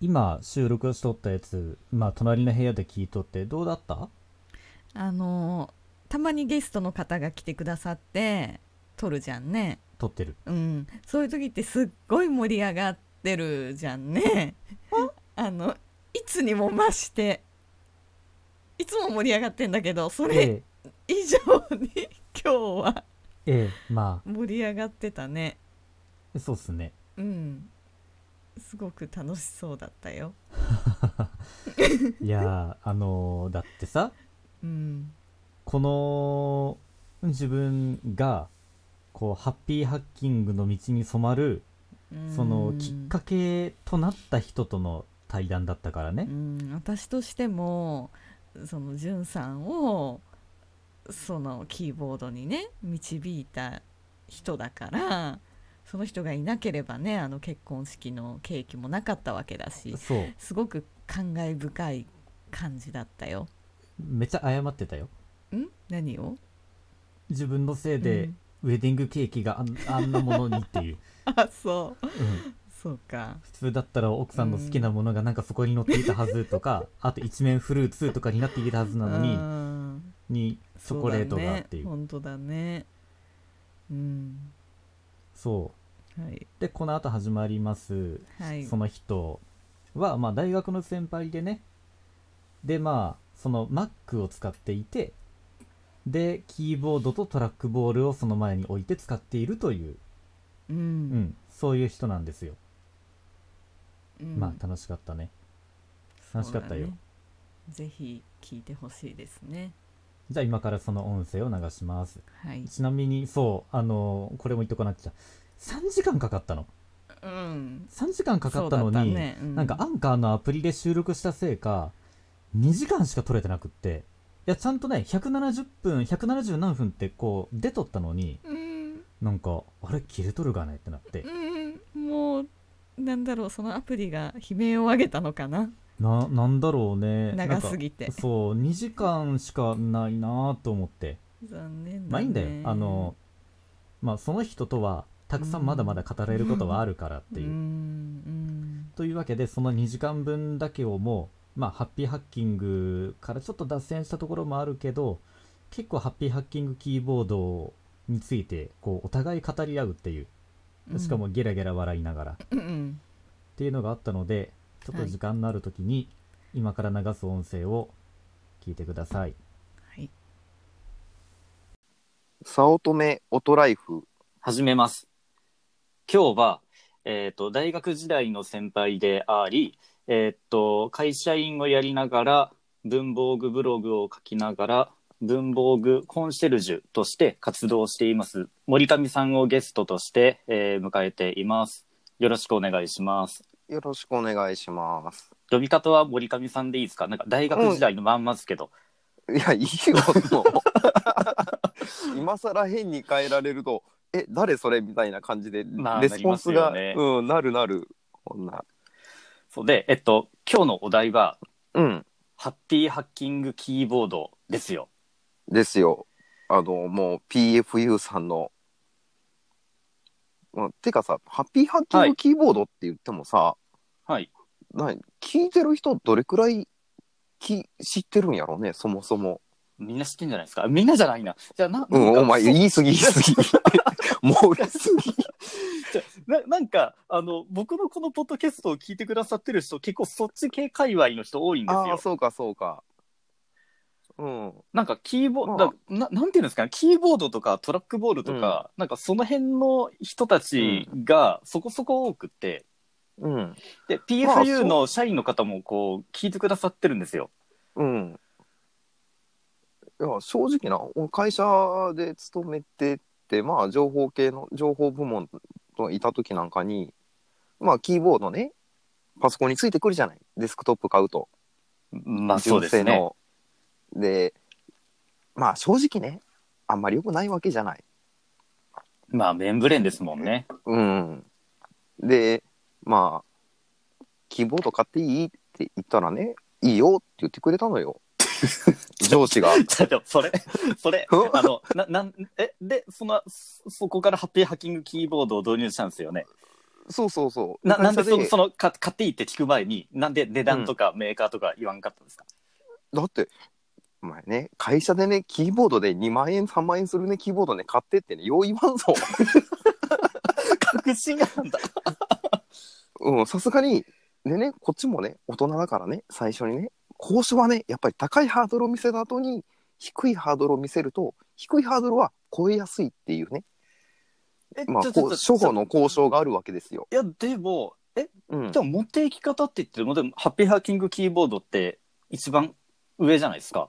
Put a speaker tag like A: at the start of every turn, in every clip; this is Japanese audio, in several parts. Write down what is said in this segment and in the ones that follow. A: 今収録しとったやつ、まあ、隣の部屋で聞いとってどうだった
B: あのーたまにゲストの方が来てくださって撮るじゃんね
A: 撮ってる
B: うんそういう時ってすっごい盛り上がってるじゃんね あのいつにも増していつも盛り上がってんだけどそれ
A: え
B: 以上に今日は
A: えええま
B: 盛り上がってたね
A: あそうっすね
B: うんすごく楽しそうだったよ
A: いやーあのーだってさ
B: うん
A: この自分がこうハッピーハッキングの道に染まるそのきっかけとなった人との対談だったからね
B: う、ん、私としてもそのんさんをそのキーボードにね導いた人だからその人がいなければねあの結婚式のケーキもなかったわけだし
A: そう
B: すごく感慨深い感じだったよ。
A: めっちゃ謝ってたよ
B: ん何を
A: 自分のせいで、ウェディングケーキがあんあんなものにっていう、
B: うんあそう
A: うん
B: そうか
A: 普通だったら奥さんの好きなものがなんかそこに乗っていたはずとか、あと一面フルーツとかになっていたはずなのに、
B: うん
A: にチョコレートがっていうそう,、
B: そうだね、本当だねうんはい
A: でこの後始まります、
B: はい
A: その人は、まあ、大学の先輩でねでまあその Mac を使っていてでキーボードとトラックボールをその前に置いて使っているという、
B: う
A: うん
B: ん、
A: そういう人なんですよ、
B: うん
A: まあ楽しかったね楽しかったよ
B: そうだねぜひ聞いてほしいですね
A: じゃあ今からその音声を流します
B: はい
A: ちなみにそうあのこれも言っとかなくちゃ3時間かかったの
B: うん
A: 3時間かかったのに
B: そうだねう
A: なんかアンカーのアプリで収録したせいか2時間しか撮れてなくっていやちゃんとね170分170何分ってこう出とったのに
B: うん
A: なんかあれ切れとるがねってなって
B: うんもうなんだろうそのアプリが悲鳴を上げたのかな
A: ななんだろうね
B: 長すぎて
A: なんかそう2時間しかないなと思って
B: 残念だ、ね、
A: まあいいんだよあのまあその人とはたくさんまだまだ語れることはあるからっていう
B: う、ん
A: というわけでその2時間分だけをもう、まあ、ハッピーハッキングからちょっと脱線したところもあるけど結構ハッピーハッキングキーボードについてこうお互い語り合うっていう
B: うん
A: しかもゲラゲラ笑いながらっ
B: うんうん
A: ていうのがあったのでちょっと時間のある時に今から流す音声を聞いてください、
B: はい
C: 早乙女オトライフ。
D: 始めます。今日は、えっ、と、大学時代の先輩であり、えっ、と、会社員をやりながら、文房具ブログを書きながら、文房具コンシェルジュとして活動しています。森上さんをゲストとして、えー迎えています。よろしくお願いします。
C: よろしくお願いします。
D: 呼び方は森上さんでいいですかなんか大学時代のまんまですけど。
C: いや、いいよ、もう 今更変に変えられると、え、誰それみたいな感じで、
D: まあ
C: レスポンスが、
D: なります
C: うん、なるなる。こんな。
D: そうで、えっと、今日のお題は、
C: うん、
D: ハッピーハッキングキーボードですよ。
C: ですよ。あの、もう PFU さんの。うん、てかさ、ハッピーハッキングキーボードって言ってもさ、
D: はい。
C: なに聞いてる人どれくらいき知ってるんやろうね、そもそも。
D: みんな知ってんじゃないですかみんなじゃないな。じゃあな、な
C: う
D: ん
C: ん、
D: か
C: お前、
D: そう
C: 言い過ぎ、言い過 ぎ。もう言い過ぎ。
D: ななんか、あの、僕のこのポッドキャストを聞いてくださってる人、結構そっち系界隈の人多いんです
C: ああ
D: よ
C: ー、。そうか、そうか。うん。
D: なんかキーボー
C: まあ
D: ド、ななんていうんですかね、キーボードとかトラックボールとか、なんかその辺の人たちがそこそこ多くて、
C: うん。
D: で、
C: まあそ
D: PFU
C: う
D: の社員の方もこう、聞いてくださってるんですよ。
C: うん。いや、正直な、俺会社で勤めてて、まあ、情報系の、情報部門といた時なんかに、まあ、キーボードね、パソコンについてくるじゃない。デスクトップ買うと。
D: まあそうですね。
C: 純正の。で、まあ、正直ね、あんまり良くないわけじゃない。
D: まあメンブレーンですもんね。
C: うん。で、まあ、キーボード買っていいって言ったらね、いいよって言ってくれたの よ。上 司が。
D: ちょっと、それ、それ
C: うん、
D: あの、な、なん、え、で、その、そそこからハッピーハッキングキーボードを導入したんですよね。
C: そうそうそう。
A: ななんで
C: 会社
A: そそのか買っていいって聞く前になんで値段とかメーカーとか言わんかったんですか、
C: だって、お前ね、会社でね、キーボードで2万円、3万円するね、キーボードね、買ってってね、よう言わん ぞ。
A: 確信なんだ
C: うん、さすがに。でね、こっちもね、大人だからね、最初にね、交渉はね、やっぱり高いハードルを見せた後に、低いハードルを見せると、低いハードルは超えやすいっていうね、
A: え
C: まあ、
A: ちょ
C: こ
A: ちょ
C: う
A: ちょ
C: 初歩の交渉があるわけですよ。
A: いやでもえ
C: うん
A: で。も持っていき方って言ってもでもハッピーハッキングキーボードって一番上じゃないですか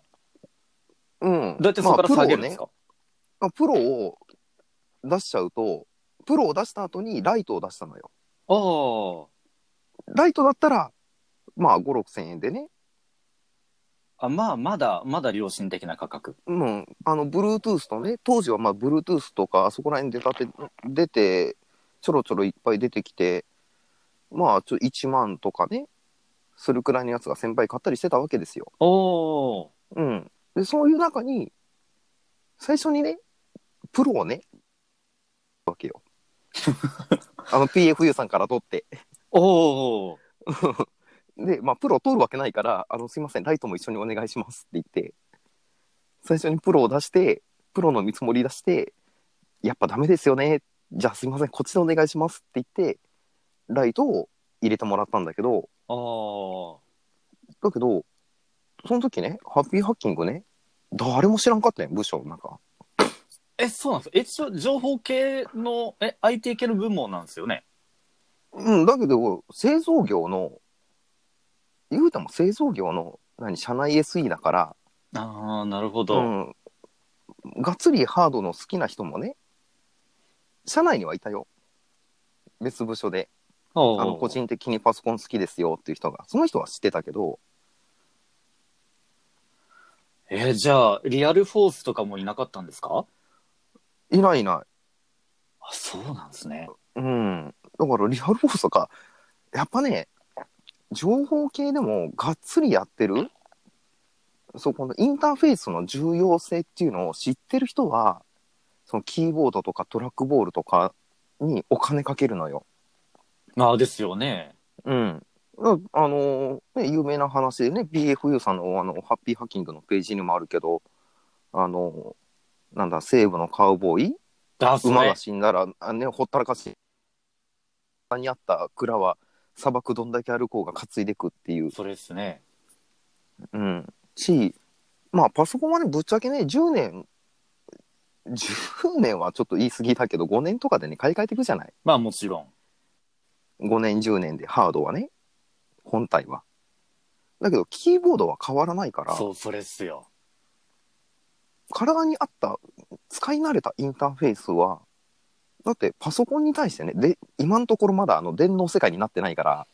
C: うん
A: どうやってそこから下げるんですか、
C: まあプロをねまあプロを出しちゃうと、プロを出した後にライトを出したのよ。
A: あー
C: ライトだったら、まあ、5、6千円でね、
A: あまあまだまだ良心的な価格
C: うん、あの、Bluetooth とね、当時はまあ、Bluetooth とか、あそこら辺出たて、出て、ちょろちょろいっぱい出てきて、まあ、ちょ、1万とかね、するくらいのやつが先輩買ったりしてたわけですよ。
A: おお
C: うん。で、そういう中に、最初にね、プロをね、わけよ。あの、PFU さんから取って。
A: おお
C: で、まあ、プロ通るわけないから、あの、すいません、ライトも一緒にお願いしますって言って、最初にプロを出して、プロの見積もり出して、やっぱダメですよね。じゃあすいません、こっちでお願いしますって言って、ライトを入れてもらったんだけど、
A: ああ
C: だけど、その時ね、ハッピーハッキングね、誰も知らんかったよ、部署の中。
A: えそうなんですかえ一応情報系のえ IT 系の部門なんですよね
C: うん、だけど、製造業の、言うても製造業の、何、社内 SE だから、
A: ああなるほ
C: う
A: ど、
C: ん、がっつりハードの好きな人もね社内にはいたよ別部署であ
A: お
C: の
A: お
C: 個人的にパソコン好きですよっていう人がその人は知ってたけど
A: えーじゃあリアルフォースとかもいなかったんですか
C: いないいな
A: あそうなんですね
C: いうんだからリアルフォースとかやっぱね情報系でもがっつりやってるそうこのインターフェースの重要性っていうのを知ってる人はそのキーボードとかトラックボールとかにお金かけるのよ
A: まあですよね
C: うん。だあのーね、有名な話でね、BFU さんのあのハッピーハッキングのページにもあるけど、あのーなんだ、西部のカウボーイ、
A: あそ
C: 馬
A: れ
C: が死んだら、あね、ほったらかし、にあった蔵は砂漠どんだけ歩こうが担いでくっていう、
A: それですね
C: うん。し、まあ、パソコンはね、ぶっちゃけね、10年、10年はちょっと言い過ぎだけど、5年とかでね、買い替えていくじゃない。
A: まあもちろん
C: 5年10年でハードはね本体はだけどキーボードは変わらないから
A: そうそれっすよ
C: 体に合った使い慣れたインターフェースはだってパソコンに対してねで今のところまだあの電脳世界になってないから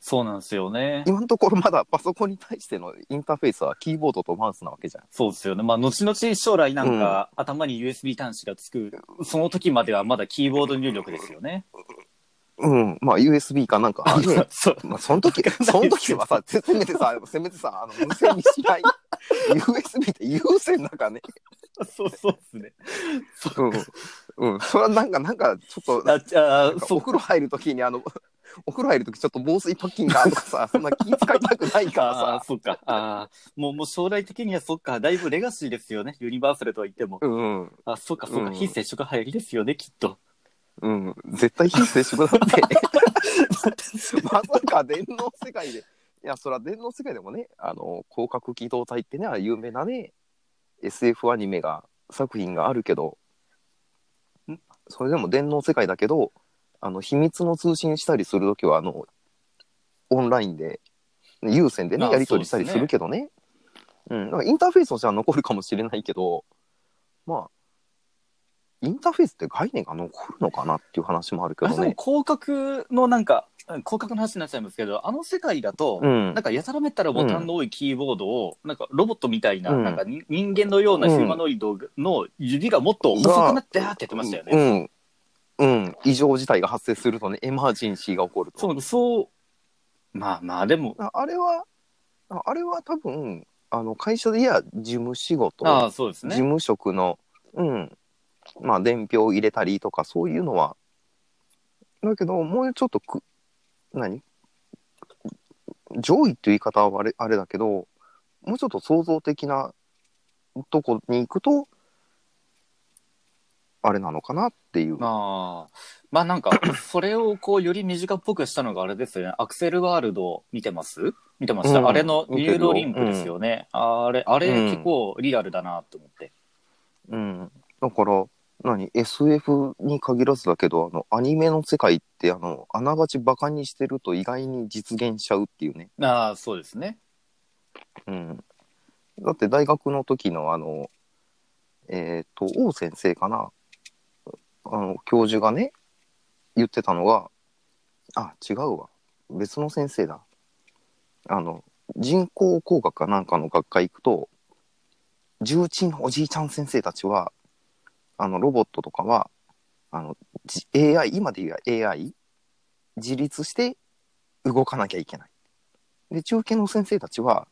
A: そうなんですよね
C: 今のところまだパソコンに対してのインターフェースはキーボードとマウスなわけじゃん
A: そうですよねまあ後々将来なんか、頭に USB 端子がつくその時まではまだキーボード入力ですよね、
C: うんまあ USB かなんか、ね
A: そう
C: まあその時その時はさせめてさ せめてさあの無線にしない USB って有線だからね
A: そうそうっすねそう
C: うん、うん、それはなんかなんかちょっ と
A: ああ
C: なんか
A: そ
C: お
A: う
C: 風呂入るときにあの、お風呂入るときちょっと防水パッキンがとかさ、そんな気使いたくないか
A: あ
C: ら
A: あ
C: さ
A: ー、、そっか。ああ、もう、もう将来的にはそっか。だいぶレガシーですよね。ユニバーサルとは言っても。
C: うん、
A: あ、そっか、そっか。
C: うん
A: 非接触流行りですよね、きっと。
C: うん、絶対非接触 だって。まさか電脳世界で、いや、そら電脳世界でもね、あの、広角機動隊ってね、有名なね、SF アニメが、作品があるけど
A: ん、
C: それでも電脳世界だけど、あの、秘密の通信したりするときは、あの、オンラインで、有線で
A: あ
C: ね、
A: あ
C: やり取りしたり
A: そうです
C: す
A: ね
C: るけどね。うん、なんかインターフェースとしては残るかもしれないけど、まあ、インターフェースって概念が残るのかなっていう話もあるけ
A: あ
C: ど
A: でも
C: ね。
A: 広角のなんか、うん広角の話になっちゃいますけど、あの世界だと、
C: うん
A: なんかやたらめったらボタンの多いキーボードを、なんかロボットみたいな、
C: うん
A: なんかに人間のようなヒューマノイドの指がもっと遅くなって、あーってやってましたよね。
C: うん、うん、異常事態が発生するとね、エマージェンシーが起こると。
A: そう、そう、まあまあ、でも、
C: ああれは、ああれは多分、あの会社でいや、事務仕事、
A: ああ、そうです
C: 事
A: ね。
C: 務職の、うん、まあ、伝票を入れたりとか、そういうのは、だけど、もうちょっとく、何上位っていう言い方はあれあれだけど、もうちょっと創造的なとこに行くと、あれなのかなっていう。
A: まあ、まあなんか、 それをこう、より短っぽくしたのがあれですよね。アクセルワールド見てます見てました、
C: うん
A: あれの
C: 見
A: ニュ
C: てるよ
A: ーロリンクですよね。あれ、あれ
C: うん
A: 結構リアルだなと思って。
C: うん。だから、何 ?SF に限らずだけど、あの、アニメの世界って、あの、あながちバカにしてると意外に実現しちゃうっていうね。
A: ああ、そうですね。
C: うん、だって大学の時のあのえっ、と王先生かなあの教授がね言ってたのがあ違うわ別の先生だあの人工工学かなんかの学会行くと重鎮のおじいちゃん先生たちはあのロボットとかはあのじ AI 今で言えば AI 自立して動かなきゃいけない。で中堅の先生たちは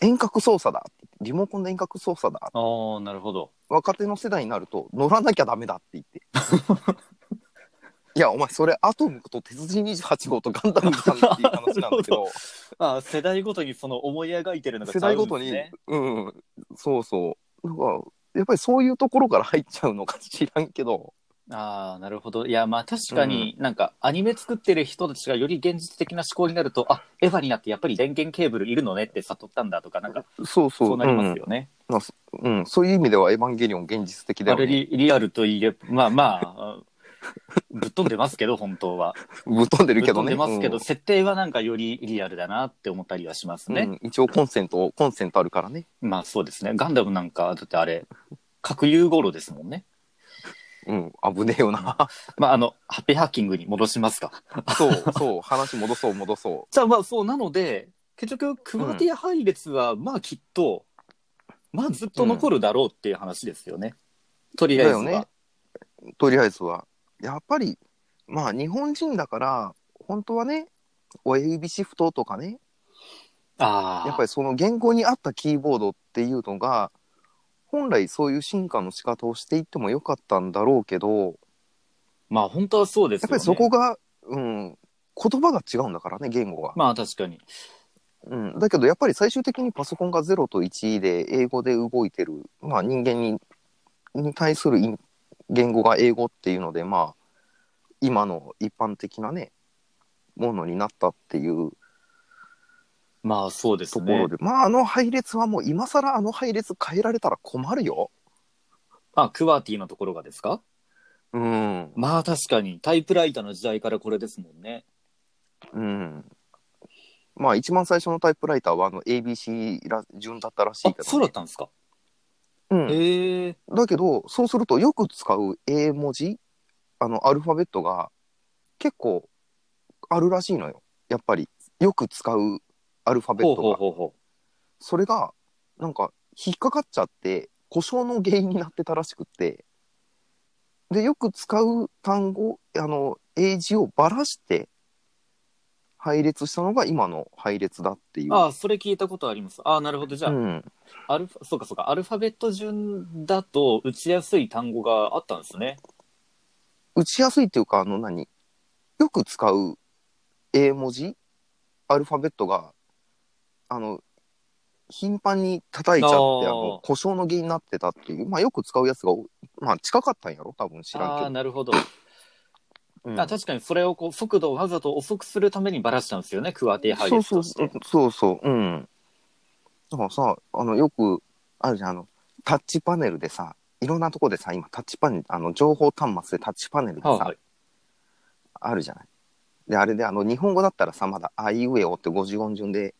C: 遠隔操作だって言ってリモコンで遠隔操作だ
A: ああ、なるほど。
C: 若手の世代になると乗らなきゃダメだって言っていやお前それアトムと鉄人28号とガンダムじゃんっていう 話なんだけど
A: ああ、世代ごとにその思い描いてるのが違う
C: 世
A: んです、ね、
C: 代ごとに、うんそうそうなんかやっぱりそういうところから入っちゃうのか知らんけど
A: ああ、なるほど。いや、まあ確かになんかアニメ作ってる人たちがより現実的な思考になると、あ、エヴァになってやっぱり電源ケーブルいるのねって悟ったんだとか、なんか
C: そうそう
A: そうなりますよね。
C: うんうんそういう意味では「エヴァンゲリオン」現実的だ
A: あ
C: よ
A: れリ
C: ね
A: リアルといえば、まあま あ、ぶっ飛んでますけど、本当は。
C: ぶっ飛んで
A: ぶ
C: る
A: っ
C: け
A: 飛
C: ど
A: ん
C: ね
A: でますけど、
C: うん
A: 設定はなんかよりリアルだなって思ったりはしますね。
C: うん一応コンセントコンセントあるからね
A: まあそうですね。ガンダムなんか、だってあれ、核融合炉ですもんね。
C: うん危ねえよ な
A: まああの、ハッピーハッキングに戻しますか。
C: そうそう話戻そう戻そ
A: じゃあまあそうなので結局クワティア配列はまあきっと、まあずっと残るだろうっていう話ですよね。とりあえずは。
C: だよねうとりあえずはやっぱりまあ日本人だから本当はね親指シフトとかね
A: ああ。
C: やっぱりその言語に合ったキーボードっていうのが本来そういう進化の仕方をしていってもよかったんだろうけど
A: まあ本当はそうです
C: やっ
A: よね。
C: ぱりそこが、うん言葉が違うんだからね言語が、
A: まあ確かに。
C: うん、だけどやっぱり最終的にパソコンが0と1で英語で動いてる、まあ、人間にに対するい言語が英語っていうのでまあ今の一般的なねものになったっていう
A: まあそうです
C: とこ
A: ね
C: ろで、。まああの配列はもう今更あの配列変えられたら困るよ。
A: あ、クワティのところがですか
C: うん、
A: まあ確かに。タイプライターの時代からこれですもんね。
C: うん、まあ一番最初のタイプライターはあの ABC ら順だったらしい
A: あ
C: け、ど
A: そうだったんですか。
C: うん、
A: へえ。
C: だけど、そうするとよく使う英文字、あの、アルファベットが結構あるらしいのよ。やっぱり。よく使うアルファベ
A: ほ
C: ッ
A: う
C: ト
A: ほう
C: が。
A: ほうほ。
C: それが、なんか、引っかかっちゃって、故障の原因になってたらしくって。で、よく使う単語、あの、英字をばらして、配列したのが今の配列だっていうう。
A: ああ、それ聞いたことあります。ああ、なるほど。じゃあ、
C: うん。
A: アルファ、そうかそうか。アルファベット順だと打ちやすい単語があったんですね。
C: 打ちやすいっていうか、あの何、よく使う英文字、アルファベットが、あの、頻繁に叩いちゃって、あ
A: あー
C: の、故障の原因になってたっていう、まあよく使うやつが多い、まあ近かったんやろ、多分知らん
A: ああー、
C: けど。
A: なるほど。
C: うん
A: あ確かにそれをこう速度をわざと遅くするためにバラしたんですよねクワティハイ
C: そ
A: レ
C: う
A: ス
C: そ
A: と
C: う
A: して
C: そう、そうそう、うん。だからさ、あの、よく、あるじゃん、あの、タッチパネルでさ、いろんなとこでさ、今タッチパネル、あの、情報端末でタッチパネルでさ、
A: はいはい
C: あるじゃない。で、あれで、あの、日本語だったらさ、まだ、あいうえおって五十音順で、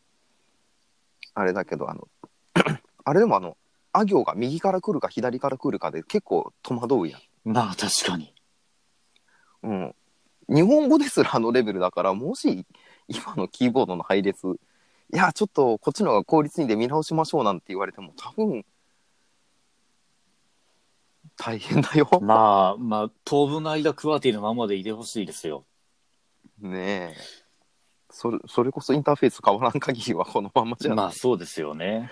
C: あれだけど、あの、 あれでもあの、あ行が右から来るか左から来るかで結構戸惑うやん。
A: まあ確かに
C: うん。日本語ですらあのレベルだから、もし今のキーボードの配列、いや、ちょっとこっちの方が効率いいんで見直しましょうなんて言われても、多分、大変だよ。
A: まあまあ当分の間クワティのままでいてほしいですよ
C: ねえ。それ、それこそインターフェース変わらん限りはこのままじゃない。
A: まあそうですよね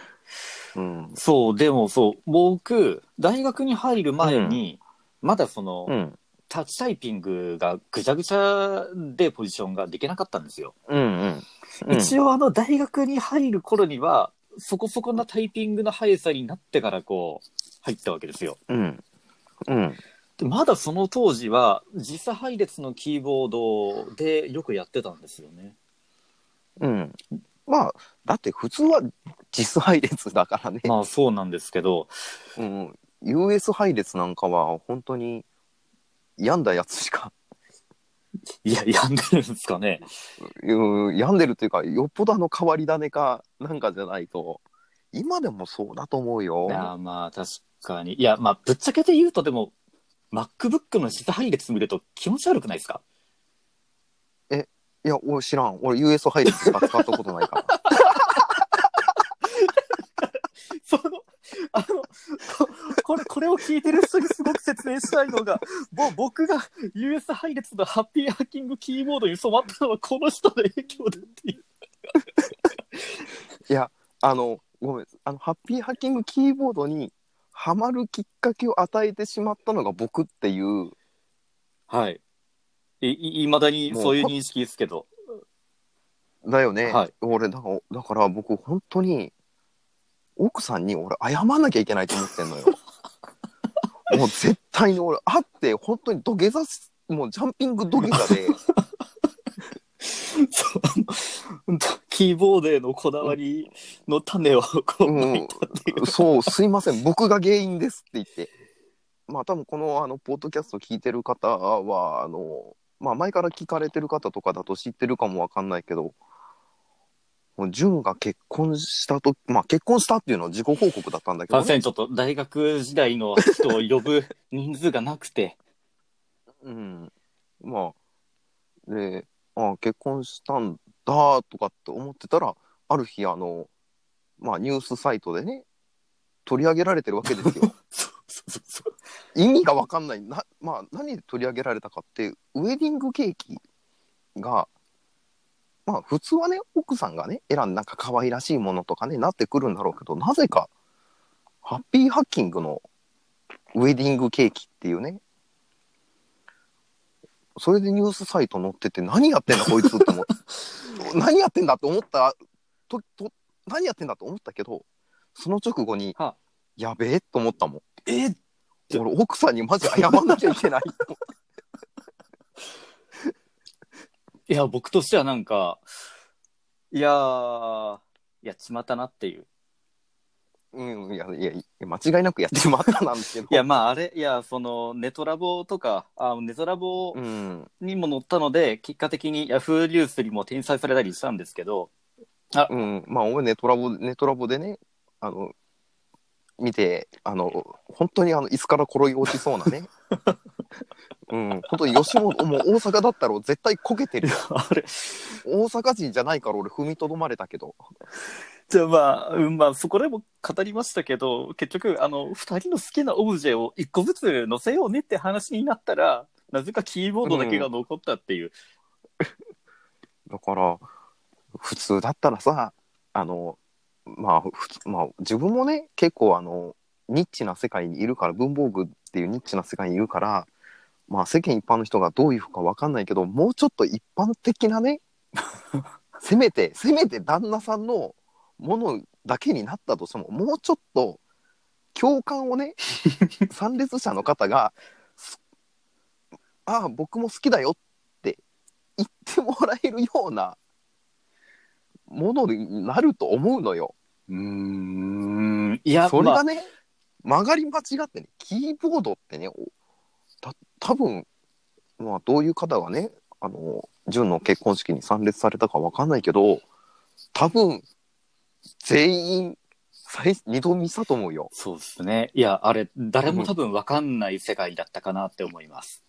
C: うん。
A: そうでもそう僕大学に入る前に、まだその、
C: うん。
A: タッチタイピングがぐちゃぐちゃでポジションができなかったんですよ。
C: うんうん。うん
A: 一応あの大学に入る頃にはそこそこなタイピングの速さになってからこう入ったわけですよ。
C: うん。うん。
A: でまだその当時は時差配列のキーボードでよくやってたんですよね。
C: うん。まあ、だって普通は実配列だからね。
A: まあそうなんですけど、
C: うん。US 配列なんかは本当に病んだやつしか、
A: いや、やんでるんですかね。
C: うん病んでるというか、よっぽどあの変わり種かなんかじゃないと、今でもそうだと思うよ
A: い。や、まあ確かに。いや、まあぶっちゃけて言うとでも、MacBook の時差配列見ると気持ち悪くないですか
C: いや、俺知らん。俺 US 配列しか使ったことな いから。
A: その、あの、ここれ、これを聞いてる人にすごく説明したいのが、もう僕が US 配列のハッピーハッキングキーボードに染まったのはこの人の影響だっていう。
C: あの、ごめん、あの、ハッピーハッキングキーボードにハマるきっかけを与えてしまったのが僕っていう、
A: はい。い、い、いまだにそういう認識ですけど。
C: だよね。
A: はい
C: 俺だから、だから僕本当に、奥さんに俺謝んなきゃいけないと思って んのよ。もう絶対に俺、会って本当に土下座す、もうジャンピング土下 座で、
A: そううんとキーボードへのこだわりの種をこう、
C: うん
A: まいたっていう
C: そう、すいません、僕が原因ですって言って。まあ多分この、あの、ポッドキャスト聞いてる方は、あの、まあ前から聞かれてる方とかだと知ってるかもわかんないけど、もう、純が結婚したと、まあ結婚したっていうのは自己報告だったんだけ
A: すい
C: ど
A: ま
C: ね、
A: せん、ちょっと大学時代の人を呼ぶ人数がなくて。
C: うん。まあ、で、あ結婚したんだとかって思ってたら、ある日、あの、まあニュースサイトでね、取り上げられてるわけですよ。
A: そうそうそう
C: 意味が分かんないな、まあ、何で取り上げられたかってウェディングケーキがまあ普通はね奥さんがね選んなんか可愛らしいものとかねなってくるんだろうけどなぜかハッピーハッキングのウェディングケーキっていうねそれでニュースサイト載ってて何やってんだこいつって思って何やってんだって思ったとと何やってんだと思ったけどその直後に
A: は
C: やべえと思ったもん
A: え
C: 俺奥さんにマジ謝んなきゃいけない
A: いや、僕としてはなんか、いやー、やっちまったなっていう。
C: うんいやいやいや間違いなくやってしまったなんですけど
A: いや、まああれ、いや、その、ネトラボとか、あネトラボ
C: うん
A: にも載ったので、結果的に Yahoo ニュースにも転載されたりしたんですけど、
C: うんまあ俺ネトラボネトラボでねあの見てあの本当にあの椅子から転げ落ちそう なねうん本当に吉本もう大阪だったら絶対こけてるよ
A: あれ、
C: 大阪人じゃないから俺踏みとどまれたけど
A: じゃあまあ、うん、まあ、そこでも語りましたけど、結局、あの、二人の好きなオブジェを一個ずつ載せようねって話になったら、なぜかキーボードだけが残ったっていう。
C: だから普通だったらさあのまあ普通まあ自分もね結構あのニッチな世界にいるから文房具っていうニッチな世界にいるからまあ世間一般の人がどういうふうか分かんないけどもうちょっと一般的なねせめてせめて旦那さんのものだけになったとしてももうちょっと共感をね参列者の方がす「ああ僕も好きだよ」って言ってもらえるようなものになると思うのよ。
A: うーん、いや、
C: それ
A: まあ
C: がね、曲がり間違ってねキーボードってねおた多分まあどういう方がねあの純の結婚式に参列されたかわかんないけど多分全員最二度見したと思うよ。
A: そうですね。いや、あれ、誰も多分分かんない世界だったかなって思います。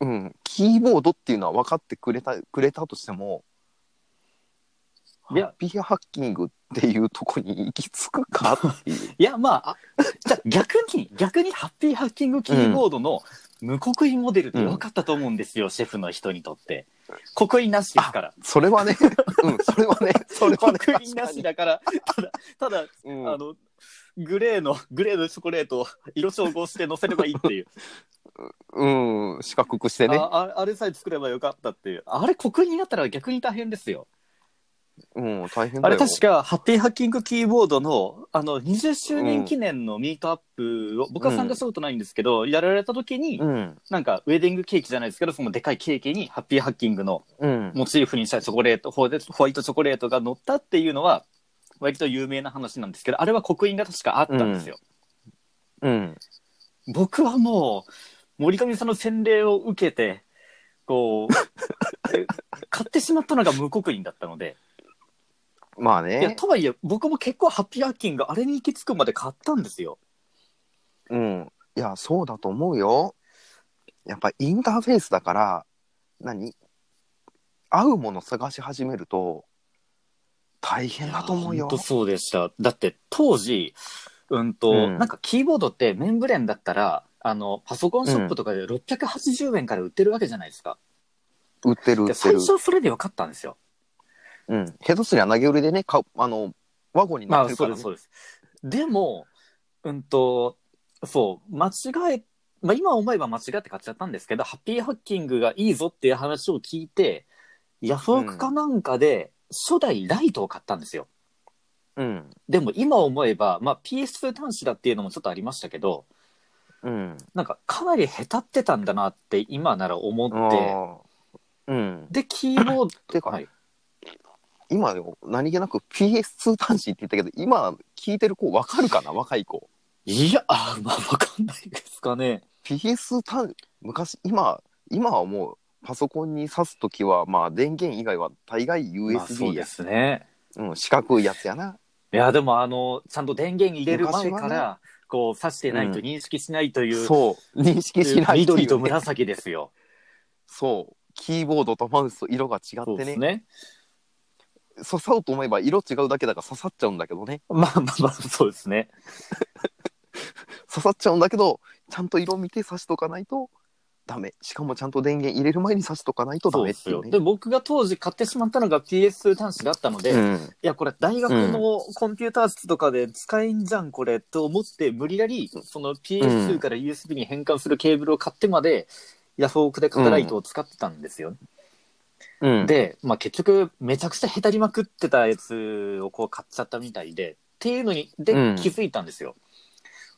C: うん、キーボードっていうのは分かってくれたくれたとしても
A: いや
C: ハッピーハッキングっていうとこに行き着くかっていう。
A: いや、まあ、あじゃあ逆に、逆にハッピーハッキングキーボードの無刻印モデルって良かったと思うんですよ、シェフの人にとって。刻印なしですから。
C: そ れはね、うん、それはね、それはね、
A: 刻印なしだから、ただ、ただ、
C: 確かに
A: あの、グレーの、グレーのチョコレートを色調合して乗せればいいっていう。
C: うん、四角くしてね。
A: あああれさえ作ればよかったっていうあれ国になったら逆に大変ですよ
C: うん、大変だ
A: あ
C: よ。
A: れ確かハッピーハッキングキーボードのあの20周年記念のミートアップを、僕は参加したことないんですけど、やられた時に、
C: うん、
A: なんかウェディングケーキじゃないですけどそのでかいケーキにハッピーハッキングの
C: うん。
A: モチーフにしたチョコレートホワイトホワイトチョコレートが乗ったっていうのは割と有名な話なんですけどあれは刻印が確かあったんですよ、
C: うん。
A: 僕はもう森上さんの洗礼を受けてこ うえ買ってしまったのが無刻印だったので
C: まあ
A: いや
C: ね。
A: とはいえ僕も結構ハッピーハッキングあれに行き着くまで買ったんですよ
C: うん。いや、そうだと思うよ。やっぱインターフェースだから、何合うもの探し始めると、大変だと思うよ
A: 本当。そうでしただって当時うんと、
C: うん
A: なんかキーボードってメンブレンだったらあのパソコンショップとかで680円から売ってるわけじゃないですか、
C: 売ってる売
A: で
C: って
A: 最
C: る。
A: 初はそれでよかったんですよ
C: うん。ヘドスには投げ売りでね、かあの、ワゴンに
A: ま
C: 乗っ
A: あ
C: てる
A: そ
C: か
A: う
C: ら、
A: です
C: ね
A: そうですでもうんとそう間違えまあ今思えば間違って買っちゃったんですけどハッピーハッキングがいいぞっていう話を聞いてヤフオクかなんかで初代ライトを買ったんですよ、
C: うん。
A: でも今思えば、まあ、PS2 端子だっていうのもちょっとありましたけど
C: うん。
A: なんかかなりへたってたんだなって今なら思って
C: あーうん。
A: でキー ボー
C: て
A: ド、
C: か、
A: はい、
C: 今よ、何気なく PS2 端子って言ったけど、今聞いてる子わかるかな若い子。
A: いやあまあわかんないですかね
C: PS 端子、昔、今、今はもう、パソコンに挿すときは、まあ、電源以外は大概
A: まあそう
C: USB
A: で
C: や、
A: すね
C: うん、四角いやつやな。
A: いや、でも、あの、ちゃんと電源入れる前か
C: 昔は
A: ら、こう、刺してないと認識しないという、
C: そう。認識しない
A: 緑と
C: っていうね
A: 紫ですよ。
C: そう。キーボードとマウスと色が違
A: そう
C: っ
A: で
C: て
A: す
C: ね。
A: ね。
C: 刺さうと思えば色違うだけだから刺さっちゃうんだけどね。
A: まあまあまあ、そうですね。
C: 刺さっちゃうんだけど、ちゃんと色見て刺しとかないとダメ。しかもちゃんと電源入れる前に刺しとかないとダ
A: そう
C: メ
A: で
C: って
A: す
C: い
A: よ。
C: うね。
A: で、僕が当時買ってしまったのが PS2 端子だったので、い
C: うん
A: や、これ大学のコンピューター室とかで使えんじゃん、これ、と思って、無理やり、その PS2 から USB に変換するケーブルを買ってまで、ヤフオクでカタライトを使ってたんですよね
C: うん、
A: で、まあ、結局めちゃくちゃへたりまくってたやつをこう買っちゃったみたいでっていうのにで
C: うん
A: 気づいたんですよ、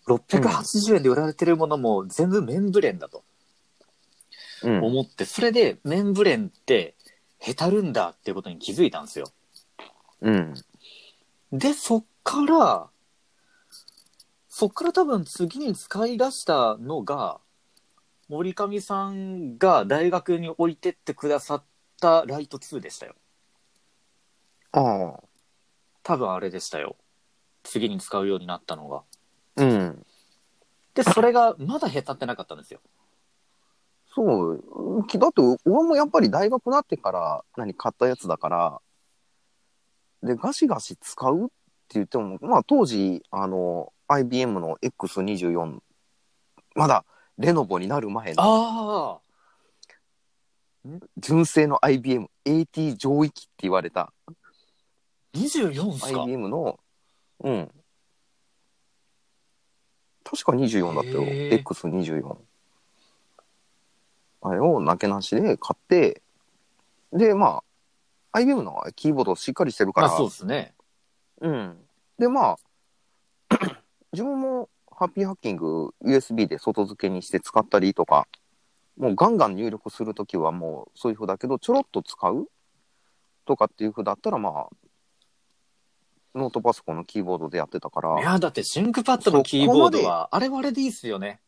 A: 680円で売られてるものも全部メンブレンだと
C: うん
A: 思って、それでメンブレンってへたるんだっていうことに気づいたんですよ
C: うん、
A: でそっからそっから多分次に使い出したのが森上さんが大学に置いてってくださったライト2でしたよ
C: ああ、
A: 多分あれでしたよ次に使うようになったのが
C: うん、
A: でそれがまだ下手ってなかったんですよ
C: そう、うんだって俺もやっぱり大学になってから何買ったやつだから、で、ガシガシ使うって言っても、まあ当時、あの、IBM の X24、まだレノボになる前の
A: あ
C: 純正の IBM AT 上位機って言われた
A: あ24っすか
C: IBM の、うん。確か24だったよ。
A: へー
C: X24。あれをなけなしで買って、で、まあ、IBM のキーボードしっかりしてるか
A: ま
C: ら、
A: あそうですね
C: うん。で、まあ、 自分もハッピーハッキング USB で外付けにして使ったりとか、もうガンガン入力するときはもうそういう風だけど、ちょろっと使うとかっていう風だったら、まあ、ノートパソコンのキーボードでやってたか
A: い
C: ら、
A: やだってシンクパッドのキーボードはあれはあれでいいっすよね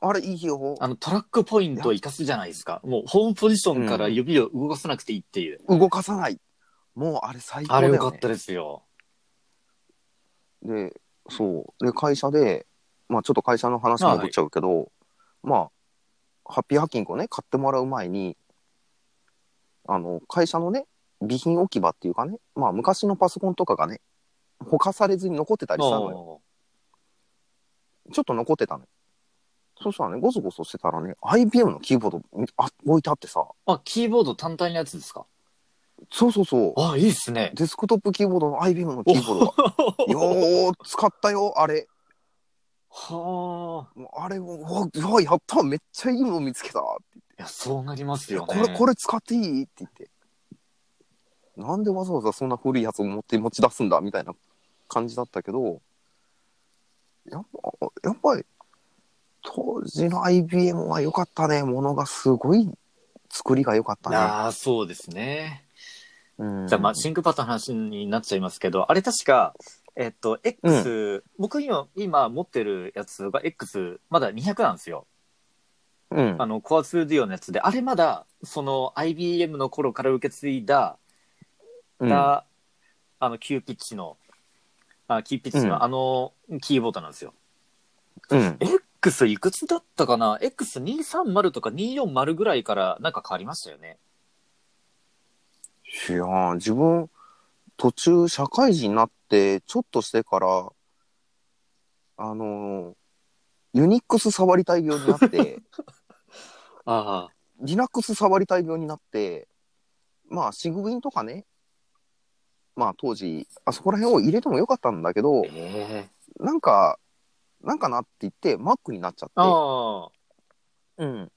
C: あれいいよ。
A: あのトラックポイントを生かすじゃないですかもうホームポジションから指を動かさなくていいっていう、
C: 動かさない。もうあれ最高
A: あれ
C: だよ、ね。
A: よかったですよ
C: で、そう。で、会社で、まあちょっと会社の話
A: はい
C: 戻っちゃうけど、まあ、ハッピーハッキングをね、買ってもらう前に、あの、会社のね、備品置き場っていうかね、まあ昔のパソコンとかがね、ほかされずに残ってたりしたのよ。
A: も
C: ちょっと残ってたのよ。そしたらね、ゴソゴソしてたらね、IBM のキーボードあ置いてあってさ、
A: うあキーボード単体のやつですか
C: そうそうそう、
A: あいいっすね
C: デ スクトップキーボードの IBM のキーボードが、よー、使ったよ、あれ。
A: はあ。
C: もうあれを、うわ、うわやっためっちゃいいもの見つけたって
A: いや、そうなります
C: 言
A: よ
C: っ
A: ね。
C: て、これ、これ使っていいって言って。なんでわざわざそんな古いやつを持って持ち出すんだみたいな感じだったけど、やっぱ、やっぱり、当時の IBM は良かったね。ものがすごい作りが良かったね。
A: ああ、そうですね。
C: うん
A: じゃあ、まあ、シンクパッドの話になっちゃいますけど、あれ確か、えっと、X、僕今、今持ってるやつが X、まだ200なんですよ。
C: うん
A: あの、コア 2D のやつで、あれまだ、その IBM の頃から受け継いだ、
C: うん
A: が、あの、キューピッチの、あ、キューピッチ
C: うん
A: のあのキーボードなんですよ。
C: うん。
A: X いくつだったかな ?X230 とか240ぐらいからなんか変わりましたよね。
C: いやー自分途中社会人になってちょっとしてからあのーユニックス触りたい病になって
A: ああ。
C: Linux 触りたい病になってまあシグウィンとかねまあ当時あそこら辺を入れてもよかったんだけど
A: ええ
C: なんかなんかなって言って Mac になっちゃって
A: ああ。
C: うん。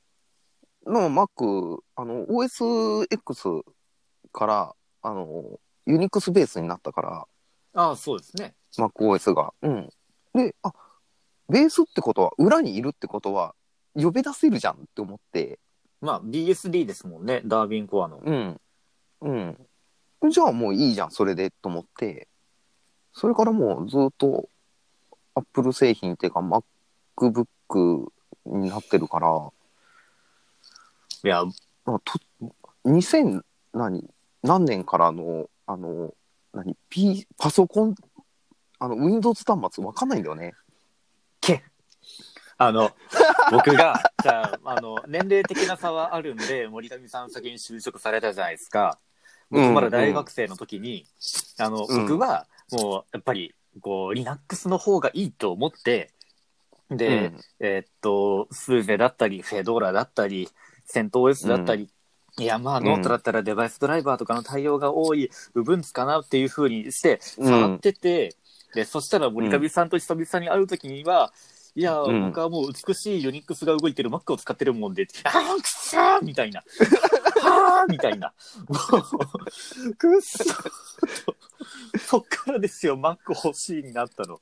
C: の Mac、あの、OSX から、あの、ユニックスベースになったから、
A: ああ、そうですね。
C: MacOS が。うん。で、あ、ベースってことは、裏にいるってことは、呼び出せるじゃんって思って、
A: まあ、BSD ですもんね。ダービンコアの。
C: うん。うん。じゃあもういいじゃん、それで、と思って、それからもうずっと、Apple 製品っていうか、MacBook になってるから、
A: いや、
C: なんかと2000何何年からのあの何、P、パソコンあの Windows 端末わかんないんだよね。
A: あ の、僕が、じゃあ、あの、年齢的な差はあるんで、森上さん先に就職されたじゃないですか。僕まだ大学生の時に、あの、
C: うん
A: 僕は、もう、やっぱり、こう、Linux の方がいいと思って、で、えーっと、スーゼだったり、フェドーラだったり、セント OS だったり、いや、まあ、
C: うん
A: ノートだったらデバイスドライバーとかの対応が多い、部分つかなっていう風にして、
C: うん
A: 触ってて、で、そしたら森上さんと久々に会う時には、いや、
C: うん
A: 僕はもう美しいユニックスが動いてる Mac を使ってるもんで、あーくっそーみたいな。はーみたいな。もう、くっそーと。 そっからですよ、Mac 欲しいになったの。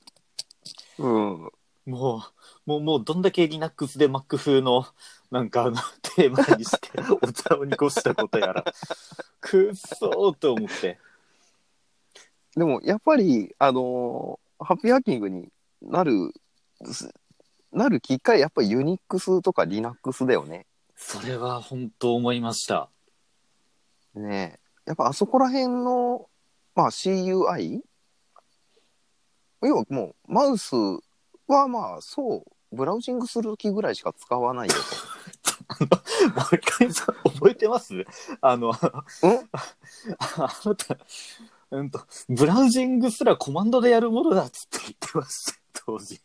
C: うん、うん
A: もう、もう、もう、どんだけ Linux で Mac 風の、なんか、あの、テーマにして、 お茶を濁したことやら、くっそーと思って。
C: でもやっぱりあのハッピーハッキングになるすなるきっかけやっぱりユニックスとか Linux だよね。
A: それは本当思いました。
C: ねえやっぱあそこら辺の、まあ、CUI 要はもうマウスはまあそうブラウジングする時ぐらいしか使わないよ
A: 森上さん、覚えてますあの、
C: と。ん
A: あなた、うんと、ブラウジングすらコマンドでやるものだっつって言ってました、当時。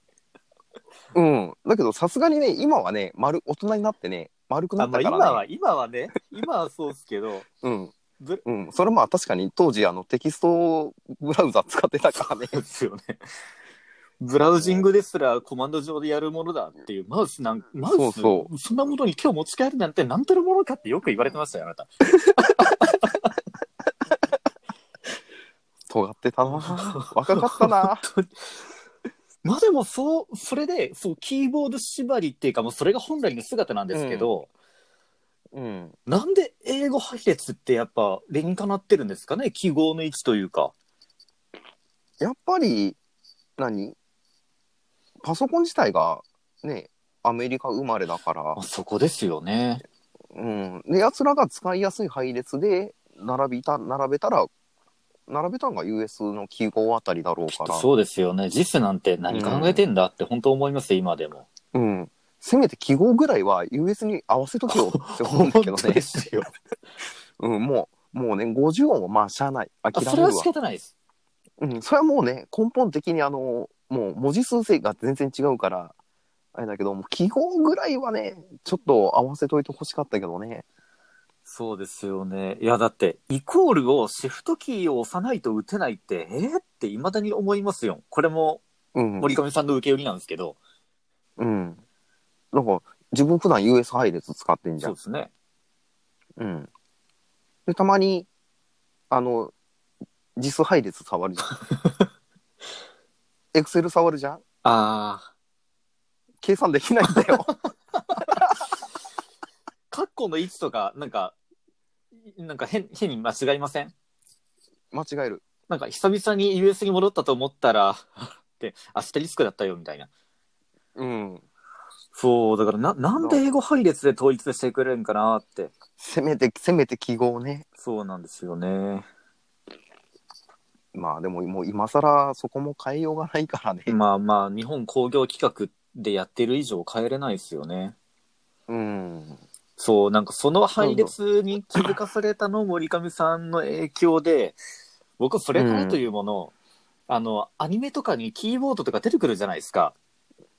C: うん。だけど、さすがにね、今はね、丸、大人になってね、丸くな
A: あ
C: っ
A: まあ、
C: たか
A: 今
C: らね。
A: は、今はね、今はそうですけど、
C: うん。
A: ブ
C: うん。それまあ確かに当時、あの、テキストブラウザ使ってたからね。
A: ですよね。ブラウジングですらコマンド上でやるものだっていう、マウスなん、マウス
C: そうそ
A: そんなものに手を持ち帰るなんてなんたるものかってよく言われてましたよ、あなた。
C: 尖って たな若かったな
A: まあでも、そう、それで、そう、キーボード縛りっていうか、もうそれが本来の姿なんですけど、
C: うん。
A: なんで英語配列ってやっぱ理にかなってるんですかね、記号の位置というか。
C: やっぱり、何パソコン自体が、ね、アメリカ生まれだから
A: まあ、、そこですよね。
C: うん。で、奴らが使いやすい配列で、並びた、並べたら、並べたのが US の記号あたりだろうから。
A: そうですよね。JIS なんて何考えてんだって本当思いますよ、今でも。
C: うん。せめて記号ぐらいは US に合わせとけよって思うんだけ ど
A: 本当で
C: ね。
A: すよ。
C: うん、もう、もうね、50音はまあ、しゃあない。
A: あ
C: 諦
A: それ
C: める
A: は
C: わ。
A: 仕方ないです。
C: うん、それはもうね、根本的にあの、もう文字数制が全然違うから、あれだけど、もう記号ぐらいはね、ちょっと合わせといてほしかったけどね。
A: そうですよね。いや、だって、イコールをシフトキーを押さないと打てないって、えー、って未だに思いますよ。これも
C: うん。
A: 森上さんの受け売りなんですけど、
C: うん。なんか、自分普段 US 配列使ってんじゃ
A: そうんで。すね。
C: うん。で、たまに、あの、実配列触るじゃん。エクセル触るじゃん
A: ああ。
C: 計算できないんだよ。
A: カッコの位置とか、なんか、なんか変、変に間違いません
C: 間違える。
A: なんか久々に US に戻ったと思ったら、 で、アステリスクだったよみたいな。
C: うん。
A: そう、だからな、なんで英語配列で統一してくれるんかなって。
C: せめて、せめて記号ね。
A: そうなんですよね。
C: まあでも、もう今更そこも変えようがないからね。
A: まあまあ、日本工業企画でやってる以上変えれないですよね。
C: うん。
A: そう、なんかその配列に気づかされたの森上さんの影響で、僕はそれからというもの、あの、アニメとかにキーボードとか出てくるじゃないですか。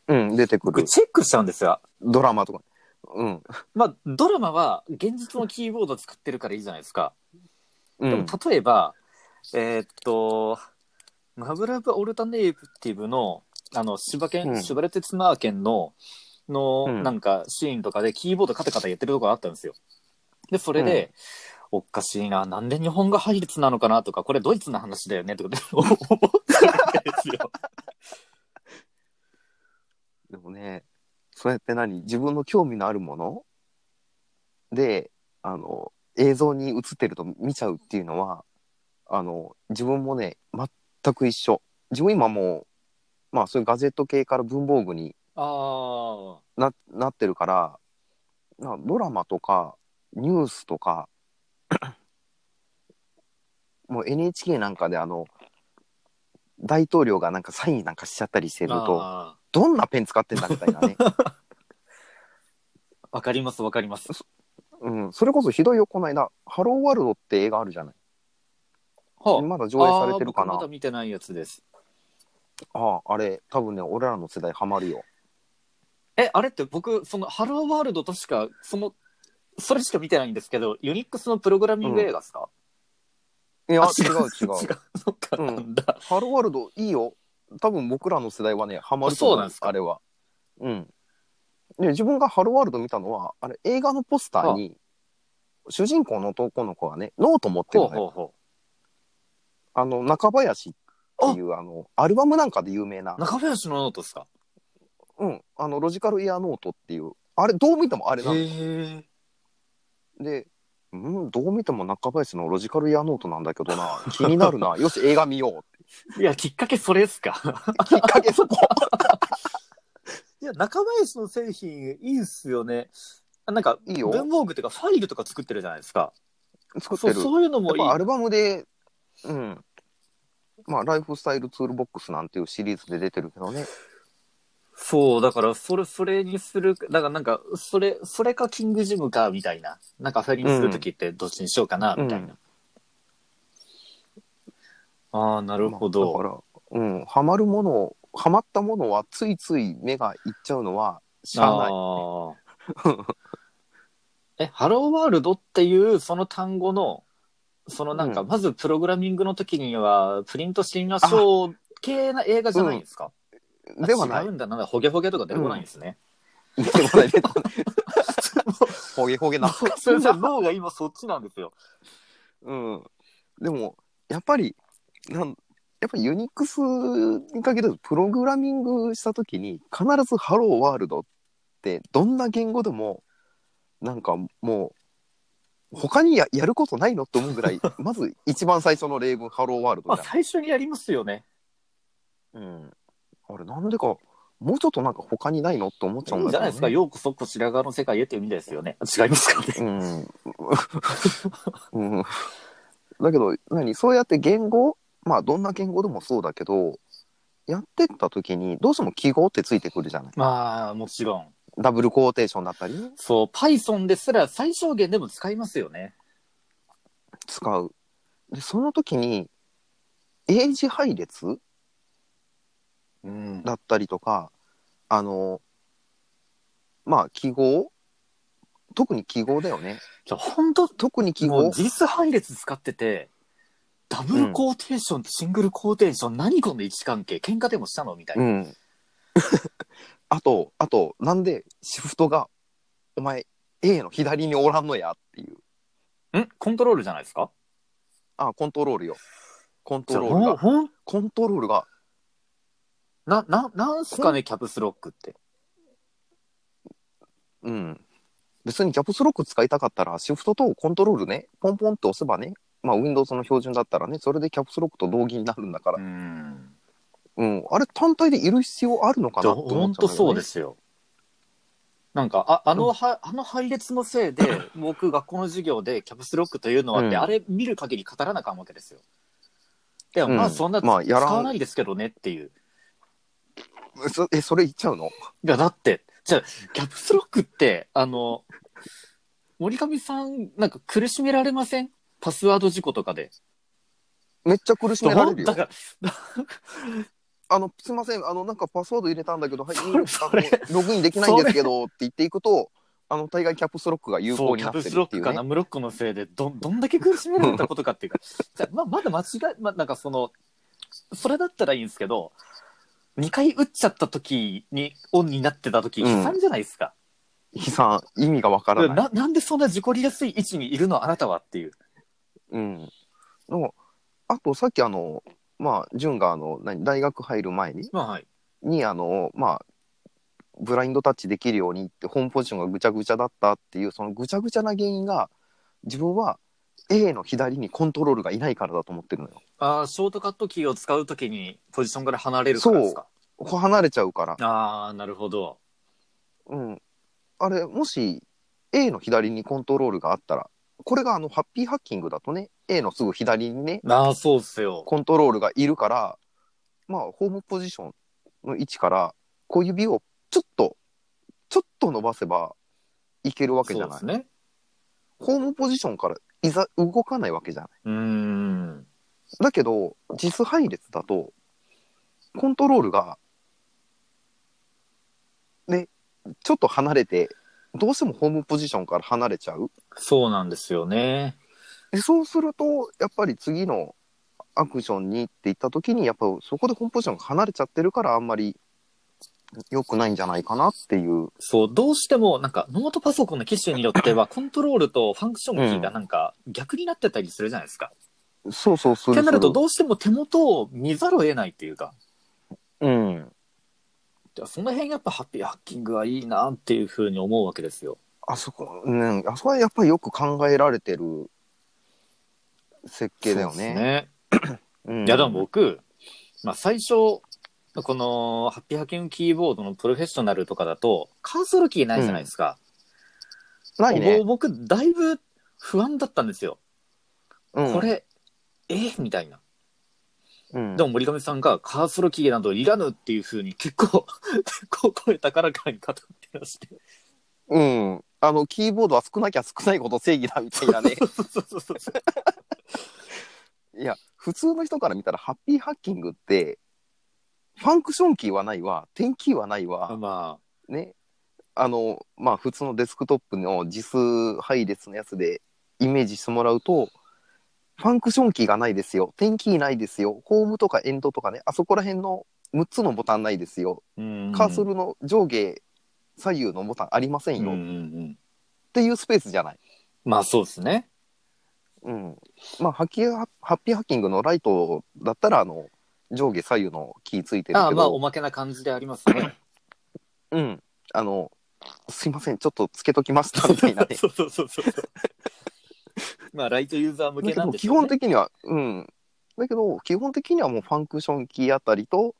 C: うん、出てく
A: 僕
C: る。
A: チェックしちゃうんですよ。
C: ドラマとか。うん。
A: まあ、ドラマは現実のキーボードを使ってるからいいじゃないですか。
C: う
A: で
C: ん
A: も。例えば、えーっと、マブラブオルタネイティブの、あの、柴
C: う
A: 犬、
C: ん
A: 柴鉄ツナー県の、の、
C: うん
A: なんか、シーンとかでキーボードカタカタやってるとこがあったんですよ。で、それで、おかしいな、なんで日本が配列なのかなとか、これドイツの話だよねとか で思ってたわけです よ。
C: でもね、そうやって何自分の興味のあるもので、あの、映像に映ってると見ちゃうっていうのは、あの、自分もね、全く一緒。自分今もう、まあそういうガジェット系から文房具に
A: ああ。
C: ななってるから、なドラマとか、ニュースとか、 もう NHK なんかであの、大統領がなんかサインなんかしちゃったりしてると、
A: あ
C: どんなペン使ってんだみたいなね。
A: ーわかります、わかります。
C: うん、それこそひどいよ、この間、ハローワールドって映画あるじゃない。
A: は
C: まだ
A: あ
C: 上映されてるか
A: あー僕
C: な。あ
A: まだ見てないやつです。
C: ああれ、多分ね、俺らの世代ハマるよ。
A: え、あれって僕、その、ハローワールドとしか、その、それしか見てないんですけど、ユニックスのプログラミング映画ですか、
C: いや、
A: あ
C: 違う違う。
A: 違う。そっか、
C: うん
A: なんだ。
C: ハローワールドいいよ。多分僕らの世代はね、ハマると
A: あそう
C: 思
A: なんですか
C: あれは。うん。で、自分がハローワールド見たのは、あれ、映画のポスターに、主人公の男の子がね、ノート持ってる
A: ほう
C: の
A: ほ
C: よ。
A: うほ
C: あの、中林っていう、あの、アルバムなんかで有名な
A: う。、中林のノートですか
C: うん、あの、ロジカルイヤーノートっていう、あれ、どう見てもあれなのよ
A: え。
C: で、うん、どう見ても中林のロジカルイヤーノートなんだけどな、気になる な、よし、映画見ようって。
A: いや、きっかけそれですか
C: きっかけそこ。
A: いや、中林の製品いいっすよね。あなんか、
C: いいよ
A: 文房具とかファイルとか作ってるじゃないですか。
C: 作っ
A: そう、
C: てる。
A: そういうの
C: や
A: も
C: っ
A: いい。
C: ぱアルバムで、うん。まあ、ライフスタイルツールボックスなんていうシリーズで出てるけどね。
A: そう、だから、それ、それにする、だからなんか、それ、それかキングジムか、みたいな。なんか、フェリンするときってどっちにしようかな、みたいな。ああ、なるほど。
C: まあだから、うん、ハマるものを、ハマったものはついつい目がいっちゃうのは、しゃあな
A: あ
C: い。
A: ーえ、ハローワールドっていうその単語の、そのなんか、
C: うん
A: まずプログラミングの時には、プリントしてみましょう系な映画じゃないんですか、あ
C: ではない
A: 違う。んだな、ほげほげとか出てこないんですね。
C: では ない。ほげほげな。
A: それじゃ脳が今そっちなんですよ。
C: うん。でも、やっぱり、なんやっぱりユニックスに限らず、プログラミングしたときに、必ずハローワールドって、どんな言語でも、なんかもう、他にややることないのって思うぐ らい、まず一番最初の例文、ハローワール
A: ま
C: ド
A: あ、
C: じゃ
A: 最初にやりますよね。
C: ん。うん。あれ、なんでか、もうちょっとなんか他にないのって思っちゃ
A: い
C: うん
A: いん
C: だ
A: じゃないですか。
C: よ。
A: ようこそこちら側の世界へっていう意味ですよね。違いますかね。
C: うん。うん、だけど何そうやって言語まあどんな言語でもそうだけどやってった時にどうしても記号ってついてくるじゃない
A: まあ、もちろん。
C: ダブルコーテーションだったりね
A: そう、Python ですら最小限でも使いますよね。
C: 使うでその時に英字配列
A: うん。
C: だったりとかあのまあ記号特に記号だよね
A: じゃあ本当
C: 特に記
A: も
C: 号
A: う実配列使ってて、ダブルコーテーションとシングルコーテーション、何この位置関係喧嘩でもしたのみたいうな。
C: ん あと、あと、なんでシフトが、お前、A の左におらんのやっていう。
A: んコントロールじゃないですか
C: あ、コントロールよ。コント
A: じゃあ
C: ロ
A: ほ
C: ー
A: ん
C: ルが。
A: ほん
C: コントロールが、
A: な、な、なんすかね、キャプスロックって。
C: うん。別にキャプスロック使いたかったら、シフトとコントロールね、ポンポンって押せばね、まあ、Windows の標準だったらね、それでキャプスロックと同義になるんだから
A: う、ん。
C: うん、あれ単体でいる必要あるのかなって思
A: 本
C: っちゃ
A: 当
C: う、ね。
A: そうで。すよ。なんか、あ、あの、は、あの配列のせい で、僕、学校の授業で、キャプスロックというのはって、
C: うん
A: あれ見る限り語らなあかんわけですよ。でも、ま
C: う
A: あ、
C: ん
A: そんな、
C: まあやらん
A: 使わないですけどねっていう。
C: そえ、それ言っちゃうの
A: いや、だって、じゃあキャプスロックって、あの、森上さん、なんか苦しめられませんパスワード事故とかで。
C: めっちゃ苦しめられる
A: だ
C: よ。
A: から、
C: あの、すいません、あの、なんかパスワード入れたんだけど、はい、
A: それ それ
C: あのログインできないんですけどって言っていくと、あの、大概キャプスロックが有
A: そ
C: 効
A: う
C: に
A: キ
C: な
A: ャ
C: っ
A: ブ
C: てるって
A: スロッ
C: い
A: ク
C: う
A: か
C: ね
A: な、。ムロックのせいでどん どんだけ苦しめられたことかっていうかじゃあまあまだ間違い、まあ、なんかそのそれだったらいいんですけど2回打っちゃった時にオンになってた時
C: うん
A: 悲惨じゃないですか、
C: 悲惨、意味がわからない。
A: ななんでそんな事故りやすい位置にいるのあなたはっていう
C: うん。の、あとさっきあの、まあ、潤があの、何、大学入る前に、
A: まあはい
C: にあの、まあ、ブラインドタッチできるようにって、ホームポジションがぐちゃぐちゃだったっていう、そのぐちゃぐちゃな原因が、自分は A の左にコントロールがいないからだと思ってるのよ。
A: あーショートカットキーを使う時にポジションから離れるからですか
C: 離れちゃうから。
A: ああなるほど
C: うん、あれもし A の左にコントロールがあったらこれがあのハッピーハッキングだとね A のすぐ左にね
A: ああそうっすよ
C: コントロールがいるからまあホームポジションの位置から小指をちょっとちょっと伸ばせばいけるわけじ
A: そ
C: ゃ
A: うで
C: ない、
A: すね
C: ホームポジションからいざ動かないわけじゃないう
A: ーん
C: だけど実配列だとコントロールがねちょっと離れてどうしてもホームポジションから離れちゃう
A: そうなんですよね
C: でそうするとやっぱり次のアクションにって言った時にやっぱそこでホームポジションが離れちゃってるからあんまり良くないんじゃないかなっていう
A: そう、どうしても、なんか、ノートパソコンの機種によっては、コントロールとファンクションキーがなんか、逆になってたりするじゃないですか。
C: そうそうす
A: っ
C: る
A: てなると、
C: する
A: どうしても手元を見ざるを得ないっていうか、
C: うん
A: じゃあその辺やっぱハッピーハッキングはいいなっていうふうに思うわけですよ。
C: あそこうんあそこはやっぱりよく考えられてる設計だよ
A: そうっ
C: ね
A: すね。
C: うん
A: いや、でも僕、まあ最初、この、ハッピーハッキングキーボードのプロフェッショナルとかだと、カーソルキーないじゃないですか。
C: ないね
A: もう僕、だいぶ不安だったんですよ。
C: うん
A: これ、えみたいな。
C: うん
A: でも森上さんがカーソルキーなどいらぬっていうふうに結構、 結構声高らかに語ってらして。
C: うんあのキーボードは少なきゃ少ないこと正義だみたいなね
A: そうそうそうそう。
C: いや普通の人から見たらハッピーハッキングってファンクションキーはないわ点キーはないわ
A: あ ま
C: ね、あの、まあ、普通のデスクトップの実数配列のやつでイメージしてもらうと、ファンクションキーがないですよ、点キーないですよ、ホームとかエンドとかね、あそこら辺の6つのボタンないですよ、
A: あ、うん
C: カーソルの上下左右のボタンありません
A: うん
C: よ、
A: うんう
C: っ
A: ん。
C: ていうスペースじゃない。
A: まあそうですね。
C: うん。まあ、ハッキーハッピーハッキングのライトだったら、あの、上下左右のキーついてるけど、
A: あまあおまけな感じであります ね。
C: うん。あの、すいません、ちょっとつけときましたみたいな ね。
A: そうそうそうそう。 まあライトユーザー向
C: だ
A: け
C: け
A: なん
C: ど
A: でし
C: 基
A: ょう
C: 本
A: ね。
C: 的には、うん。だけど、基本的にはもうファンクションキーあたりと、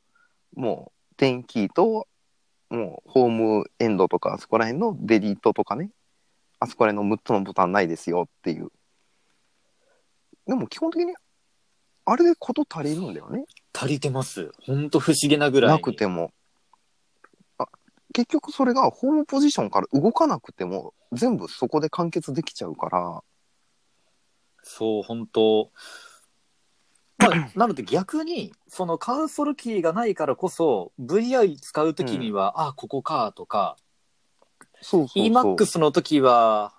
C: もう、点キーと、もう、ホームエンドとか、あそこら辺のデリートとかね、あそこら辺の6つのボタンないですよっていう。でも、基本的に、あれでこと足りるんだよね。
A: 足りてます。ほんと不思議なぐらいに。
C: なくても。あ結局それがホームポジションから動かなくても全部そこで完結できちゃうから
A: そう、本当まあ、 なので逆に、そのカーソルキーがないからこそ、VI 使うときには、あ、ここか、とか、
C: そうそうそう
A: EMAX の時は、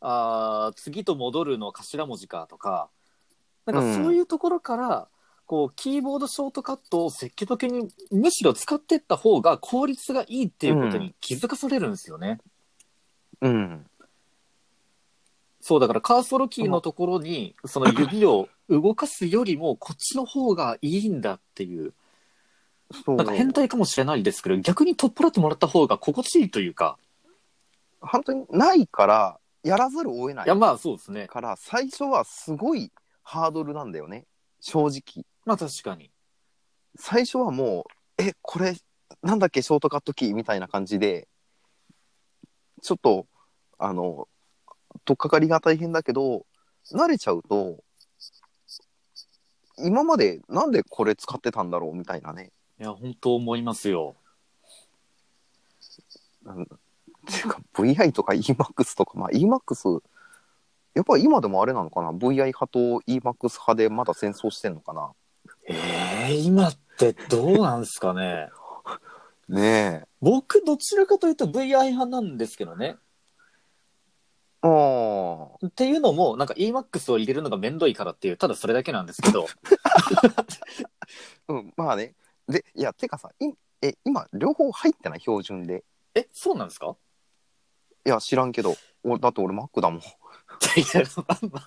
A: あー次と戻るの頭文字かとか、なんかそういうところから、こう、キーボードショートカットを積極的にむしろ使っていった方が効率がいいっていうことに気づかされるんですよね。
C: うん。
A: そう、だからカーソルキーのところに、その指を動かすよりも、こっちの方がいいんだっていう、
C: そう
A: なんか変態かもしれないですけど、逆に取っ払ってもらった方が心地いいというか、
C: 本当にないから、やらざるを得ない
A: いや、まあそうですね。
C: から、最初はすごいハードルなんだよね。正直。
A: まあ確かに。
C: 最初はもう、え、これ、なんだっけ、ショートカットキーみたいな感じで、ちょっと、あの、とっかかりが大変だけど、慣れちゃうと、今までなんでこれ使ってたんだろうみたいなね。
A: いや、本当思いますよ。
C: ていうか VI とか EMAX とか、まあ、EMAX やっぱ今でもあれなのかな VI 派と EMAX 派でまだ戦争してんのかな
A: ええ今ってどうなんですかね。
C: ねえ
A: 僕、どちらかというと VI 派なんですけどね。
C: ああ
A: っていうのも、なんか EMAX を入れるのがめんどいからっていう、ただそれだけなんですけ ど。
C: うんまあねでいやてかさいえ今両方入ってない標準で
A: え、そうなんですか
C: いや知らんけどおだって俺 Mac だもん
A: いやまあまあま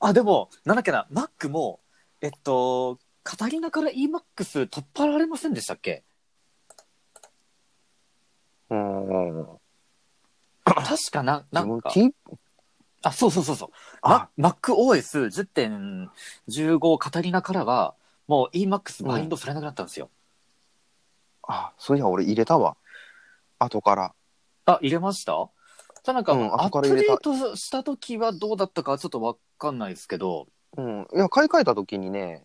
A: ああ、でも、なんだっけな、Mac も、えっと、カタリナから EMAX 取っ払われませんでしたっけ
C: うん
A: 確かな、なんか。
C: 自分 T-
A: あ、そうそうそうそう。
C: あ
A: ま MacOS10.15 カタリナからは、もう EMAX バインドされなくなったんですよ。
C: あそういや俺入れたわ後から
A: あ、入れましたじゃあなんか、
C: うん
A: ア
C: 後
A: ッ
C: か
A: プ
C: ら入れ
A: デ
C: た
A: ートした時はどうだったかちょっとわかんないですけ ど、
C: うんいや買い替えた時にね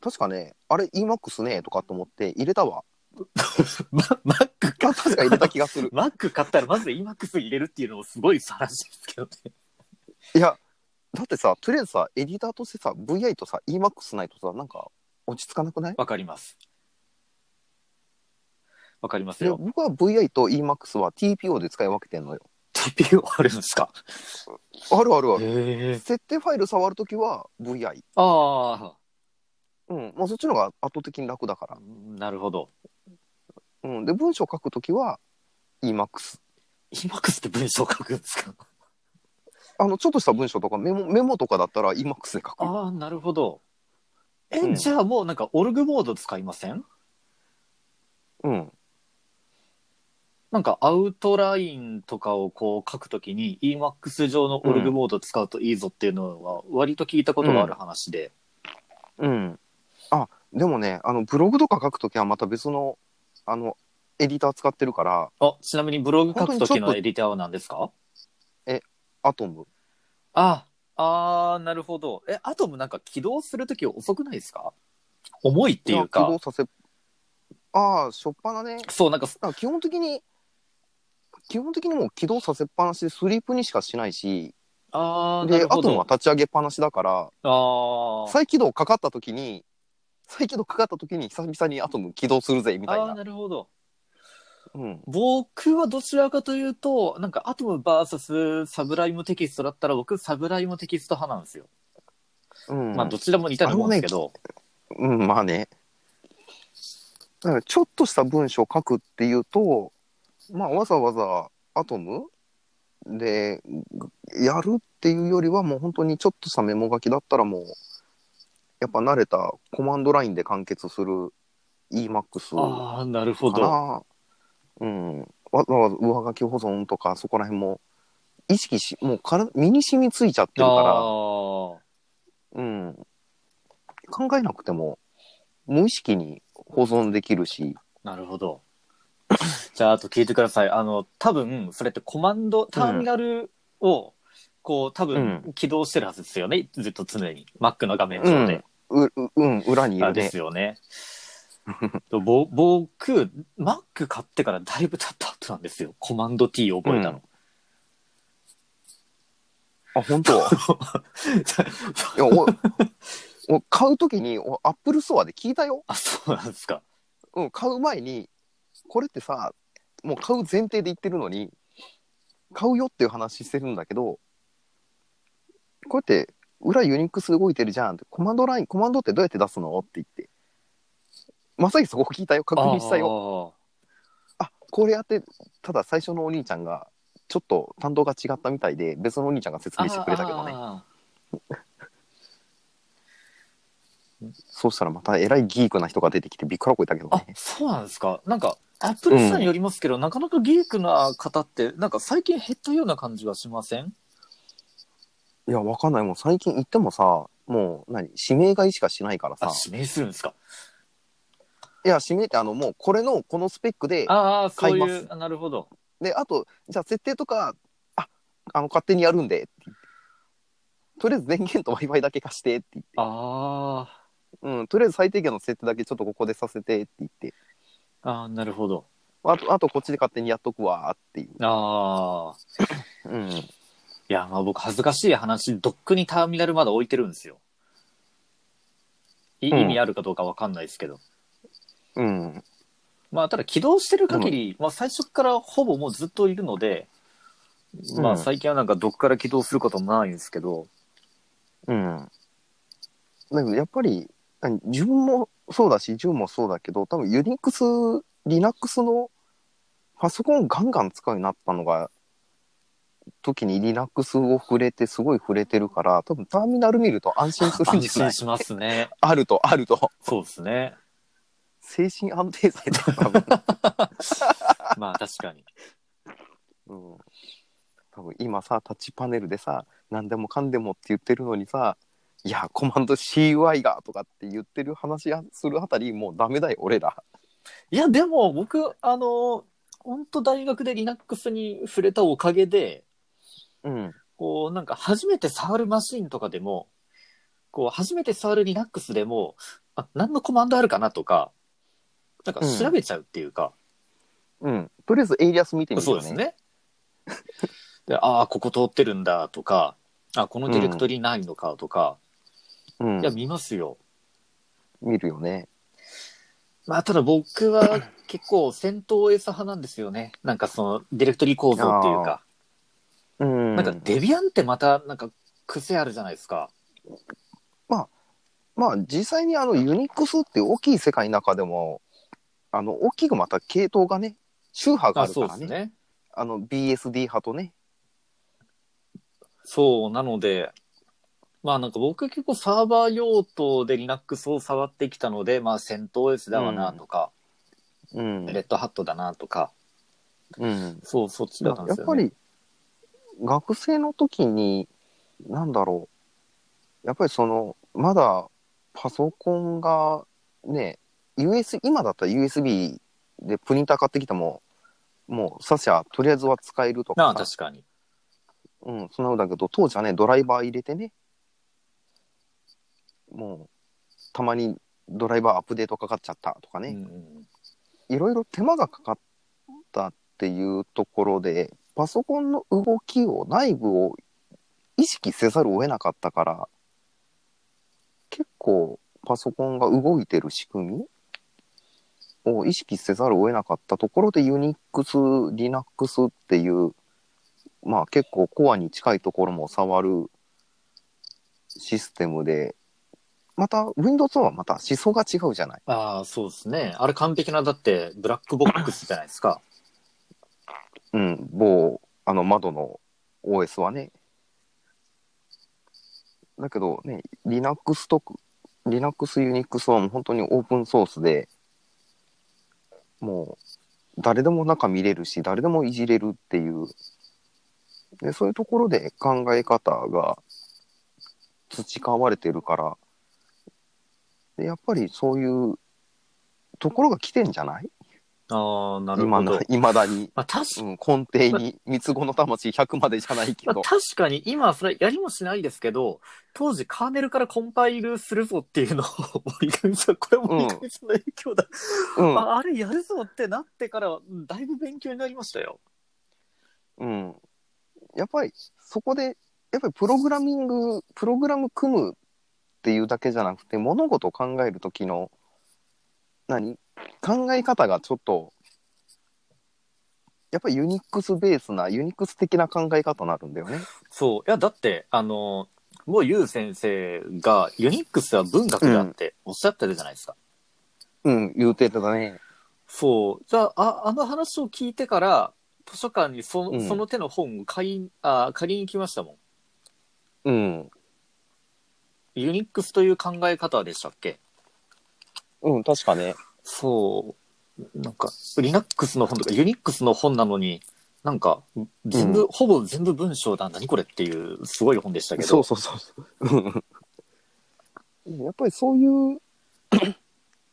C: 確かねあれ EMAX ねとかと思って入れた わ
A: マック
C: あ確か入れた気 がする
A: マック買ったらまず EMAX 入れるっていうのもすごい話ですけどね。
C: いや、だってさ、とりあえずさ、エディターとしてさ、VI とさ、EMAX ないとさ、なんか落ち着かなくない
A: わかります。わかります
C: で
A: よ。
C: 僕は VI と EMAX は TPO で使い分けてんのよ。
A: TPO あるんですか
C: あるあるある。
A: へえ。
C: 設定ファイル触るときは VI。
A: あ
C: うん。まあそっちの方が圧倒的に楽だか
A: あ、なるほど。
C: ら。うん。で、文章書くときは EMAX。
A: EMAX って文章書くんですか
C: あの、ちょっとした文章とかメモ、メモとかだったら EMAX で書く。あ
A: ああ、なるほど。え、
C: うん
A: じゃあもうなんかオルグモード使いません
C: うん。
A: なんかアウトラインとかをこう書くときに EMAX 上のオルグモード使うといいぞっていうのは割と聞いたことがある話で。
C: うん。あ、でもね、あの、ブログとか書くときはまた別の、あの、エディター使ってるから、
A: あ、ちなみにブログ書くときのエディターは何ですか
C: アトム。
A: あ、あーなるほど。え、アトムなんか起動するとき遅くないですか重いっていう
C: や起
A: か
C: 動。させああしょっぱなね
A: そう、なんか、
C: なんか基本的に基本的にもう起動させっぱなしでスリープにしかしないし
A: あーな
C: で
A: る
C: あ
A: ほ
C: とは
A: ど。
C: 立ち上げっぱなしだから
A: あー
C: 再起動かかった時に再起動かかった時に久々にアトム起動するぜみたい
A: あー、
C: な
A: なるほど。
C: うん
A: 僕はどちらかというと、なんかアトム VS サブライムテキストだったら僕サブライムテキスト派なんですよ。
C: うん
A: まあどちらも似たようなもんですけど。
C: うんまあねだからちょっとした文章を書くっていうとまあわざわざアトムでやるっていうよりはもう本当にちょっとしたメモ書きだったらもうやっぱ慣れたコマンドラインで完結する EMAX
A: ああ、なるほ
C: か
A: ど。
C: なうんわざわざ上書き保存とかそこら辺も意識しもうから身に染みついちゃってるから
A: あ
C: うん、考えなくても無意識に保存できるし、
A: あ、なるほど。 じゃあ、あと聞いてください。あの、多分、それってコマンド、ターミナルを、こう、多
C: う
A: 分、起動してるはずですよね。ずっと常に。Mac の画面
C: う
A: 上
C: ん、
A: で。
C: うううん、裏にい
A: あ
C: る
A: で
C: ね
A: す。よ ね。とぼ僕、Mac 買ってからだいぶ経った後なんですよ。コマンド T を覚えたの。
C: あ、本当。いや、お、 お買うときに、お、アップルストアで聞いたよ。
A: あ、そうなんですか。
C: うん、買う前に、これってさ、もう買う前提で言ってるのに、買うよっていう話してるんだけど、こうやって裏ユニックス動いてるじゃんって、コマンドライン、コマンドってどうやって出すのって言って。まさにそこ聞いたよ。確認したよ。
A: よ。
C: あこれやってただ最初のお兄ちゃんがちょっと担当が違ったみたいで別のお兄ちゃんが説明してくれたけどね
A: あ
C: そうしたらまたえらいギークな人が出てきてびっくらこいたけど
A: ーあ
C: ね
A: そうなんですか。なんか、アップルさんによりますけど、なかなかギークな方って、なんか最近減ったような感じはしません
C: いやわかんないもう最近行ってもさもう何指名買いしかしないからさ
A: あ、指名するんですか。
C: いや指名ってあのもうこれのこのスペックで
A: ああ、
C: 買
A: そ
C: いうま
A: い
C: す
A: う、あなるほど。
C: であとじゃあ設定とかああの勝手にやるんでって言ってとりあえず電源と w i f i だけ貸してって言って、
A: ああ、
C: うん、とりあえず最低限の設定だけちょっとここでさせてって言って
A: ああ、なるほど。
C: あとあとこっちで勝手にやっとくわーっていう。
A: ああ。
C: うん
A: いや、まあ僕恥ずかしい話、ドックにターミナルまだ置いてるんですよ。い
C: うん
A: 意味あるかどうかわかんないですけど。
C: うん。
A: まあただ起動してる限り、まあ最初からほぼもうずっといるので、ま
C: うん
A: あ最近はなんかドックから起動することもないんですけど、
C: うん。だけどやっぱり、何自分もそうだし、ジュンもそうだけど、多分ユニックス、リナックスのパソコンをガンガン使うようになったのが、時にリナックスを触れて、すごい触れてるから、多分ターミナル見ると安心するん
A: 安
C: じゃ
A: 心
C: ない
A: しますね。
C: あると、あると。
A: そうですね。
C: 精神安定剤だよ、多分。
A: まあ確かに。
C: うん多分今さタッチパネルでさ何でもかんでもって言ってるのにさいやコマンド CY がとかって言ってる話やするあたりもうダメだよ俺ら
A: いや、でも僕、あの、本当大学で Linux に触れたおかげで、
C: うん
A: こう、なんか初めて触るマシンとかでも、こう、初めて触る Linux でも、あ、何のコマンドあるかなとか、なんか調べちゃうっていうか、
C: うんとりあえずエイリアス見てみる
A: そう
C: よ
A: です
C: ね
A: ね。で、ああ、ここ通ってるんだとか、あ、このディレクトリないのかとか、
C: うん
A: いや、見ますよ。
C: 見るよね
A: まあ、ただ僕は結構戦闘 OS 派なんですよ ね。なんかそのディレクトリ構造っていうか、
C: うん
A: なんかデビアンってまたなんか癖あるじゃないですか。
C: まあ実際にあのユニックスって大きい世界の中でもあの大きくまた系統がね宗派があ
A: あ、
C: るか
A: そうで
C: ら
A: す
C: ね
A: ね。
C: あの BSD 派とね
A: そう、なので、まあなんか僕結構サーバー用途で Linux を触ってきたので、まあ戦闘 OS だわなとか、
C: うん、
A: レッドハットだなとか、
C: うん、
A: そう、そっちだったんです
C: や
A: よ
C: っぱ
A: ね。
C: り学生の時になんだろうやっぱりそのまだパソコンがね US 今だったら USB でプリンター買ってきてももうさしゃとりあえずは使えると
A: な
C: か
A: あ、確かに。
C: うん、そんなのだけど当時はねドライバー入れてねもうたまにドライバーアップデートかかっちゃったとかね、
A: うんうん
C: いろいろ手間がかかったっていうところでパソコンの動きを内部を意識せざるを得なかったから結構パソコンが動いてる仕組みを意識せざるを得なかったところで Unix、Linux っていうまあ結構コアに近いところも触るシステムでまた Windows とはまた思想が違うじゃない。
A: ああ、そうですね。あれ完璧な、だって、ブラックボックスじゃないですか。
C: うん、某あの窓の OS はね。だけどね、Linux と、Linux、Unix はもう本当にオープンソースで、もう誰でも中見れるし、誰でもいじれるっていう。で、そういうところで考え方が培われてるから、でやっぱりそういうところが来てんじゃない
A: ああ、なる
C: 今
A: ほ
C: の
A: ど。、
C: 未だに。
A: まあ、確
C: うん、根底に三つ子の魂100までじゃないけ
A: まあ
C: ど、
A: 確かに今それやりもしないですけど、当時カーネルからコンパイルするぞっていうのを 森上さん、これも森上さんの影響だ。
C: う
A: ああれやるぞってなってから、だいぶ勉強になりましたよ。
C: ん、うん。やっぱりそこで、やっぱりプログラミング、プログラム組むっていうだけじゃなくて、物事を考える時の、何考え方がちょっと、やっぱりユニックスベースな、ユニックス的な考え方になるんだよね。
A: そう。いや、だって、あの、もうゆう先生が、ユニックスは文学だっておっしゃってるじゃないですか。
C: うん、言うてたね。
A: そう。じゃあ、ああの話を聞いてから、図書館にそ,、
C: うん
A: その手の本を買い、あ借りに来ましたもん。
C: うん。
A: ユニックスという考え方でしたっけ
C: うん、確かね。
A: そう。なんか、リナックスの本とか、ユニックスの本なのに、なんか、全部、
C: う
A: ほぼ全部文章だ。何これっていう、すごい本でしたけど。
C: そうそうそうそう。うんやっぱりそういう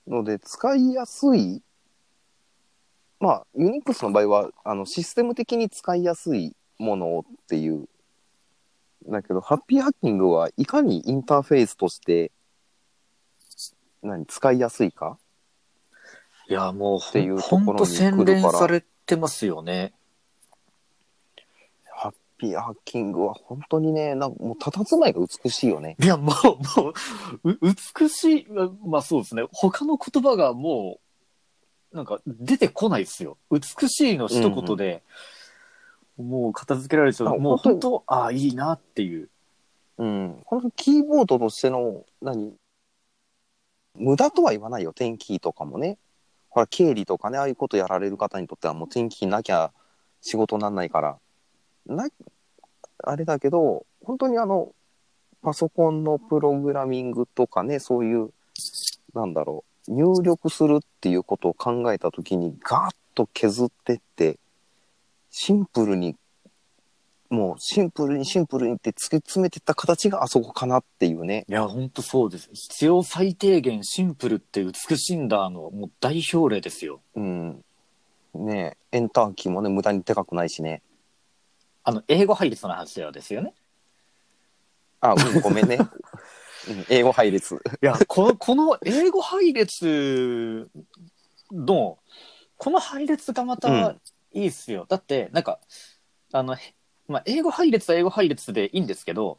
C: ので使いやすい。まあ、ユニックスの場合は、あの、システム的に使いやすいものをっていう。だけど、ハッピーハッキングはいかにインターフェースとして、何、使いやすいか
A: いや、もうほん、
C: っていうところ
A: ほ
C: に
A: んと洗練されてますよね。
C: ハッピーハッキングは本当にね、なんかもう佇まいが美しいよね。
A: いや、もう、もう、う美しい、ままあそうですね。他の言葉がもう、なんか出てこないですよ。美しいの一言で、もう片付けられちゃ
C: あ
A: う。もう
C: 本
A: 本当、ああ、いいなっていう。
C: うん。このキーボードとしての、何無駄とは言わないよ。天気とかもね。ほら、経理とかね、ああいうことやられる方にとってはもう天気なきゃ仕事なんないから。な、あれだけど、本当にあの、パソコンのプログラミングとかね、そういう、なんだろう、入力するっていうことを考えたときにガーッと削ってって、シンプルにもうシンプルにシンプルにって突き詰めてった形があそこかなっていうね。
A: いや、本当そうです。必要最低限シンプルって美しいんだの、もう代表例ですよ。
C: うん。ねえエンターキーもね、無駄にでかくないしね。
A: あの、英語配列の話ではですよね。
C: あ、うん、ご めんね。うん英語配列。
A: いや、この、この英語配列の、この配列がま
C: う
A: たいいっすよ。だって、なんか、あの、へまあ、英語配列は英語配列でいいんですけど、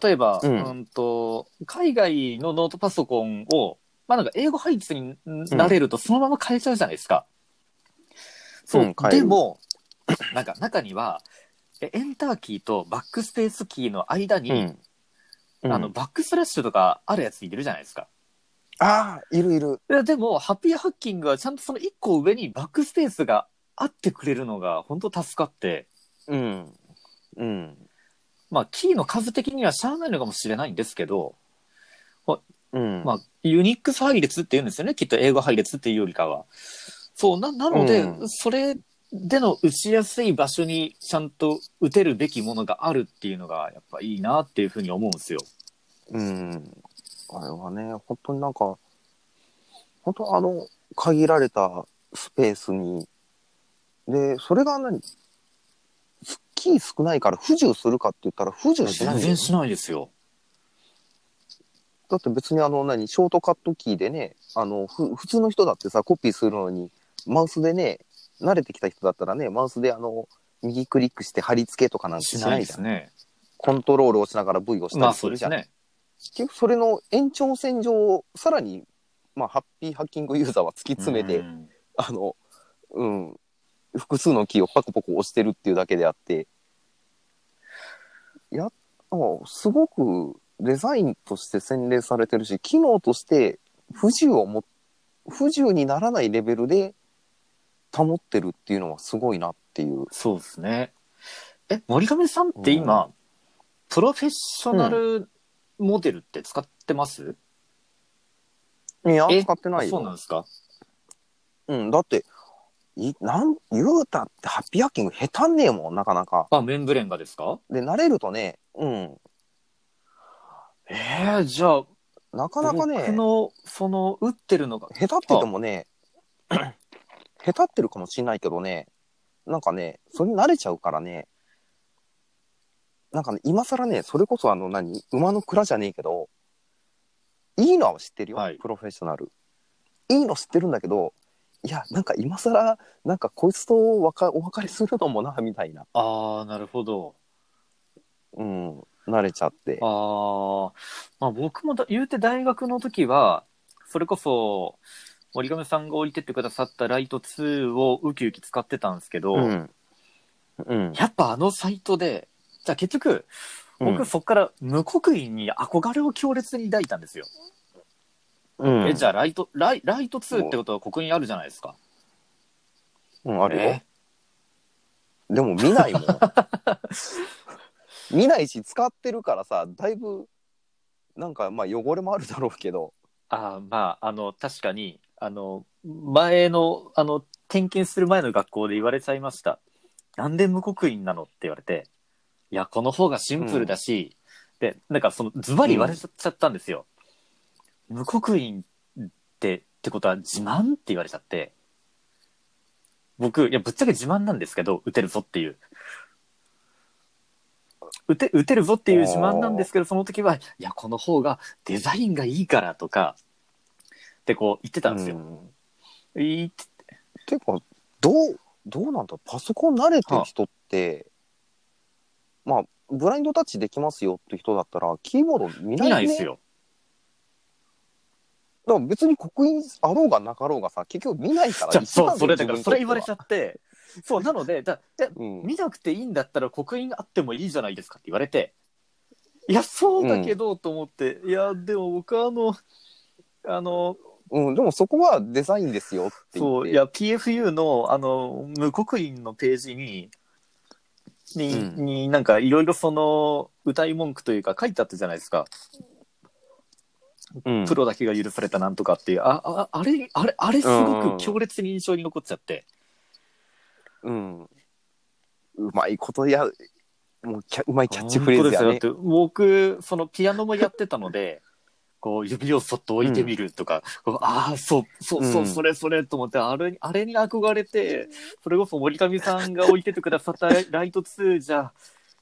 A: 例えば、う
C: うん
A: ん、と、海外のノートパソコンを、まあ、なんか英語配列になれるとそのまま変えちゃうじゃないですか。そう、
C: うん変える
A: でも、なんか中には、えエンターキーとバックスペースキーの間に、
C: うん。うん
A: あの、バックスラッシュとかあるやついるじゃないですか。
C: あーいるいる。
A: いや、でも、ハッピーハッキングはちゃんとその一個上にバックスペースがあってくれるのが本当助かって、
C: うん。うん。
A: まあ、キーの数的にはしゃあないのかもしれないんですけど、
C: うん。
A: まあ、ユニックス配列って言うんですよね。きっと英語配列っていうよりかは。そう、な、なので、
C: う
A: それでの打ちやすい場所にちゃんと打てるべきものがあるっていうのが、やっぱいいなっていうふうに思うんですよ。
C: うん。あれはね、本当になんか、本当あの、限られたスペースに、で、それが何スキー少ないから不自由するかって言ったら不自由しないん
A: 全
C: だよ
A: 然
C: ね
A: しないですよ。
C: だって別にあの何ショートカットキーでねあのふ普通の人だってさコピーするのにマウスでね慣れてきた人だったらねマウスであの右クリックして貼り付けとかなんてし
A: し
C: な
A: ない
C: い
A: で
C: じゃ
A: す
C: ん、
A: ね。
C: コントロールをしながら V をした
A: まあ、
C: りす
A: そう
C: る
A: で
C: じゃ
A: す
C: ん、
A: ね。
C: 結局それの延長線上さらに、まあ、ハッピーハッキングユーザーは突き詰めて、
A: うん
C: あの、うん、複数のキーをパコパコ押してるっていうだけであって、やっすごくデザインとして洗練されてるし、機能として不自由をも、不自由にならないレベルで保ってるっていうのはすごいなっていう。
A: そうですね。え、森上さんって今、プロフェッショナルモデルって使ってます、
C: いや、
A: え
C: 使ってない
A: そうな
C: よ。
A: んですか
C: うん、だって、いなん言うたってハッピーハッキング下手んねえもん、なかなか。
A: あ、メンブレンがですか
C: で、慣れるとね、うん、
A: えー、じゃあ、
C: なかなかね。
A: 僕の、その、打ってるのが、
C: 下手って言ってもね、下手ってるかもしんないけどね、なんかね、それに慣れちゃうからね、なんかね、今更ね、それこそあの何、馬の蔵じゃねえけど、いいのは知ってるよ、
A: はい
C: プロフェッショナル。いいの知ってるんだけど、いや、なんか今更、なんかこいつとわかお別れするのもな、みたいな。
A: ああ、なるほど。
C: うん、慣れちゃって。
A: ああ、まあ僕もだ言うて大学の時は、それこそ、森上さんが置いてってくださったライト2をウキウキ使ってたんですけど、
C: うん。うん。
A: やっぱあのサイトで、じゃあ結局、僕、そこから無刻印に憧れを強烈に抱いたんですよ。
C: うん、
A: え、じゃあライト、ライライト2ってことは刻印あるじゃないですか。
C: うん、あるよ
A: え。
C: でも 見ないもん。見ないし、使ってるからさ、だいぶ、なんか、まあ汚れもあるだろうけど、
A: あーまあ、あの、確かに、あの、前の、あの、転勤する前の学校で言われちゃいました。なんで無刻印なのって言われて、いや、この方がシンプルだし、で、なんかその、ズバリ言われちゃったんですよ。無刻印って、ってことは自慢って言われちゃって、僕、いや、ぶっちゃけ自慢なんですけど、打てるぞっていう。打て、打てるぞっていう自慢なんですけど、その時は、いや、この方がデザインがいいからとか、ってこう言ってたんですよ。
C: うん
A: 言って
C: ていうか、どう、どうなんだパソコン慣れてる人って、まあ、ブラインドタッチできますよって人だったら、キーボード見ない,、
A: 見ないです。よ。
C: だから別に刻印あろうがなかろうがさ、結局見ないから
A: じゃあ
C: 一番
A: そ
C: だ
A: う、それ
C: よ
A: だから、
C: 自
A: そ
C: 分
A: れ言
C: にと
A: われ
C: っ
A: ち
C: て
A: ゃ
C: は
A: って、そう、なので、だいや
C: うん
A: 見なくていいんだったら刻印あってもいいじゃないですかって言われて、いや、そうだけど、と思って、いや、でも僕はあの、あの、
C: うん、でもそこはデザインですよって言って。
A: そう、いや、PFU の、あの、無刻印のページに、に、
C: う
A: になんかいろいろその、歌い文句というか書いてあったじゃないですか。
C: うん
A: プロだけが許されたなんとかっていう、あ、あ、あれ、あれ、あれすごく強烈に印象に残っちゃって。
C: うん。うまいことや、もうキャうまいキャッチフレーズ
A: 本
C: や
A: 当
C: ね
A: です。よだって僕そのピアノもやってたので こう指をそっと置いてみるとか、こうああそうそうそう、
C: うん
A: それそれと思ってあれにあれに憧れてそれこそ森上さんが置いててくださ ったライト2じゃ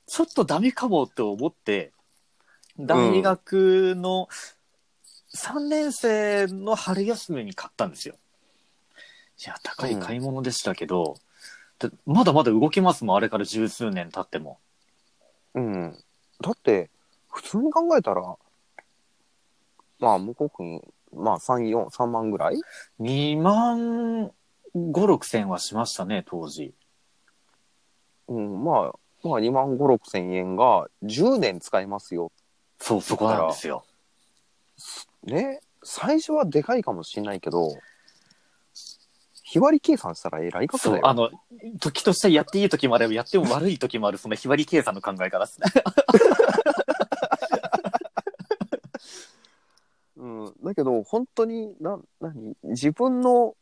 A: ちょっとダメかもって思って大学の3年生の春休みに買ったんですよ。いや高い買い物でしたけど、だまだまだ動きますもんあれから十数年経っても。
C: うん。だって、普通に考えたら、まあ、向こうくん、まあ、3、4、3万ぐらい
A: 2万5、6千はしましたね、当時。
C: うん、まあ、まあ、2万5、6千円が10年使えますよ。
A: そう、そこなんですよ。
C: ね。最初はでかいかもしれないけど、日割り計算したらえらい額
A: そ
C: だ
A: う、あ
C: よ。
A: の、時としてやっていい時もあれば、やっても悪い時もある、その日割り計算の考え方ですね。
C: うん。だけど、本当に、な、なに、自分の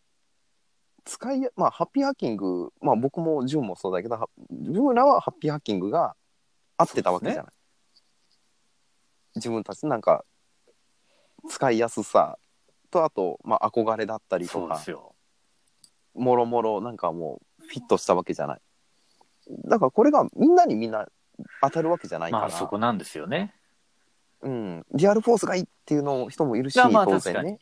C: 使いや、まあ、ハッピーハッキング、まあ、僕もジュンもそうだけど、は自分らはハッピーハッキングが合ってたわけじゃない。自分たちなんか、使いやすさと、あと、まあ、憧れだったり
A: そ
C: と
A: うで
C: か
A: す、よ。
C: もろもろ、なんかもう、フィットしたわけじゃない。だから、これがみんなにみんな当たるわけじゃないから、
A: まあ、そこなんですよね。
C: うん、リアルフォースがいいっていうの人もいるし、
A: いやまあ
C: 当然ね。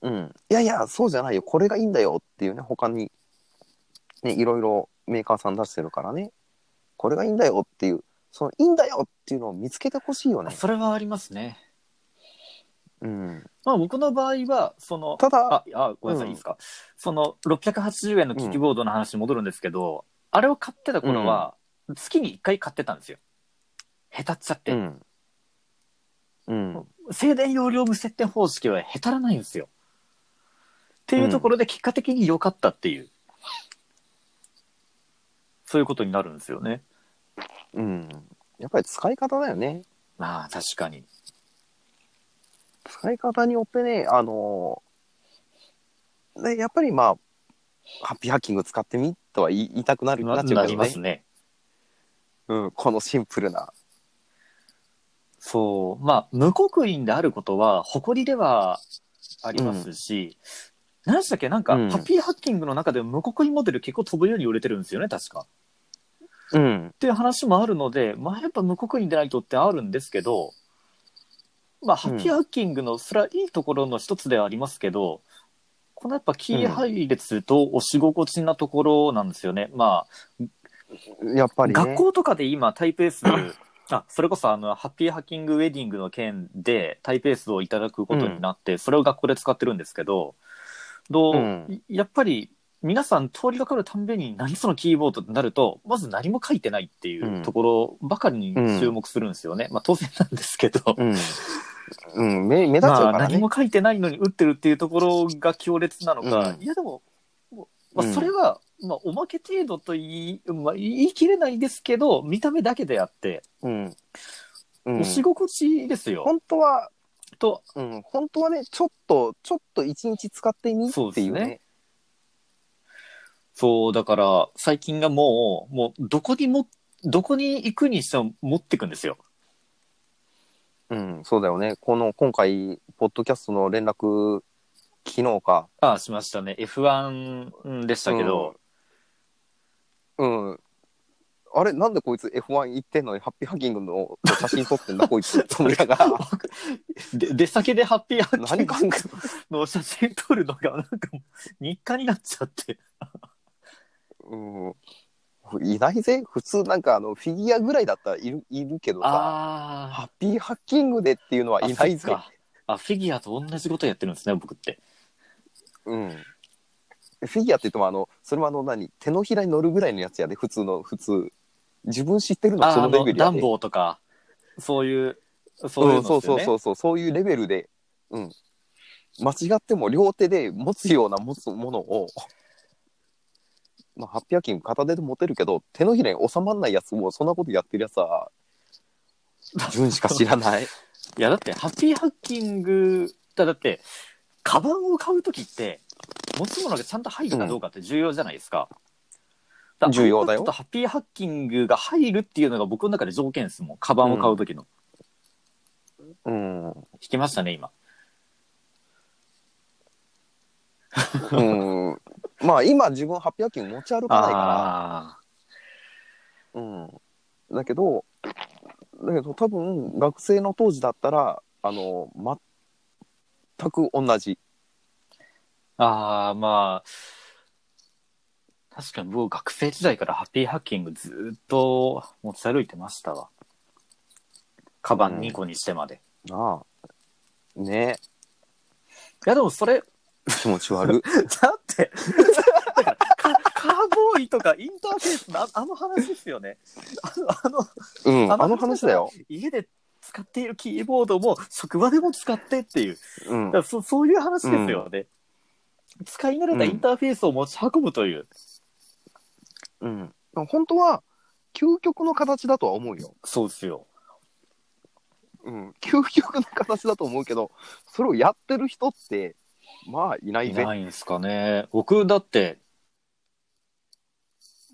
C: うん、いやいや、そうじゃないよ、これがいいんだよっていうね、他に、ね、いろいろメーカーさん出してるからね、これがいいんだよっていう、そのいいんだよっていうのを見つけてほしいよね。
A: それはありますね。
C: うん、
A: まあ、僕の場合は、その、
C: ただ、
A: あ、あ、ごめんなさい、
C: うん
A: いいですか。その、680円のキックボードの話に戻るんですけど、あれを買ってた頃は、月に1回買ってたんですよ。下手っちゃって。
C: うん、うん、
A: 静電容量無接点方式はへたらないんですよ。っていうところで結果的に良かったっていう、そういうことになるんですよね。
C: うん、やっぱり使い方だよね。
A: まあ確かに。
C: 使い方によってね、あのーね、やっぱりまあ、ハッピーハッキング使ってみとは言い言いたくなるな
A: な
C: っちゃう
A: な
C: け
A: り
C: ど
A: ま
C: ね
A: す。ね。
C: うん、このシンプルな。
A: そう。まあ無刻印であることは誇りではありますし、何でしたっけなんか、
C: うん
A: ハッピーハッキングの中でも無刻印モデル結構飛ぶように売れてるんですよね、確か。
C: うん
A: っ。ていう話もあるので、まあ、やっぱ無刻印でないとってあるんですけど、まあ、ハ
C: うん
A: ッピーハッキングのそれはいいところの一つではありますけど、このやっぱキー配列と押し心地なところなんですよね。ま
C: やっぱ
A: あ、
C: りね。
A: 学校とかで今タイプ S、あ、それこそあの、ハッピーハッキングウェディングの件でタイプ S をいただくことになって、それを学校で使ってるんですけど、どう
C: うん
A: やっぱり皆さん通りかかるたんびに何そのキーボードってなるとまず何も書いてないっていうところばかりに注目するんですよね、まあ当然なんですけど、
C: うん。うん、目目立っちゃ
A: ま
C: うか
A: あ
C: ら
A: 何
C: ね。
A: も書いてないのに打ってるっていうところが強烈なのか、
C: うん
A: いやでも、まあ
C: うん
A: それは、まあ、おまけ程度と言い,、まあ、言い切れないですけど見た目だけであって
C: うん。う
A: 押
C: ん、
A: し心地ですよ、
C: 本当は、
A: と
C: うん、本当はね、ちょっと、ちょっと一日使ってみ
A: そう
C: っ
A: で
C: てい
A: す
C: うね。
A: ねそうだから最近がもうもうどこにもどこに行くにしても持ってくんですよ
C: うん、そうだよね。この、今回、ポッドキャストの連絡、昨日か。
A: ああしましたね F1 でしたけど、
C: うん。うん。あれ、なんでこいつ F1 行ってんのに、ハッピーハッキングの写真撮ってんだ、こ いつ。と思いながら。
A: で出先でハッピーハッキ
C: 何
A: ング
C: 考
A: の写真撮るのがなんかもう日課になっちゃって
C: え、うん。いないぜ。普通、なんか、あの、フィギュアぐらいだったらいるいるけどさ、
A: あ
C: ハッピーハッキングでっていうのはいないぜ。
A: か。あ、フィギュアと同じことやってるんですね、僕って。
C: うん。フィギュアって言っても、あの、それはあの、何手のひらに乗るぐらいのやつやで、普通の、普通。自分知ってるの、
A: あ
C: そ
A: あ
C: のレベ
A: の、
C: ルや
A: 暖
C: で。
A: 房とか、そういう、
C: そ
A: そういううの
C: そ
A: で
C: う
A: すよ
C: そう
A: ね。
C: そうそう、そういうレベルで、うん。間違っても両手で持つような持つものを、まあ、ハッピーハッキング片手で持てるけど、手のひらに収まらないやつを、そんなことやってるやつは、自分しか知 らない。
A: いや、だって、ハッピーハッキング、だだって、カバンを買うときって、持ち物がちゃんと入るかどうかって重要じゃないですか。から
C: 重要だよ
A: iPad とハッピーハッキングが入るっていうのが僕の中で条件ですもん。カバンを買うときの。
C: うん。う
A: 引きましたね、今。
C: ん。まあ、今自分ハッピーハッキング持ち歩かないから、
A: あ
C: うん、だけどだけど多分学生の当時だったらあの全く同じ、
A: あ。ああ、まあ、確かに僕学生時代からハッピーハッキングずーっと持ち歩いてましたわ。カバン2個にしてまで。い
C: なあね
A: や、でもそれ、
C: 気持ち悪 い
A: だって、だからカカーボーイとかインターフェースのああの話ですよね。あの、あ
C: うん
A: あ
C: あ
A: の
C: の話だよ、
A: の家で使っているキーボードも職場でも使ってっていう。
C: うん
A: だか、らそそういう話ですよね。使い慣れたインターフェースを持ち運ぶという。
C: うん、本当は究極の形だとは思うよ、
A: そうですよ。
C: うん、究極の形だと思うけどそれをやってる人ってまあいない
A: い
C: ぜ
A: ないんですかね。僕だって、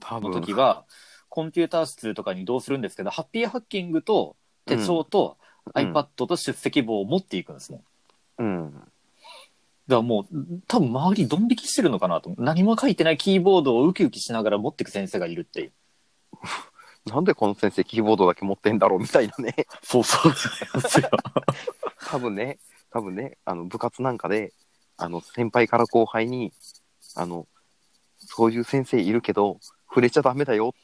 C: 多
A: の
C: 分
A: 時は、コンピューター室とかに移動するんですけど、ハッピーハッキングと手帳と
C: うん
A: iPad と出席簿を持っていくんですもん。
C: うん
A: だからもう、多分周りドン引きしてるのかなと思う。何も書いてないキーボードをウキウキしながら持ってく先生がいるっていう。
C: なんでこの先生キーボードだけ持ってんだろうみたいなね
A: そうそうです よ。
C: 多分ね、多分ね、あの部活なんかで、あの先輩から後輩に、あの、そういう先生いるけど、触れちゃダメだよ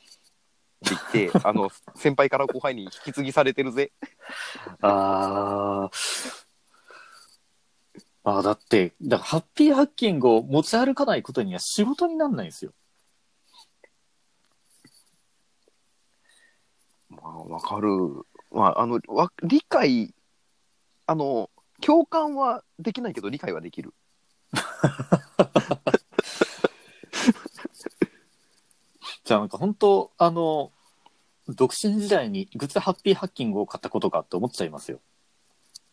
C: って言って、あの、先輩から後輩に引き継ぎされてるぜ。
A: ああ。ああ、だって、だからハッピーハッキングを持ち歩かないことには仕事になんないんですよ。
C: まあ、わかる。まあ、あの、わ理解、あの、共感はできないけど理解はできる。
A: じゃあなんか本当あの独身時代にグッズハッピーハッキングを買ったことかって思っちゃいますよ、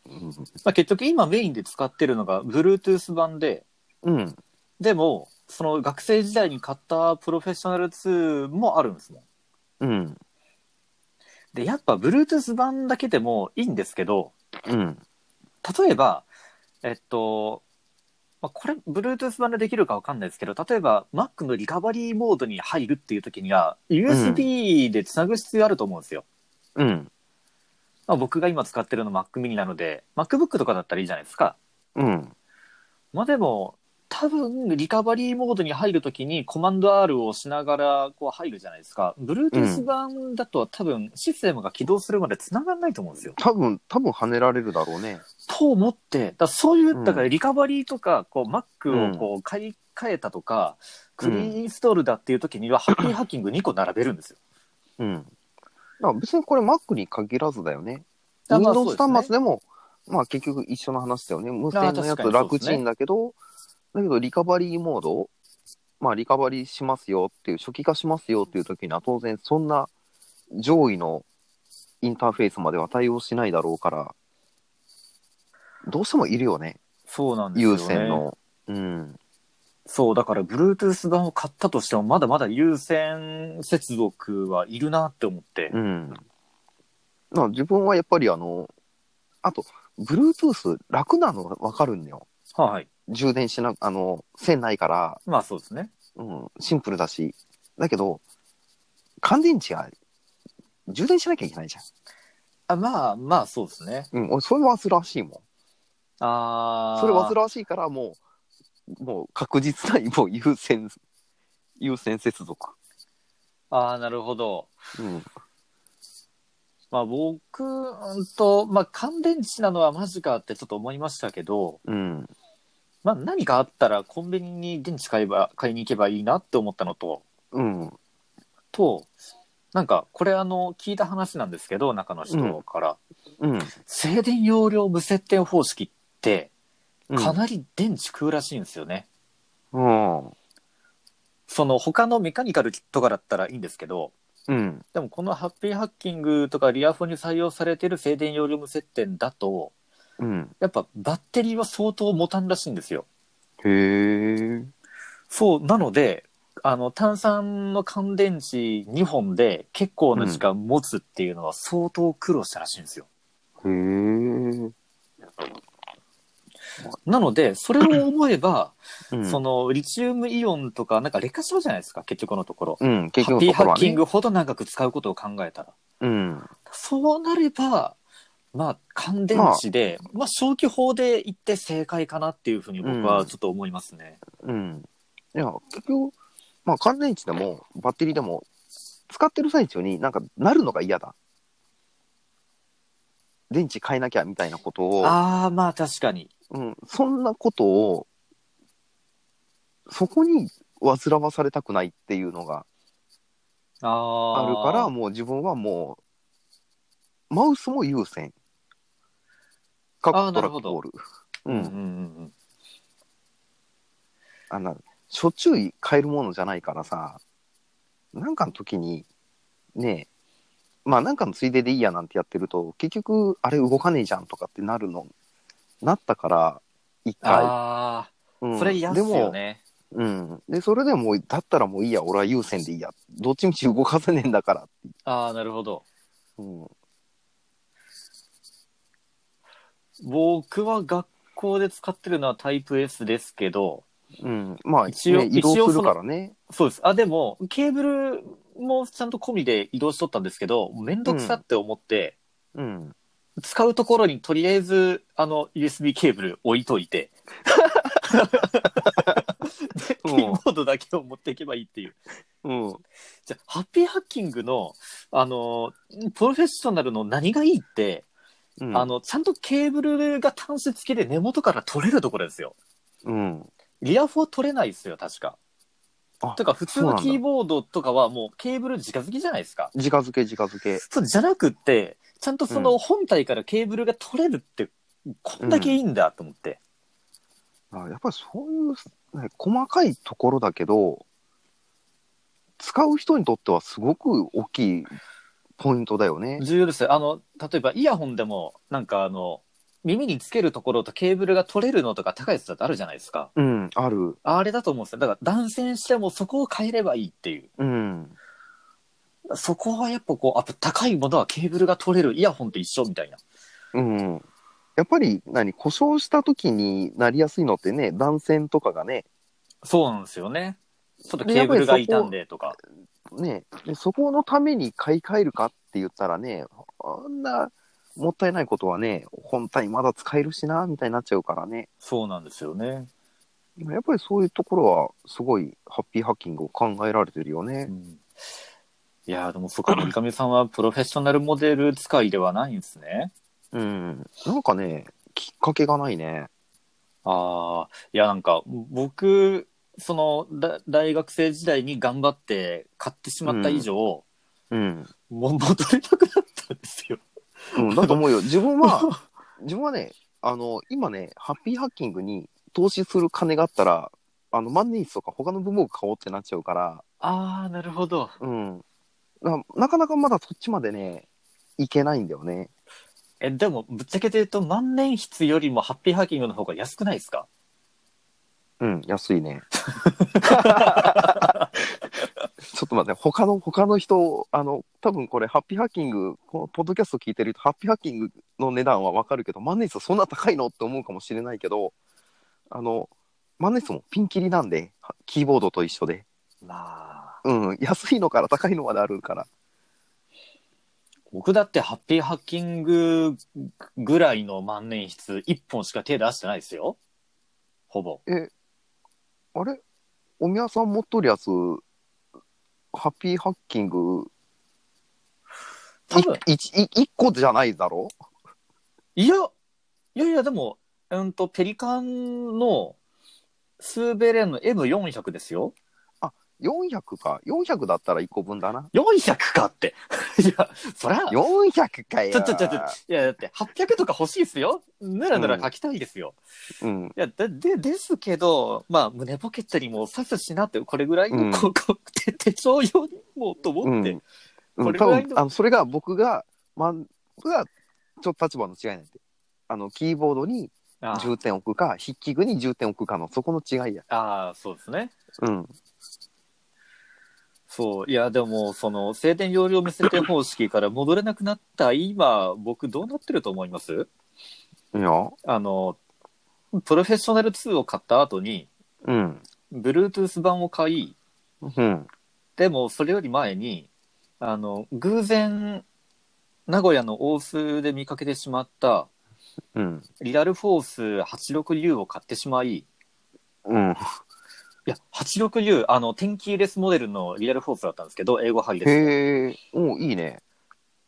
C: うん。
A: まあ、結局今メインで使ってるのが Bluetooth 版で
C: うん。
A: でもその学生時代に買ったプロフェッショナル2もあるんですもん
C: うん。
A: でやっぱ Bluetooth 版だけでもいいんですけど
C: うん。
A: 例えばえっとまあこれ Bluetooth 版でできるかわかんないですけど例えば Mac のリカバリーモードに入るっていう時には USB でつなぐ必要あると思うんですよ、
C: うん。
A: まあ、僕が今使ってるの Mac mini なので MacBook とかだったらいいじゃないですか。
C: うん。
A: まあでも多分リカバリーモードに入るときにコマンド R を押しながらこう入るじゃないですか。
C: う
A: Bluetooth
C: ん
A: 版だと多分システムが起動するまで繋がらないと思うんですよ。
C: 多分、多分跳ねられるだろうね。
A: と思って、だからそういうう、
C: ん
A: だからリカバリーとかこう
C: うん
A: Mac をこう買い、換えたとか、クリーンインストールだっていう 時には、ハッピーハッキング2個並べるんですよ。
C: うん。だから別にこれ Mac に限らずだよね。
A: あまあ
C: Windows
A: そうで
C: 端
A: す
C: 末でも、まあ結局一緒の話だよね。無線の
A: 確
C: や
A: か
C: つ
A: にそう
C: 楽
A: ですね
C: ちんだけど、だけどリカバリーモード、まあリカバリーしますよっていう、初期化しますよっていう時には当然そんな上位のインターフェースまでは対応しないだろうから、どうしてもいるよね、
A: そうなんですよ、ね。
C: 有線の。うん。
A: そう、だから Bluetooth 版を買ったとしても、まだまだ有線接続はいるなって思って。
C: うん。まあ自分はやっぱりあの、あと、Bluetooth 楽なのわかるんだよ。
A: はい。
C: 充電しな、あの、線ないから、
A: まあそうですね。
C: うん、シンプルだし。だけど、乾電池が充電しなきゃいけないじ
A: あまあまあそうですね。
C: ゃん。うん、俺、それは煩わしいも
A: ああ。
C: ん。それ煩わしいから、もう、もう確実な、もう優先、優先接続。
A: ああ、なるほど。
C: うん。
A: まあ僕、うんと、まあ乾電池なのはマジかってちょっと思いましたけど、
C: うん。
A: まあ何かあったらコンビニに電池買えば、買いに行けばいいなって思ったのと、
C: うん。
A: と、なんかこれあの、聞いた話なんですけど、中の人から、
C: うん。
A: 静電容量無接点方式って、
C: うん
A: かなり電池食うらしいんですよね。
C: うん。
A: その他のメカニカルとかだったらいいんですけど、
C: うん。
A: でもこのハッピーハッキングとかリアフォンに採用されてる静電容量無接点だと、
C: うん。
A: やっぱバッテリーは相当持たんらしいんですよ。
C: へえ。
A: そう、なので、あの、炭酸の乾電池2本で結構な時間持つっていうのは相当苦労したらしいんですよ。
C: へえ。
A: なので、それを思えば、
C: うん
A: その、リチウムイオンとか、なんか劣化しそうじゃないですか、結局のところ。
C: うん、
A: ハッ
C: 結局
A: ピー
C: のとこ
A: ハ
C: ろ
A: ッ
C: は
A: キン
C: ね。
A: グほど長く使うことを考えたら。
C: うん。
A: そうなれば、まあ、乾電池で、まあ、消去法で言って正解かなっていうふうに僕はちょっと思いますね。
C: うん。いや、結局、まあ、乾電池でも、バッテリーでも、使ってる最中になんか、なるのが嫌だ。電池変えなきゃみたいなことを、
A: ああ、まあ確かに。
C: うん、そんなことを、そこに煩わされたくないっていうのが
A: ああ
C: あるから、もう自分はもう、マウスも優先。か
A: あー
C: っこト
A: なる
C: ラッ
A: ほ
C: ク
A: ど
C: ボール。う。
A: うんうんうんん
C: あの、しょっちゅう買えるものじゃないからさ、なんかの時に、ねえ、まあなんかのついででいいやなんてやってると、結局、あれ動かねえじゃんとかってなるの、なったから、一回。
A: ああ、
C: うん
A: それ嫌っすよね。
C: でも、うん。で、それでもう、だったらもういいや、俺は優先でいいや。どっちみち動かせねえんだから。
A: ああ、なるほど。
C: うん。
A: 僕は学校で使ってるのはタイプ S ですけど、
C: うん、まあ、
A: 一応
C: ね移
A: 一応
C: 動す
A: その
C: るからね。
A: そうです。あ、でも、ケーブルもちゃんと込みで移動しとったんですけど、めんどくさって思って、
C: うん。
A: 使うところにとりあえず、あの、USB ケーブル置いとい て、でキ
C: うん
A: ーボードだけを持っていけばいいっていう。
C: うん。
A: じゃあハッピーハッキングの、あの、プロフェッショナルの何がいいって、
C: うん。
A: あの、ちゃんとケーブルが端子付きで根元から取れるところですよ。
C: うん。
A: リアフォ取れないですよ、確か
C: あ。
A: とか、普通
C: そう
A: の
C: なんだ
A: キーボードとかはもうケーブル直付きじゃないですか。
C: 直づけ、直づけ。
A: そうじゃなくって、ちゃんとそうの本体からケーブルが取れるって、こんだけいいんだと思って。
C: あやっぱりそういう、ね、細かいところだけど使う人にとってはすごく大きいポイントだよね。
A: 重要ですよあの例えばイヤホンでもなんかあの耳につけるところとケーブルが取れるのとか高いやつだってあるじゃないですか
C: うん、ある。
A: あれだと思うんですよだから断線してもそこを変えればいいっていう
C: うん。
A: そこはやっぱこうあ高いものはケーブルが取れるイヤホンと一緒みたいな
C: うん。やっぱり何故障した時になりやすいのってね断線とかがね
A: そうなんですよねちょっと
C: で
A: ケーブルが
C: やっぱりそこ
A: 傷んでとか
C: ねでそこのために買い替えるかって言ったらねあんなもったいないことはね本体まだ使えるしなみたいになっちゃうからね
A: そうなんですよね、
C: やっぱりそういうところはすごいハッピーハッキングを考えられてるよね。
A: うんいやーでもそっか三上さんはプロフェッショナルモデル使いではないんですね
C: うん、なんかね、きっかけがないね。
A: ああ、いやなんか僕、そのだ大学生時代に頑張って買ってしまった以上、
C: うん。
A: もう戻れなくなったんですよ。
C: うん、だと思う よ。自分は、自分はね、あの、今ね、ハッピーハッキングに投資する金があったら、あの、万年筆とか他の文房具買おうってなっちゃうから、
A: ああ、なるほど。
C: うん。ななかなかまだそっちまでね、いけないんだよね。
A: え、でも、ぶっちゃけて言うと、万年筆よりもハッピーハッキングの方が安くないですか
C: うん、安 いね。ちょっと待って、他の、他の人、あの、多分これ、ハッピーハッキング、このポッドキャスト聞いてる人、ハッピーハッキングの値段はわかるけど、万年筆そんな高いのって思うかもしれないけど、あの、万年筆もピンキリなんで、はキーボードと一緒で。
A: まあ、
C: うん、安いのから高いのまであるから。
A: 僕だってハッピーハッキングぐらいの万年筆1本しか手出してないですよ。ほぼ。
C: あれおみやさん持っとるやつ、ハッピーハッキング、
A: 多分
C: いいい一個じゃないだろ
A: いや、いやいや、でも、うんと、ペリカンのスーベレンの M400 ですよ。
C: 400か。400だったら1個分だな。
A: 400かって。 いや、そりゃ、
C: 400かよ。
A: ちょちょちょちょ、いや、だって800とか欲しいですよ。ぬらぬら書きたいですよ。
C: うん。
A: いや、で、で、ですけど、まあ、胸ポケットにも刺すしなって、これぐらいの、
C: うん
A: こうこう手手帳用にもと思って、
C: うんうん
A: これ
C: 多
A: ぐらい
C: 分
A: の
C: あのそれが僕が、まあ、僕がちょっと立場の違いなんで。あの、キーボードに
A: あ
C: 重点置くか、筆記具に重点置くかの、そこの違いや。
A: あー、そうですね。
C: うん。
A: そう。いや、でも、その、静電容量無線点方式から戻れなくなった今、僕どうなってると思います
C: いいよ。
A: あの、プロフェッショナル2を買った後に、
C: うん。
A: Bluetooth 版を買い、
C: うん。
A: でも、それより前に、あの、偶然、名古屋の大須で見かけてしまった、
C: うん。
A: リアルフォース 86U を買ってしまい、い
C: うん。
A: や、86U、あの、天気レスモデルのリアルフォースだったんですけど、英語入りです。
C: へえ、おういいね。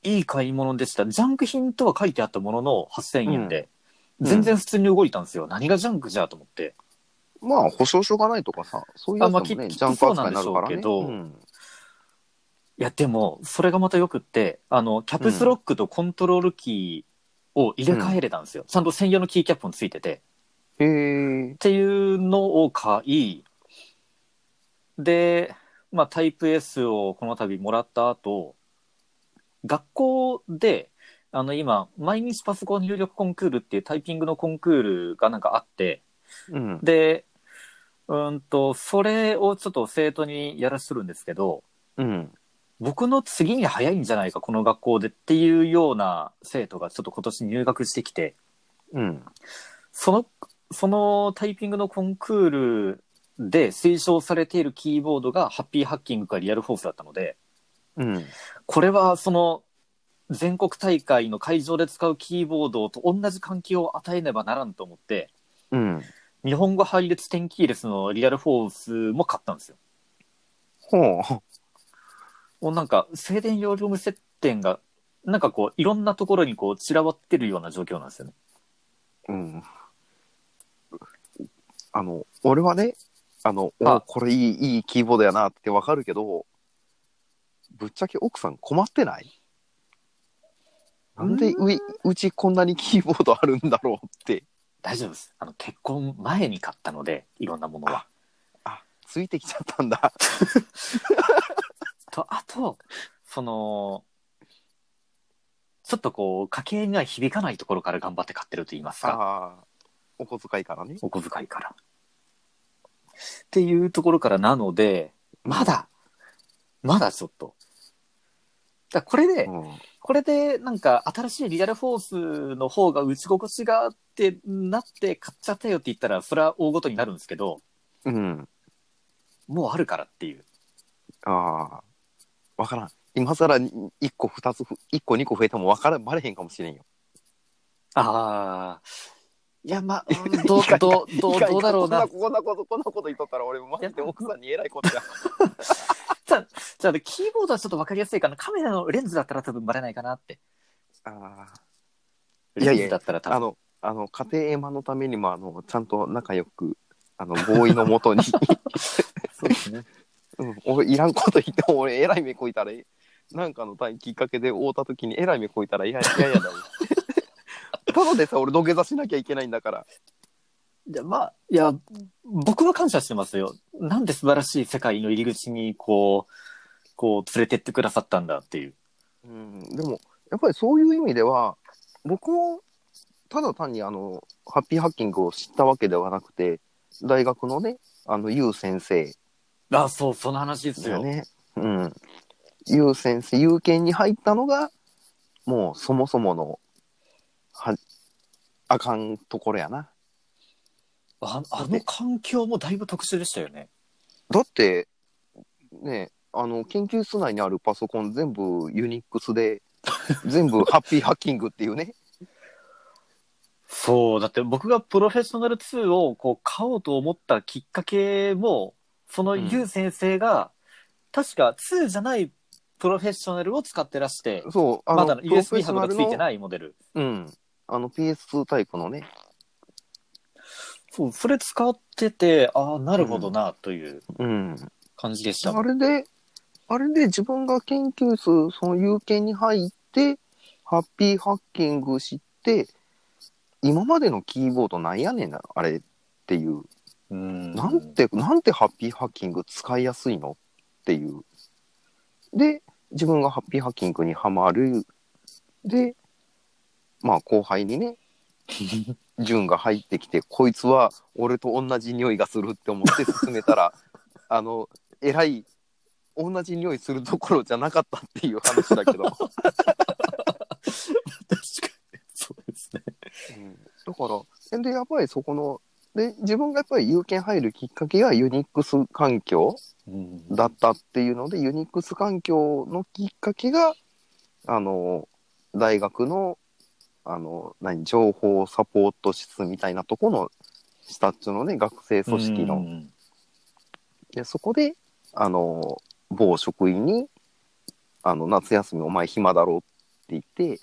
A: いい買い物でした。ジャンク品とは書いてあったものの8000円で、
C: うん
A: 全然普通に動いたんですよ。何がジャンクじゃと思って。
C: まあ、保証書がないとかさ、そういうやつでも
A: あ
C: ね、
A: まあき
C: ジャンプ扱いになるからね。
A: きっとそう
C: う
A: なんいや、でも、それがまた良くって、あの、キャプスロックとコントロールキーを入れ替えれたんですよ。ちゃんと専用のキーキャップもついてて。
C: へえ
A: っ、ていうのを買い、で、まあ、タイプ S をこの度もらった後、学校で、あの、今、毎日パソコン入力コンクールっていうタイピングのコンクールがなんかあって、
C: うん。
A: で、うーんと、それをちょっと生徒にやらせてるんですけど、
C: うん。
A: 僕の次に早いんじゃないか、この学校でっていうような生徒がちょっと今年入学してきて、
C: うん。
A: その、そのタイピングのコンクールで推奨されているキーボードがハッピーハッキングかリアルフォースだったので、
C: うん。
A: これはその全国大会の会場で使うキーボードと同じ環境を与えねばならんと思って、
C: うん。
A: 日本語配列点キーレスのリアルフォースも買ったんですよ。
C: ほ
A: もうなんか静電容量無接点が、なんかこういろんなところにこう散らばってるような状況なんですよね。
C: う。うん。あの、俺はね、あの、お
A: あ
C: これいい、いいキーボードやなってわかるけど、ぶっちゃけ奥さん困ってないなんでういうちこんなにキーボードあるんだろうって、
A: 大丈夫です。あの結婚前に買ったので、いろんなものは。
C: ついてきちゃったんだ。
A: とあとそのちょっとこう家計には響かないところから頑張って買ってると言いますか
C: ああ、お小遣いからね。
A: お小遣いから。っていうところからなのでまだまだちょっと。だからこれで、
C: うん。
A: これでなんか新しいリアルフォースの方が打ち心地があってなって買っちゃったよって言ったらそれは大ごとになるんですけど
C: うん。
A: もうあるからっていう。
C: ああ、わからん。今更に1個2つふ、1個2個増えてもわからん、バレへんかもしれんよ。
A: ああ。いや、 まあ、うんどう
C: いか、いか
A: どう、どう、どうだろうな。
C: こんなこと、こんなこと言っとったら俺、マジで奥さんにえらいこと や。
A: じゃあ、キーボードはちょっと分かりやすいかな。カメラのレンズだったら多分バレないかなって。
C: あ
A: レンズだったら
C: あ、あ
A: 多分。
C: の、あの、家庭円満のためにも、あの、ちゃんと仲良く、あの、ボーイの もとに、
A: そうですね。
C: うん、俺いらんこと言って、俺えらい目こいたら、なんかのきっかけで会うた時にえらい目こいたら、いやいやいやだもん。ただでさ、俺土下座しなきゃいけないんだから。
A: いや、まあ、いや、僕は感謝してますよ。なんで素晴らしい世界の入り口に、こう、こう、連れてってくださったんだっていう。
C: うん、でも、やっぱりそういう意味では、僕も、ただ単にあの、ハッピーハッキングを知ったわけではなくて、大学のね、あの、ゆう先生
A: あ、そう、その話です
C: だよ
A: よ。
C: ね。うん。ゆう先生、ゆうけんに入ったのが、もうそもそもの、は、あかんところやな。
A: ああの環境もだいぶ特殊でしたよね。
C: だって、ね、あの、研究室内にあるパソコン全部ユニックスで、全部ハッピーハッキングっていうね。
A: そう、だって僕がプロフェッショナル2をこう買おうと思ったきっかけも、その
C: うん
A: ユウ先生が、確か2じゃないプロフェッショナルを使ってらして、
C: そう、あ
A: ま
C: の、
A: だ
C: プロフ
A: USB
C: ェッシ
A: ハ
C: ョ
A: ブ
C: ナ
A: がつ
C: ル
A: いて
C: の、
A: ないモデル。
C: うん。あの PS2 タイプのね。
A: そう、それ使ってて、ああ、なるほどな、という
C: うん。
A: 感じでした。
C: あれで、あれで自分が研究室、その有権に入って、ハッピーハッキング知って、今までのキーボードなんやねんな、あれっていう。
A: うん
C: なんて、なんてハッピーハッキング使いやすいのっていう。で、自分がハッピーハッキングにはまる。で、まあ後輩にね、ジュンが入ってきて、こいつは俺と同じ匂いがするって思って進めたら、あの、えらい、同じ匂いするところじゃなかったっていう話だけど。
A: 確かに。そうですね。
C: だから、で、やっぱりそこの、で、自分がやっぱり有権入るきっかけがユニックス環境
A: うん
C: だったっていうので、ユニックス環境のきっかけが、あの、大学の、あの、何、情報サポート室みたいなとこの下っちょのね、学生組織の。
A: うん
C: で、そこで、あの、某職員に、あの、夏休みお前暇だろって言って、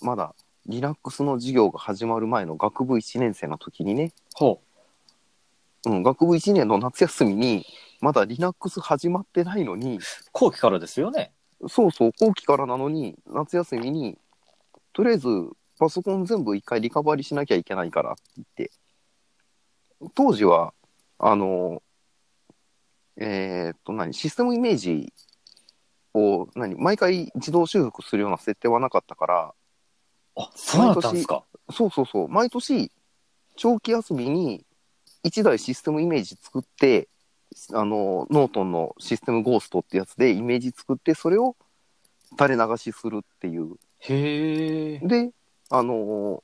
C: まだ、リラックスの授業が始まる前の学部1年生の時にね、
A: ほ
C: うん、学部1年の夏休みに、まだリラックス始まってないの
A: う。
C: に、
A: 後期からですよね。
C: そうそう、後期からなのに、夏休みに、とりあえず、パソコン全部一回リカバリしなきゃいけないからって言って、当時は、あの、えーっと、何、システムイメージを、何、毎回自動修復するような設定はなかったから、
A: あ、そうだったんですか。
C: そうそうそう、毎年、長期休みに1台システムイメージ作って、あの、ノートンのシステムゴーストってやつでイメージ作って、それを垂れ流しするっていう。
A: へえ。
C: で、あの、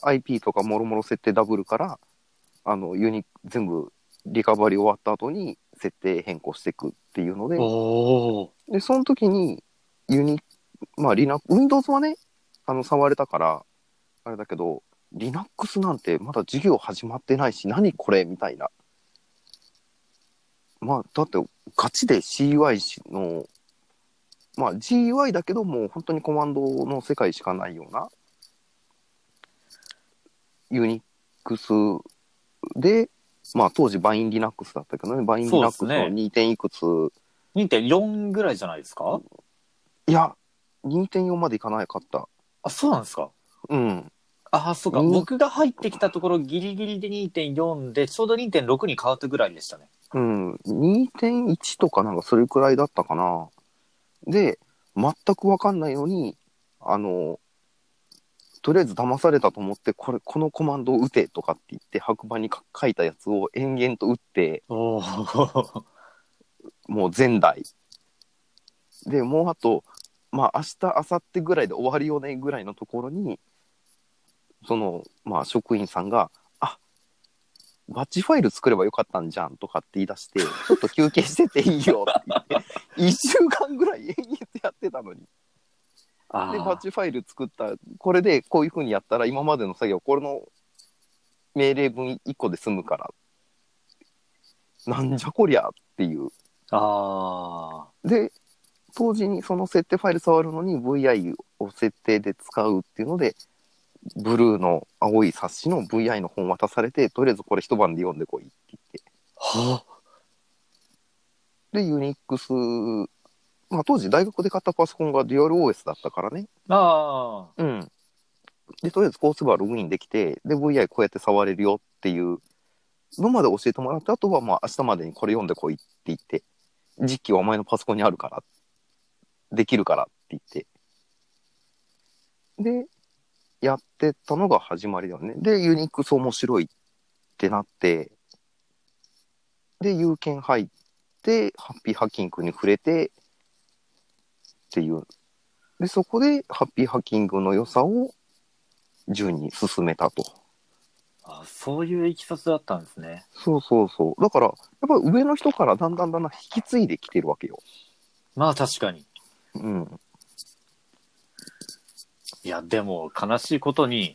C: IP とかもろもろ設定ダブルから、あの、ユニ、全部リカバリ終わった後に設定変更していくっていうので、
A: おお。
C: で、その時に、ユニ、まあ、リナ、Windows はね、あの、触れたから、あれだけど、Linux なんてまだ授業始まってないし、何これみたいな。まあ、だって、ガチで CUI の、まあ、GUI だけど、もう本当にコマンドの世界しかないような、Unix で、まあ、当時、バイン Linux だったけどね、バイン
A: そうで
C: Linux
A: す
C: の
A: ね
C: 2. 点いくつ、
A: 2.4ぐらいじゃないですか
C: いや、2.4までいかなかった。
A: あ、そうなんですか。
C: うん。
A: ああ、そうか。
C: うん
A: 僕が入ってきたところギリギリで2.4で、ちょうど2.6に変わったぐらいでしたね。
C: うん。2.1とかなんかそれくらいだったかな。で、全くわかんないのに、あの、とりあえず騙されたと思って、これ、このコマンドを打てとかって言って、白板にか書いたやつを延々と打って、
A: おお。
C: もう前代。で、もうあと、まあ明日、明後日ぐらいで終わるよねぐらいのところに、その、まあ職員さんが、あバッチファイル作ればよかったんじゃんとかって言い出して、ちょっと休憩してていいよって 言って、1週間ぐらい延々とやってたのに。
A: あ
C: で、
A: ー
C: バッチファイル作った、これでこういう風にやったら今までの作業、これの命令文1個で済むから。なんじゃこりゃっていう。
A: あ
C: で、当時にその設定ファイル触るのに VI を設定で使うっていうので、ブルーの青い冊子の VI の本渡されて、とりあえずこれ一晩で読んでこいって言って。
A: はあ。
C: で、ユニックス、まあ当時大学で買ったパソコンがデュアル OS だったからね。
A: あ
C: うん。で、とりあえずこうすればログインできて、で、VI こうやって触れるよっていうのまで教えてもらって、あとはまあ明日までにこれ読んでこいって言って、実機はお前のパソコンにあるから、できるからって言って。で、やってったのが始まりだよね。で、ユニックス面白いってなって、で、有権入って、ハッピーハッキングに触れて、っていうで、そこで、ハッピーハッキングの良さを、順に進めたと。
A: あ。そういういきさつだったんですね。
C: そうそうそう。だから、やっぱり上の人からだんだんだんだん引き継いできてるわけよ。
A: まあ確かに。
C: うん。
A: いや、でも悲しいことに、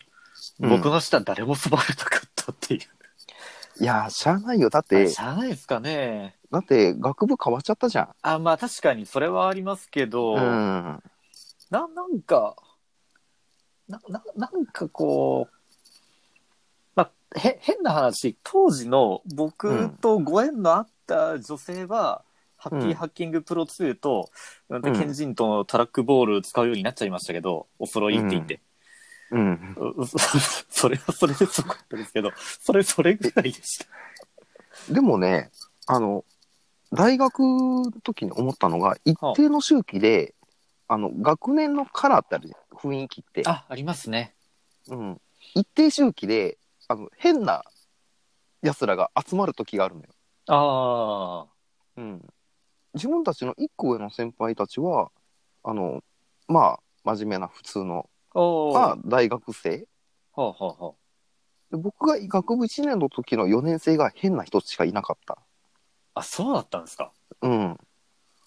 A: 僕の下誰も座れなかったっていう。
C: いやー、しゃあないよ。だっ
A: あ
C: て、
A: しゃあないですかね。
C: だって、学部変わっちゃったじゃ
A: あ、まあ確かにそれはありますけど、
C: ん。うん。
A: な、なんか、な、な、なんかこう、まあ、へ、変な話、当時の僕とご縁のあった女性は、ハッピ
C: う
A: ー
C: ん
A: ハッキングプロ2と、うん、
C: うん
A: ケンジントンのトラックボール使うようになっちゃいましたけど、お揃いって言って。
C: うん。
A: う そそれはそれですごかったですけど、それ、それぐらいでした。
C: でもね、あの、大学の時に思ったのが、一定の周期で、あの、学年のカラーってあるじゃん。雰囲気っ て。
A: あ、ありますね。
C: うん。一定周期で、あの、変な奴らが集まる時があるのよ。
A: ああ。
C: うん、自分たちの一個上の先輩たちはあのまあ真面目な普通の、
A: おお。
C: まあ
A: は、
C: 大学生で
A: あ、はあ、は
C: 僕が学部1年の時の4年生が変な人しかいなかった
A: あ。あ、そうだったんですか。
C: うん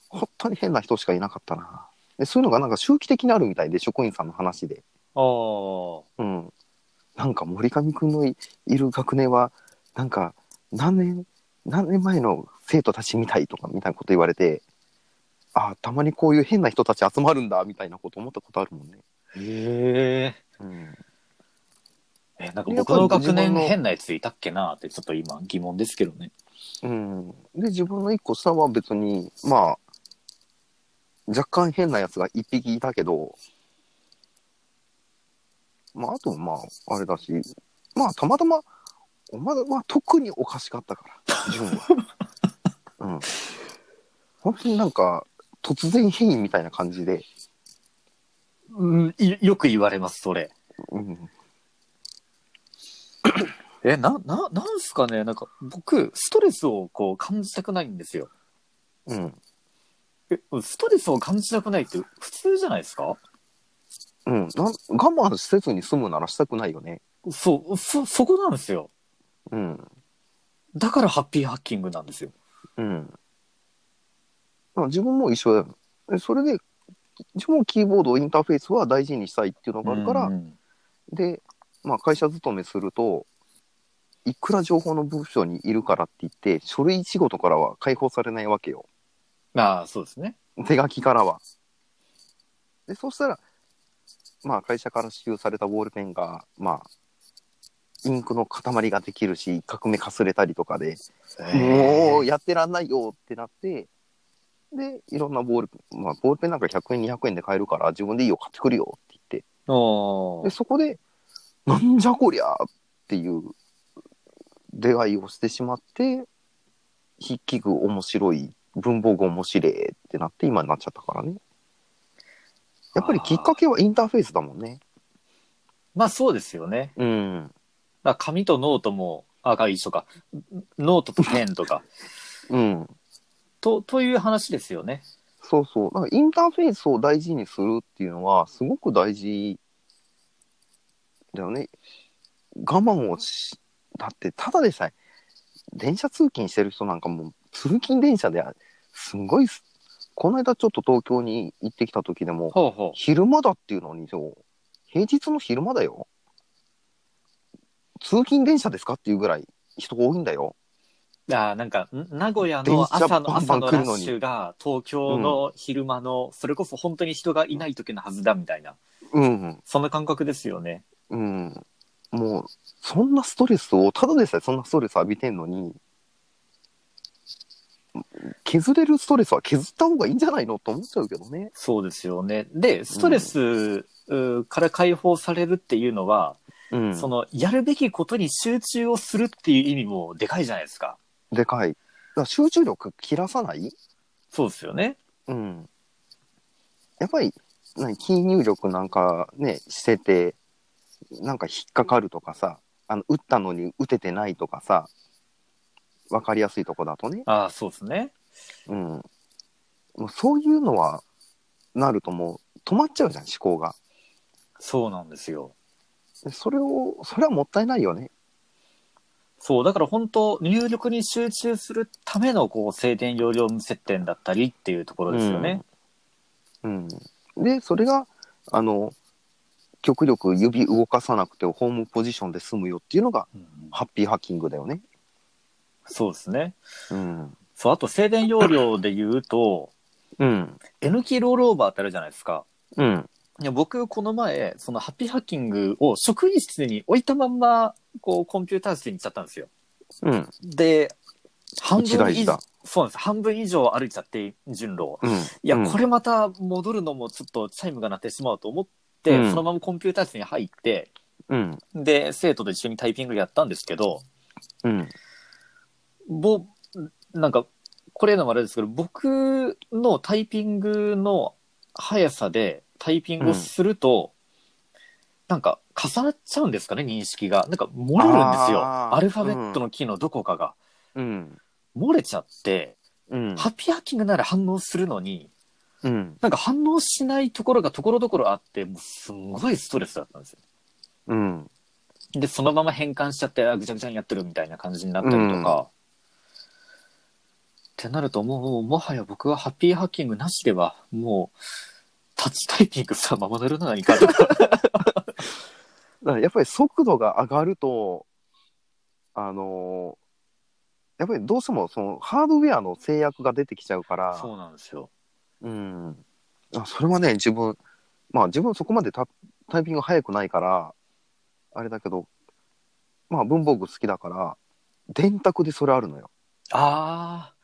C: 本当に変な人しかいなかったなでそういうのがなんか周期的にあるみたいで職員さんの話で
A: ああ。
C: うんなんか森上くんのいいる学年はなんか何年何年前の生徒たちみたいとかみたいなこと言われてああたまにこういう変な人たち集まるんだみたいなこと思ったことあるもんね
A: へえ。
C: うん
A: え、なんか僕の学年変なやついたっけなってちょっと今疑問ですけどね。
C: うん、で自分の一個下は別にまあ若干変なやつが一匹いたけどまああとまああれだしまあたまたまお前は特におかしかったから自分はうん本当になんか突然変異みたいな感じで、
A: うん、いよく言われます、それ。
C: うん、
A: え、な、な、なんすかねなんか僕、ストレスをこう感じたくないんですよ。
C: うん
A: え、ストレスを感じたくないって普通じゃないですか
C: うんなん我慢せずに済むならしたくないよね
A: そう、そ、そこなんですよ。
C: うん
A: だからハッピーハッキングなんですよ。
C: うん。まあ自分も一緒だよ。でそれで、自分もキーボード、インターフェースは大事にしたいっていうのがあるから、
A: うん
C: で、まあ、会社勤めすると、いくら情報の部署にいるからって言って、書類仕事からは解放されないわけよ。
A: ああ、そうですね。
C: 手書きからは。で、そしたら、まあ、会社から支給されたボールペンが、まあ、インクの塊ができるし、一画目かすれたりとかで、もうやってらんないよってなって、で、いろんなボール、まあ、ボールペンなんか100円、200円で買えるから、自分でいいよ、買ってくるよって言っ
A: う。お
C: て、で、そこで、なんじゃこりゃっていう出会いをしてしまって、筆記具面白い、文房具面白いってなって、今になっちゃったからね。やっぱりきっかけはインターフェースだもんね。
A: まあそうですよね。
C: うん。
A: まあ紙とノートも、あ、あ一緒か。ノートとペンとか。
C: うん。
A: と、という話ですよね。
C: そうそう。だからインターフェースを大事にするっていうのは、すごく大事だよね。我慢をし、だって、ただでさえ、電車通勤してる人なんかもう、通勤電車で、すんごいす、この間ちょっと東京に行ってきた時でも、
A: ほうほう。
C: 昼間だっていうのに、そう、平日の昼間だよ。通勤電車ですかっていうぐらい人多いんだよ。
A: あーなんか、ん名古屋
C: 電
A: の
C: 車
A: 朝の
C: バン
A: 朝
C: バン
A: の
C: 来
A: ラ
C: るの
A: ッ
C: に
A: シュが東京の昼間の、それこそ本当に人がいない時のはずだみたいな、
C: うん。
A: そんな感覚ですよね。
C: うん、もう、そんなストレスを、ただでさえそんなストレス浴びてんのに、削れるストレスは削った方がいいんじゃないのと思っちゃうけどね。
A: そうですよね。で、ストレスうーから解放されるっていうのは、
C: うん。
A: その、やるべきことに集中をするっていう意味もでかいじゃないですか。
C: でかい。だから集中力切らさない
A: そうですよね。
C: うん。やっぱり、何、キー入力なんかね、してて、なんか引っかかるとかさ、あの、打ったのに打ててないとかさ、わかりやすいとこだとね。
A: ああ、そうですね。
C: うん。もうそういうのは、なるともう止まっちゃうじゃん、思考が。
A: そうなんですよ。
C: でそれを、それはもったいないよね。
A: そう、だから本当、入力に集中するための、こう、静電容量無接点だったりっていうところですよね。
C: うん。で、それが、あの、極力指動かさなくてホームポジションで済むよっていうのが、
A: うん
C: ハッピーハッキングだよね。
A: そうですね。
C: うん。
A: そう、あと静電容量で言うと、
C: うん。
A: N キーロールオーバーってあるじゃないですか。
C: うん。
A: いや僕、この前、そのハッピーハッキングを職員室に置いたまんま、こう、コンピューター室に行っちゃったんですよ。
C: うん。
A: で、半
C: 一
A: 分
C: 大
A: 以
C: 事
A: 上
C: だ、
A: そうなんです。半分以上歩いちゃって、順路を。
C: うん。
A: いや、
C: うん
A: これまた戻るのもちょっとチャイムが鳴ってしまうと思って、
C: うん
A: そのままコンピューター室に入って、
C: うん。
A: で、生徒と一緒にタイピングやったんですけど、
C: うん。
A: ぼ、なんか、これ言うのもあれですけど、僕のタイピングの速さでタイピングをすると、なんか重なっちゃうんですかね、認識が。なんか漏れるんですよ。
C: あー
A: アルファベットのキーのどこかが。
C: うん。
A: 漏れちゃって、
C: うん。
A: ハッピーハッキングなら反応するのに、
C: うん。
A: なんか反応しないところがところどころあって、もうすんごいストレスだったんですよ。
C: うん。
A: で、そのまま変換しちゃって、あぐちゃぐちゃにやってるみたいな感じになったりとか。
C: うん
A: ってなると、もう、もはや僕はハッピーハッキングなしでは、もう、タッチタイピングさ、ままなるの何か とか。
C: だからやっぱり速度が上がると、あのーやっぱりどうしてもそのハードウェアの制約が出てきちゃうから、
A: そうなんですよ。
C: うん。あそれはね、自分、まあ自分そこまでタタイピング早くないから、あれだけど、まあ文房具好きだから、電卓でそれあるのよ。
A: あー。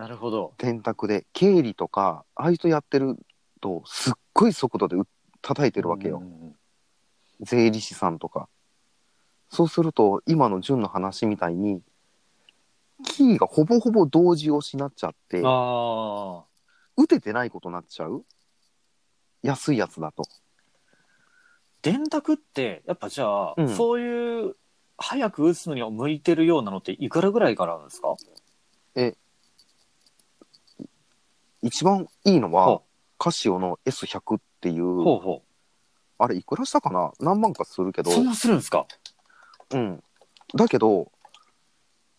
A: なるほど。
C: 電卓で。経理とか、ああいう人やってると、すっごい速度でう叩いてるわけよ
A: う。ん
C: 税理士さんとか。そうすると、今の純の話みたいに、キーがほぼほぼ同時押しになっちゃって、
A: あ
C: 打ててないことになっちゃう安いやつだと。
A: ー。電卓って、やっぱじゃあ、
C: うん
A: そういう、早く打つのには向いてるようなのっていくらぐらいからなんですか
C: 一番いいの
A: ほう
C: は、カシオの S100 ってい
A: ほ
C: う、
A: うほ
C: あれいくらしたかな何万かするけ
A: う。
C: ど、
A: そんなするんですか
C: うん。だけど、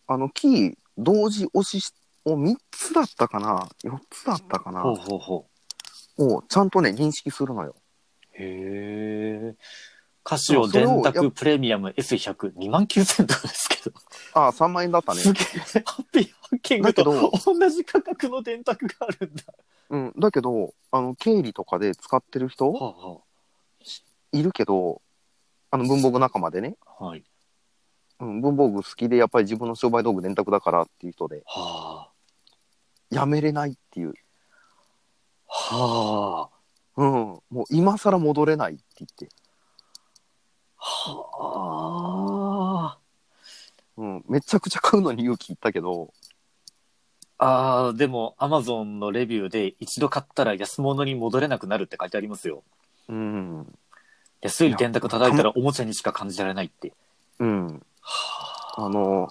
C: あの、キー同時押ししを3つだったかな ?4 つだったかな
A: ほうほうほう。
C: をちゃんとね、認識するのよ。
A: へえ。カシオ電卓プレミアム S100、2万9000とかですけど。
C: ああ、3万円だったね。
A: すげえ。ハッピーハッキングと
C: だけ
A: 同じ価格の電卓があるんだ。
C: うん、だけど、あの、経理とかで使ってる人
A: はい
C: るけど、あの、文房具仲間でね、
A: あ、はい。
C: うん、文房具好きで、やっぱり自分の商売道具電卓だからっていう人で、
A: は
C: やめれないっていう、
A: あ。は
C: うん、もう今更戻れないって言って、
A: あ。はあ。
C: うん、めちゃくちゃ買うのに勇気いったけど、
A: ああ、でも、アマゾンのレビューで一度買ったら安物に戻れなくなるって書いてありますよ。
C: うん、
A: 安い電卓叩いたらおもちゃにしか感じられないって。
C: うん、
A: は
C: あの、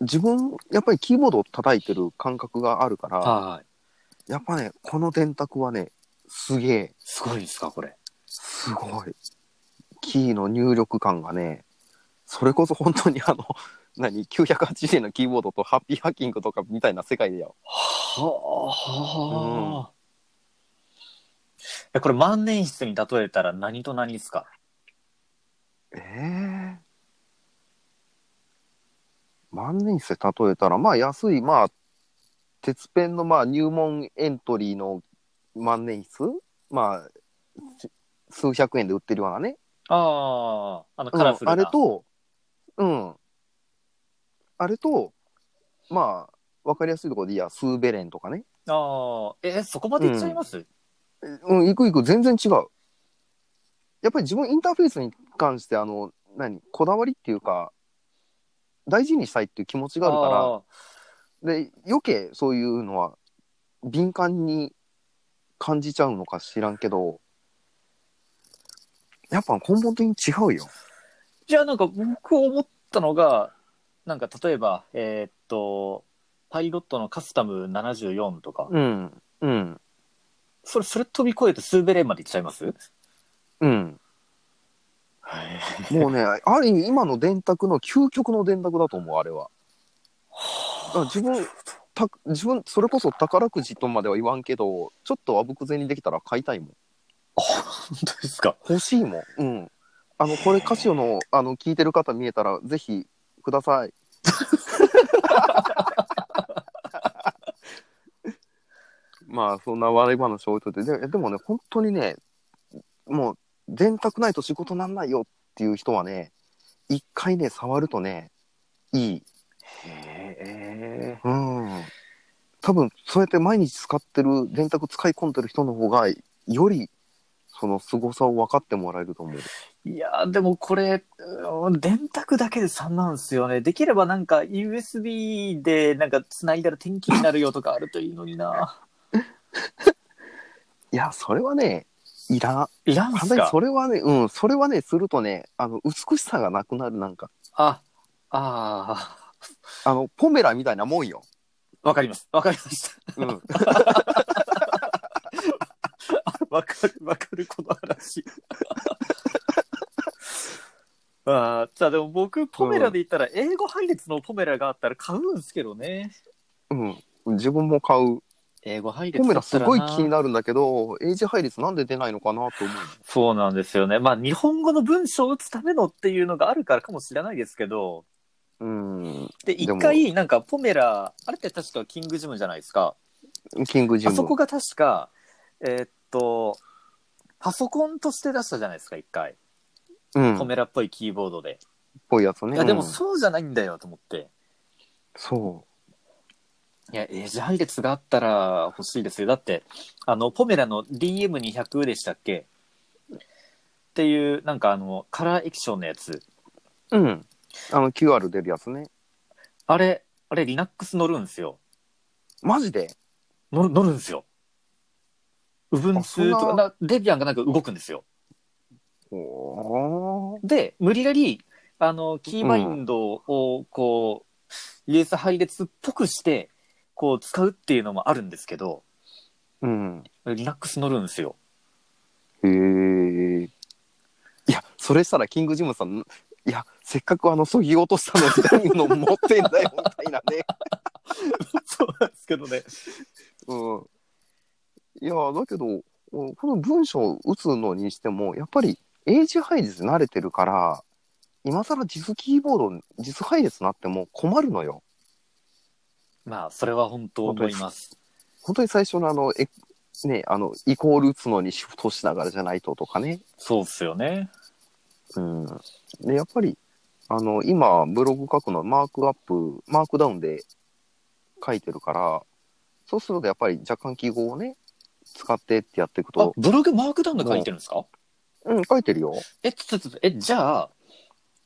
C: 自分、やっぱりキーボードを叩いてる感覚があるから、
A: あ。はい。
C: やっぱね、この電卓はね、すげえ、
A: すごいですか、これ。
C: すごい。キーの入力感がね、それこそ本当にあの、 何、980円のキーボードとハッピーハッキングとかみたいな世界だよ。
A: はあ。えこれ万年筆に例えたら何と何ですか
C: ええ万年筆で例えたら、まあ安い、まあ、鉄ペンのまあ入門エントリーの万年筆まあ、す数百円で売ってるようなね。
A: あああ、あの、カラフルな。
C: うん、あれと、うん。あれと、まあ、わかりやすいところでいいや、スーベレンとかね。
A: ああ、え、そこまでいっちゃいます、
C: うん、行く行く、全然違う。やっぱり自分インターフェースに関して、あの、何、こだわりっていうか、大事にしたいっていう気持ちがあるから、
A: あ
C: で余計そういうのは敏感に感じちゃうのか知らんけどやっぱ根本的に違うよ。
A: ーじゃあなんか僕思ったのが、なんか例えば、えーっと、パイロットのカスタム74とか、
C: うんうん
A: それ、それ飛び越えてスーベレンまでいっちゃいます
C: うん。 もうねある意味今の電卓の究極の電卓だと思うあれは。だから自分た自分それこそ宝くじとまでは言わんけどちょっとあぶくぜにできたら買いたいもん。
A: 本当ですか
C: 欲しいもん。うん。あのこれカシオのあの聞いてる方見えたらぜひください。 まあそんな笑い話を置いといてででもね本当にねもう電卓ないと仕事なんないよっていう人はね一回ね触るとねいい
A: へえ。
C: うん多分そうやって毎日使ってる電卓使い込んでる人の方がよりその凄さを分かってもらえると思う
A: いやーでもこれ、うん電卓だけで3万ですよね。できればなんか USB でなんか繋いだら天気になるよとかあるといいのにな。
C: いやそれはねいらん
A: いらん
C: 反
A: す
C: 対に
A: か
C: それはねうんそれはねするとねあの美しさがなくなるなんか
A: あ、あ
C: あのポメラみたいなもんよ
A: ーわかります。わかりまし
C: うん
A: た。 わかる、わかる、この話。 あーじゃあでも僕、ポメラで言ったら、英語配列のポメラがあったら買うんすけどね。
C: うん自分も買う
A: 英語配列
C: ポメラすごい
A: だったらな
C: 気になるんだけどエイジ配列なんで出ないのかなと思う
A: そうなんですよね。まあ、日本語の文章を打つためのっていうのがあるからかもしれないですけど、
C: うん
A: で、
C: で
A: 一
C: も
A: 回、なんか、ポメラ、あれって確かキングジムじゃないですか。
C: キングジ
A: あ
C: ム
A: そこが確か、えーっと、パソコンとして出したじゃないですか、一回。
C: うん
A: ポメラっぽいキーボードで。
C: ぽいやつね
A: いや、でも
C: うん
A: そうじゃないんだよ、と思って。
C: そ
A: いや、エージ配列があったら欲しいですよ。だって、あの、ポメラの DM200 でしたっけっていう、なんかあの、カラー液晶のやつ。
C: ううんあの QR 出るやつね
A: あれ、あれ、Linux 乗るんですよ。
C: マジで
A: 乗る乗るんですよ。部分
C: あそ
A: 数
C: ん
A: とか、
C: な
A: なデビアンがなんか動くんですよ。
C: おー
A: で、無理やり、あの、キーバインドを、こう、US 配列っぽくして、こう、使うっていうのもあるんですけど、
C: うん
A: リナックス乗るんですよ。
C: へえいやそれしたらキングジムさんいやせっかくあのそぎ落としたのに何の持ってんだよみたいなね
A: そうなんですけどね。
C: うんいやだけどうんこの文章を打つのにしてもやっぱり英字配列慣れてるから今更実キーボード実配列になっても困るのよ
A: まあ、それは本当思います。
C: 本当に最初のあのえねあのイコール打つのにシフトしながらじゃないととかね
A: そうっすよね。
C: うんでやっぱりあの今ブログ書くのはマークアップマークダウンで書いてるからそうするとやっぱり若干記号をね使ってってやっていく
A: あ
C: と、
A: ブログマークダウンが書いてるんですか
C: うん書いてるよ
A: え、ちょっと、ちょっとえ、じゃあ、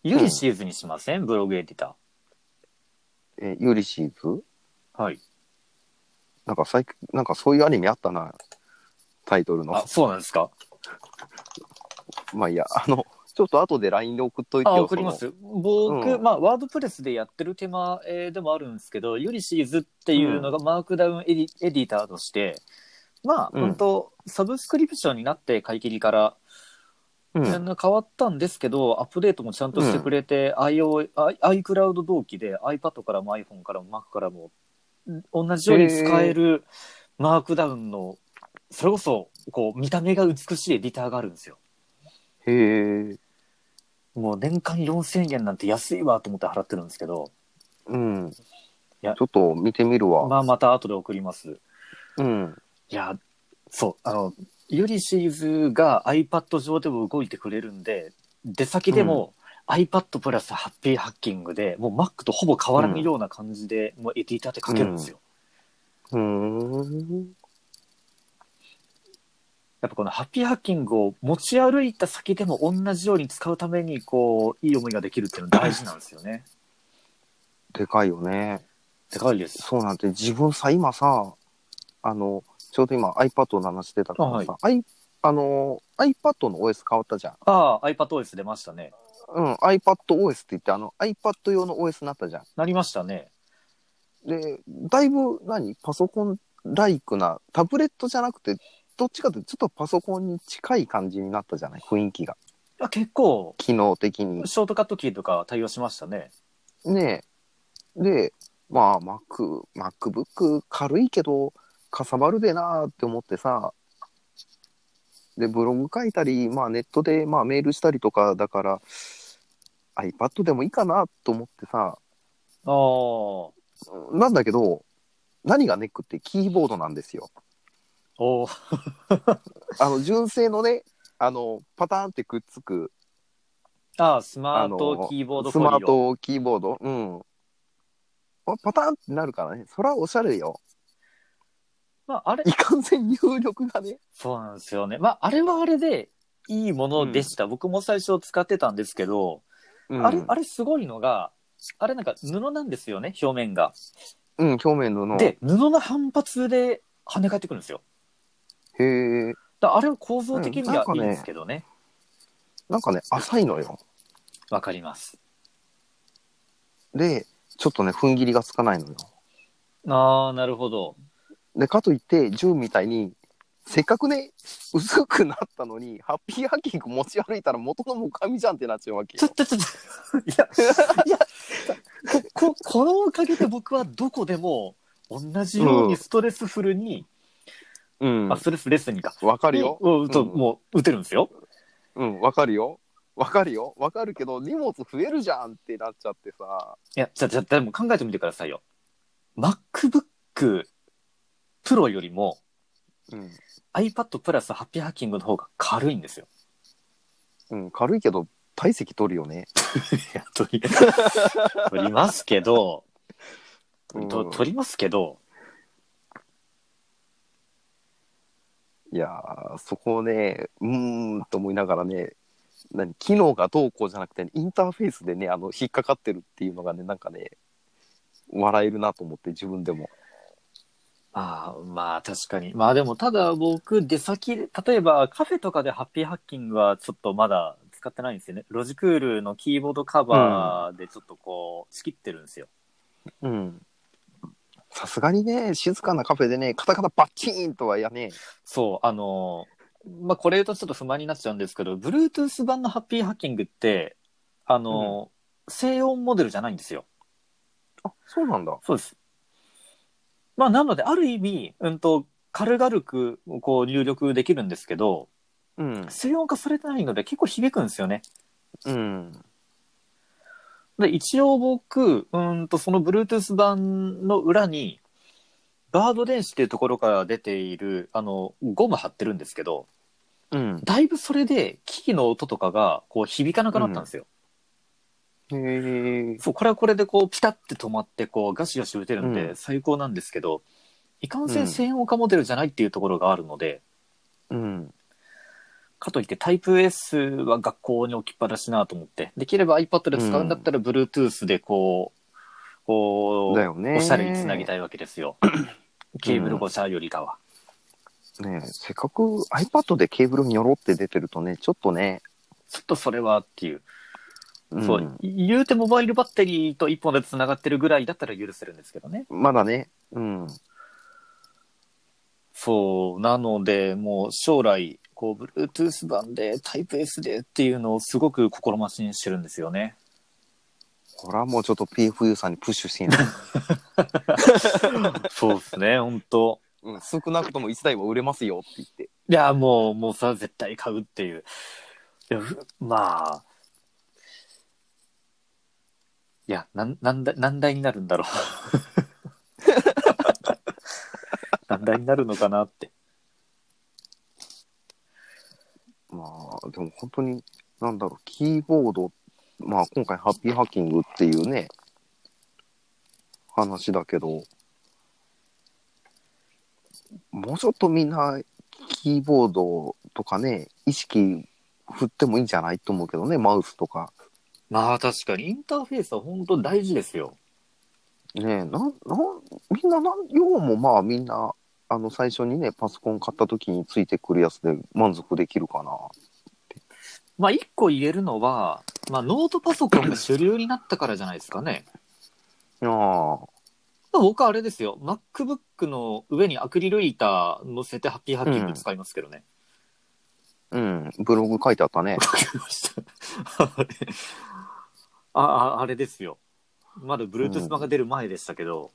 A: ユリシーズにしません、ブログエディタ
C: えーユリシーズ
A: ー。はい。
C: なんか最近なんかそういうアニメあったなタイトルの
A: あ、そうなんですか
C: まあいいやあのちょっと後で LINE で送っといて
A: あ
C: よ
A: 送りま
C: その
A: す僕、
C: うん
A: まあワードプレスでやってる手間、えーでもあるんですけどユリシーズっていうのがマークダウンエディ,、エディターとしてまあ、
C: うん
A: 本当サブスクリプションになって買い切りから、
C: うん
A: 変わったんですけどアップデートもちゃんとしてくれて、IO I iCloud 同期で iPad からも iPhone からも Mac からも同じように使えるマークダウンのそれこそこう見た目が美しいエディターがあるんですよ。
C: へえ
A: もう年間4000円なんて安いわと思って払ってるんですけど、
C: うん
A: や
C: ちょっと見てみるわ、
A: まあまた後で送ります。
C: うん
A: いや、そう、あの、ユリシーズが iPad 上でも動いてくれるんで、出先でも、iPad プラスハッピーハッキングでもう Mac とほぼ変わらないような感じで、もうエディターって書けるんですよ。
C: うーん。
A: やっぱこのハッピーハッキングを持ち歩いた先でも同じように使うためにこういい思いができるっていうのは大事なんですよね。
C: でかいよね。
A: でかいです。
C: そうなんて、自分さ、今さ、あの、ちょうど今 iPad の話してたからさ、あい、あの、iPad の OS 変わったじゃん。
A: ああ、iPadOS 出ましたね。
C: うん、iPadOS って言って、あの、iPad 用の OS になったじゃん。
A: なりましたね。
C: で、だいぶ、何パソコンライクな、タブレットじゃなくて、どっちかっていうとちょっとパソコンに近い感じになったじゃない雰囲気が。
A: あ結構、
C: 機能的に。
A: ショートカットキーとか対応しましたね。
C: ねえ。で、まあ、Mac、MacBook 軽いけど、かさばるでなーって思ってさ、で、ブログ書いたり、まあネットで、まあメールしたりとかだから、iPad でもいいかなと思ってさ、
A: ああ。
C: なんだけど、何がネックってキーボードなんですよ。
A: おお、
C: あの、純正のね、あの、パターンってくっつく、
A: ああ、スマー
C: あの
A: トキーボード
C: ス
A: フォリオ
C: マートキーボード。うん。あパターンってなるからね、それはおしゃれよ。
A: まあ、あれ
C: い、かんせん入力がね。
A: そうなんですよね。まあ、あれはあれでいいものでした。僕も最初使ってたんですけど、あれ、あれすごいのが、あれなんか布なんですよね、表面が。
C: うん、表面のの。
A: で、布の反発で跳ね返ってくるんですよ。
C: へえ。
A: だからあれは構造的には
C: うんなんか
A: いい
C: ね
A: んですけどね。
C: なんかね、浅いのよ。
A: わ、かります。
C: で、ちょっとね、踏ん切りがつかないのよ。
A: ああ、なるほど。
C: で、かといって、銃みたいに、せっかくね、薄くなったのに、ハッピーハッキング持ち歩いたら元のもかみじゃんってなっちゃうわけ
A: ちょ
C: よ
A: っ。とちょっと、 いや、いや、こ、ここのおかげで僕はどこでも同じようにストレスフルに、
C: うん
A: あ、ストレスレスにか。
C: わかるよ。
A: うんうんと
C: うん
A: もう打てるんですよ。
C: うん、わかるよ。わかるよ。わかるけど、荷物増えるじゃんってなっちゃってさ。
A: いや、じゃ、じゃ、でも考えてみてくださいよ。MacBook Pro よりも
C: うん。
A: iPad プラスハッピーハッキングの方が軽いんですよ。
C: うん、軽いけど、体積取るよね。
A: いや、取り、 取りますけど、と
C: うん
A: 取りますけど、
C: いやー、そこをね、うーんと思いながらね、何、機能がどうこうじゃなくて、インターフェースでね、あの、引っかかってるっていうのがね、なんかね、笑えるなと思って、自分でも。
A: ああ、まあ確かに。まあでも、ただ僕、出先で、例えばカフェとかでハッピーハッキングはちょっとまだ使ってないんですよね。ロジクールのキーボードカバーでちょっとこう、仕切ってるんですよ。
C: うん。さすがにね、静かなカフェでね、カタカタバッチーンとはやね、
A: そう、あのーまあ、これ言うとちょっと不満になっちゃうんですけど、Bluetooth 版のハッピーハッキングって、あのー静音モデルじゃないんですよ。
C: あ、そうなんだ。
A: そうです。まあ、なので、ある意味、うんと、軽々く、こう、入力できるんですけど、
C: うん。
A: 静音化されてないので結構響くんですよね。
C: うん。
A: で、一応僕、うんと、その Bluetooth 版の裏に、バード電子っていうところから出ている、あの、ゴム貼ってるんですけど、
C: うん。
A: だいぶそれで、機器の音とかが、こう、響かなくなったんですよ。
C: へえ。
A: そう、これはこれで、こう、ピタって止まって、こう、ガシガシ打てるん
C: う
A: で、
C: ん
A: 最高なんですけど、いかん
C: う
A: せ
C: ん
A: ん専用化モデルじゃないっていうところがあるので、
C: うん。
A: かといって、タイプ S は学校に置きっぱなしなと思って、できれば iPad で使うんだったら、Bluetooth で、こう、こう
C: だ、よね。
A: おしゃれにつなぎた
C: い。
A: いわけですよ。ケーブル5社よりかは。
C: ねせっかく iPad でケーブルにょろって出てるとね、ちょっとね、
A: ちょっとそれはっていう。
C: うん
A: そう、言うてモバイルバッテリーと一本で繋がってるぐらいだったら許せるんですけどね。
C: まだね、うん。
A: そう、なので、もう将来、こう、Bluetooth 版で、タイプ S でっていうのをすごく心待ちにしてるんですよね。
C: これはもうちょっと PFU さんにプッシュしていない。
A: そうです ね、本当
C: うん、少なくとも1台は売れますよって言って。
A: いや、もう、もうさ、絶対買うっていう。いや、ふまあ。いや、なん、なんだ、何台になるんだろ う。何台になるのかなって。
C: まあ、でも本当になんだろう、キーボード、まあ今回ハッピーハッキングっていうね、話だけど、もうちょっとみんなキーボードとかね、意識振ってもいいんじゃないと思うけどね、マウスとか。
A: まあ確かにインターフェースは本当大事ですよ。
C: ねえ、なん、なん、みんな、なん、ようもまあみんな、あの最初にね、パソコン買った時についてくるやつで満足できるかな。
A: まあ一個言えるのは、まあノートパソコンが主流になったからじゃないですかね。
C: ああ、
A: まあ僕はあれですよ。MacBook の上にアクリル板乗せてハッピーハッキング使いますけどね。
C: うん、ブログ書いてあったね。
A: あれ ああ、あれですよ。まだ Bluetooth 版が出る前でしたけど、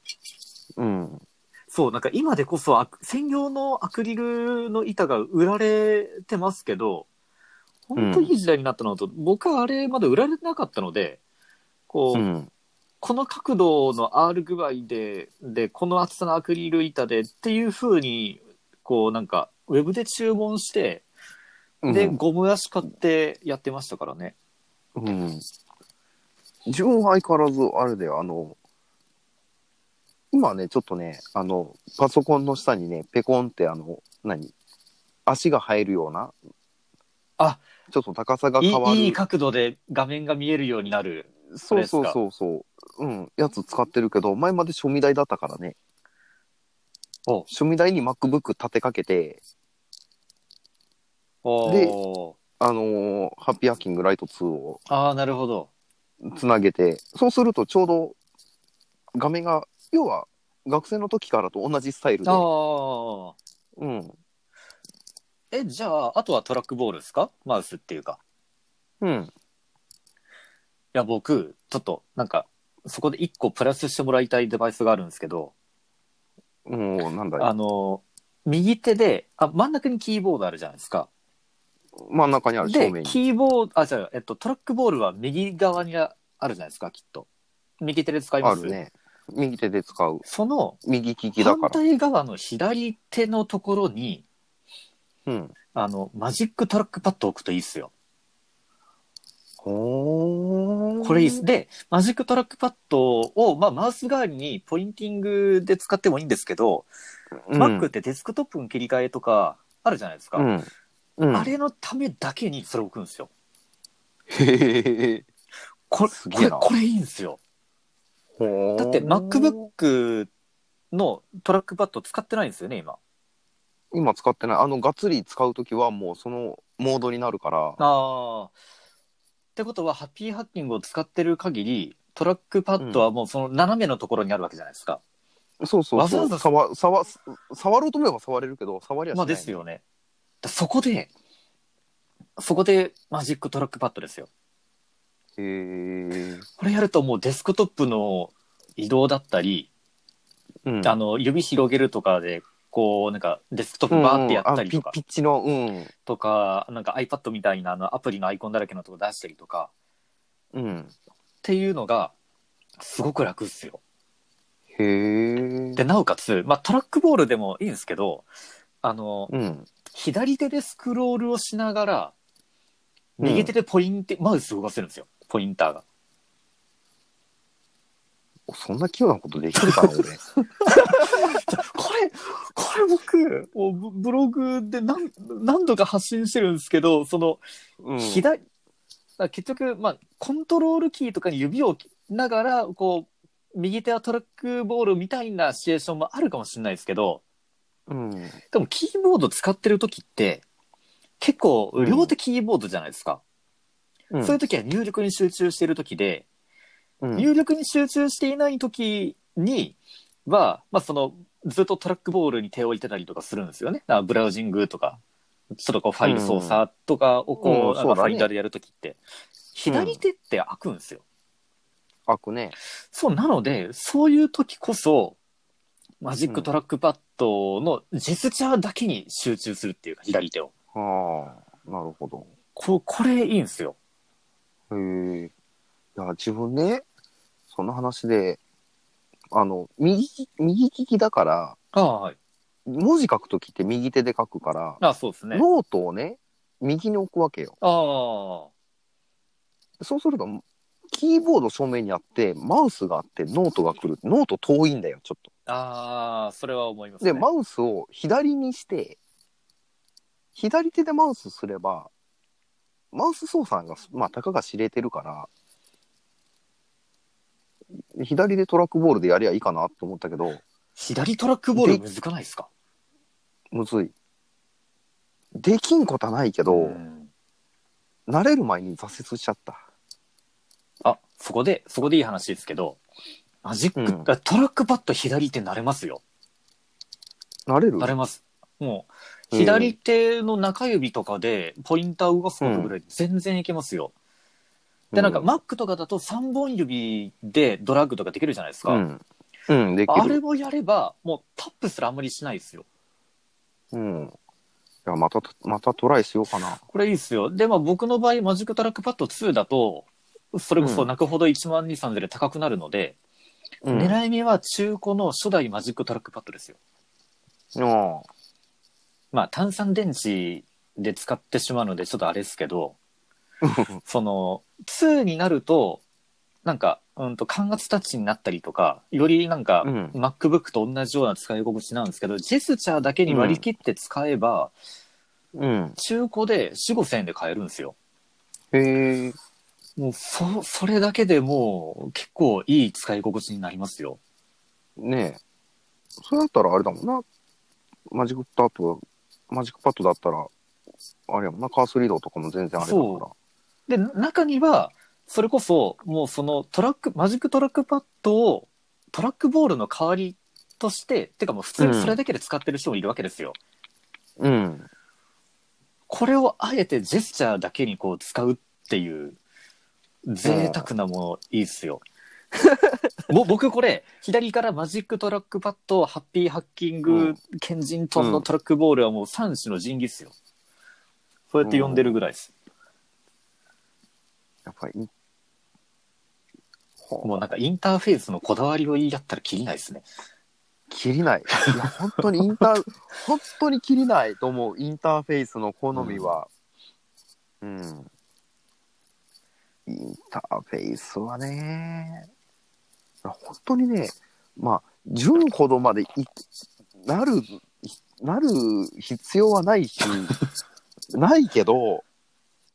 C: うん、
A: そう、なんか今でこそアク専用のアクリルの板が売られてますけど、本当いい時代になったのと、僕はあれまだ売られてなかったので、こ
C: う
A: う、
C: ん、
A: この角度の R 具合で、で、この厚さのアクリル板でっていう風に、こうなんか、ウェブで注文して、で、
C: うん
A: ゴム足買ってやってましたからね。
C: うん。自分は相変わらず、あれだよ、あの、今ね、ちょっとね、あの、パソコンの下にね、ペコンって、あの、何足が入るような、
A: あ
C: ちょっと高さが
A: い
C: 変わる。
A: いいい角度で画面が見えるようになる。
C: そうそうそうそう。うん、やつ使ってるけど、前まで趣味台だったからね。
A: お
C: 趣味台に MacBook 立てかけて、
A: おー
C: あのーハッピーハッキングライト2を
A: ああ、なるほど。
C: つなげて、そうするとちょうど画面が、要は学生の時からと同じスタイルで、
A: ああ。
C: うん、
A: え、じゃあ、あとはトラックボールですかマウスっていうか。
C: うん、
A: いや、僕、ちょっと、なんか、そこで一個プラスしてもらいたいデバイスがあるんですけど、
C: もうなんだ
A: あ
C: よ、
A: の、右手で、あ、真ん中にキーボードあるじゃないですか。
C: 真ん中にある正
A: で、
C: 面に。
A: キーボード、あ、じゃえっと、トラックボールは右側にあるじゃないですか、きっと。右手で使い
C: あ
A: ます。
C: るね。右手で使う。
A: その、
C: 右利きだ
A: 反
C: から。
A: 対側の左手のところに、
C: うん。
A: あの、マジックトラックパッド置くといいっすよ。
C: ほー
A: これいいです。。で、マジックトラックパッドを、まあ、マウス代わりにポインティングで使ってもいいんですけど、
C: うん、
A: Mac ってデスクトップの切り替えとかあるじゃないですか。
C: うん。うん、
A: あれのためだけにそれ置くんですよ。
C: へえ。
A: これ、
C: す
A: こ
C: げえ
A: れ、
C: な
A: これいいんですよ。
C: ほー
A: だって MacBook のトラックパッド使ってないんですよね、今。
C: 今使ってない。あの、がっつり使うときはもうそのモードになるから。
A: ああ。ってことは、ハッピーハッキングを使ってる限り、トラックパッドはもうその斜めのところにあるわけじゃないですか。
C: そうそう
A: わざ
C: そ
A: わ
C: う。
A: ざ
C: 触、触、触ろうと思えば触れるけど、触りゃし
A: ま
C: ない。
A: あですよね。だそこで、そこでマジックトラックパッドですよ。
C: へえ。
A: これやるともうデスクトップの移動だったり、
C: うん
A: あの、指広げるとかで、こう、なんかデスクトップバーってやったりと
C: うんうんあ
A: か、
C: ピピッチの、うん。
A: とか、なんか iPad みたいなあのアプリのアイコンだらけのとこ出したりとか、
C: うん。
A: っていうのが、すごく楽っすよ。
C: へえ。
A: で、なおかつ、まあトラックボールでもいいんですけど、あの、
C: うん。
A: 左手でスクロールをしながら、
C: うん
A: 右手でポイント、マウス動かせるんですよ。ポインターが。
C: そんな器用なことできる かな、俺。
A: これ、これ僕、もうブブログで何何度か発信してるんですけど、その、
C: うん。
A: 左、だから結局、まあ、コントロールキーとかに指を置きながら、こう、右手はトラックボールみたいなシチュエーションもあるかもしれないですけど、
C: うん。
A: でもキーボード使ってる時って、結構両手キーボードじゃないですか。
C: うん
A: そういう時は入力に集中してる時で、
C: うん
A: 入力に集中していない時には、まあ、そのずっとトラックボールに手を置いてたりとかするんですよね。だからブラウジングとか、ちょっとこうファイル操作とかを
C: うんう
A: こ
C: ん
A: う、なん
C: そ
A: か
C: うだ
A: フ
C: ね
A: ァインダーでやる時って、左手って開くんですよ。
C: 開くね。
A: そう、なので、そういう時こそ、マジックトラックパッドのジェスチャーだけに集中するっていうか、左手を。
C: はあ、なるほど。
A: ここれいいんですよ。
C: へえ。いや、自分ね、その話で、あの、右利き、右利きだから、
A: ああ、はい。
C: 文字書くときって右手で書くから、
A: ああそうですね。
C: ノートをね、右に置くわけよ。
A: ああ。
C: そうすると、キーボード正面にあって、マウスがあって、ノートが来る。ノート遠いんだよ、ちょっと。
A: ああ、それは思います、ね。
C: で、マウスを左にして、左手でマウスすれば、マウス操作が、まあ、たかが知れてるから、左でトラックボールでやりゃいいかなと思ったけど、
A: 左トラックボール難かないですか
C: むずい。できんことはないけど、
A: ん
C: 慣れる前に挫折しちゃった。
A: あ、そこで、そこでいい話ですけど、マジック、
C: うん
A: あトラックパッド左手慣れますよ。
C: 慣れる
A: 慣れます。もう、
C: うん
A: 左手の中指とかでポインター動かすことぐらい全然いけますよ。で、なんか、
C: う
A: Mac とかだと3本指でドラッグとかできるじゃないですか。
C: うん。うん、できる。
A: あれをやれば、もうタップすらあんまりしないですよ。
C: うん。いや、また、またトライしようかな。
A: これいいですよ。で、まあ僕の場合、マジックトラックパッド2だと、それこそ泣くほど1万2、3 0で高くなるので、
C: うん、
A: 狙い目は中古の初代マジックトラックパッドですよ。
C: うん
A: まあ炭酸電池で使ってしまうのでちょっとあれですけ ど、その2になると、なんか、うんと、感圧タッチになったりとか、よりなんか、
C: うん
A: MacBook と同じような使い心地なんですけど、ジェスチャーだけに割り切って使えば、
C: うん。
A: 中古で4、5千円で買えるんですよ。
C: へえ。
A: もう、そ、それだけでもう、結構いい使い心地になりますよ。
C: ねえ。それだったらあれだもんな。マジックパッド、マジックパッドだったら、あれやもんな。カースリードとかも全然あれだから
A: そ。で、中には、それこそ、もうそのトラック、マジックトラックパッドをトラックボールの代わりとして、てかもう普通にそれだけで使ってる人もいるわけですよ。
C: うん。
A: これをあえてジェスチャーだけにこう使うっていう、贅沢なものいいっすよ。ぼ僕これ、左からマジックトラックパッド、ハッピーハッキン
C: う
A: グ
C: ん、
A: ケンジントンのトラックボールはもう3種の神器っすよ。そうやって呼んでるぐらいです。
C: やっぱり、
A: もうなんかインターフェースのこだわりを言い合ったらきりないですね。
C: 切りない。いや、本当にインター、本当に切りないと思う。インターフェースの好みは。うん。インターフェースはね。いや本当にね、まあ、純ほどまでいなる、なる必要はないし、ないけど、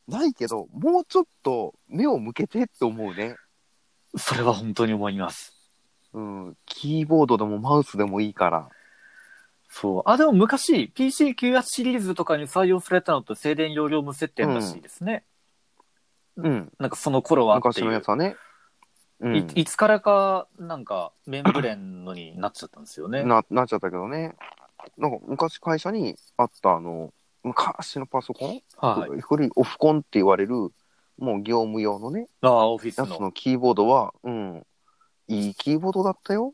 C: ないけど、もうちょっと目を向けてって思うね。
A: それは本当に思います。
C: うん。キーボードでもマウスでもいいから。
A: そう。あ、でも昔、PC98 シリーズとかに採用されたのと静電容量無接点らしいですね。
C: うん。
A: なんかその頃はって
C: 昔
A: いう
C: のやつはね。う
A: いいつからか、なんか、メンブレンのになっちゃったんですよね。
C: ななっちゃったけどね。なんか昔会社にあったあの、昔のパソコン、
A: はい。
C: 古いオフコンって言われる、もう業務用のね、
A: ああ、オフィス
C: やつ
A: の。
C: のキーボードは、うん、いいキーボードだったよ。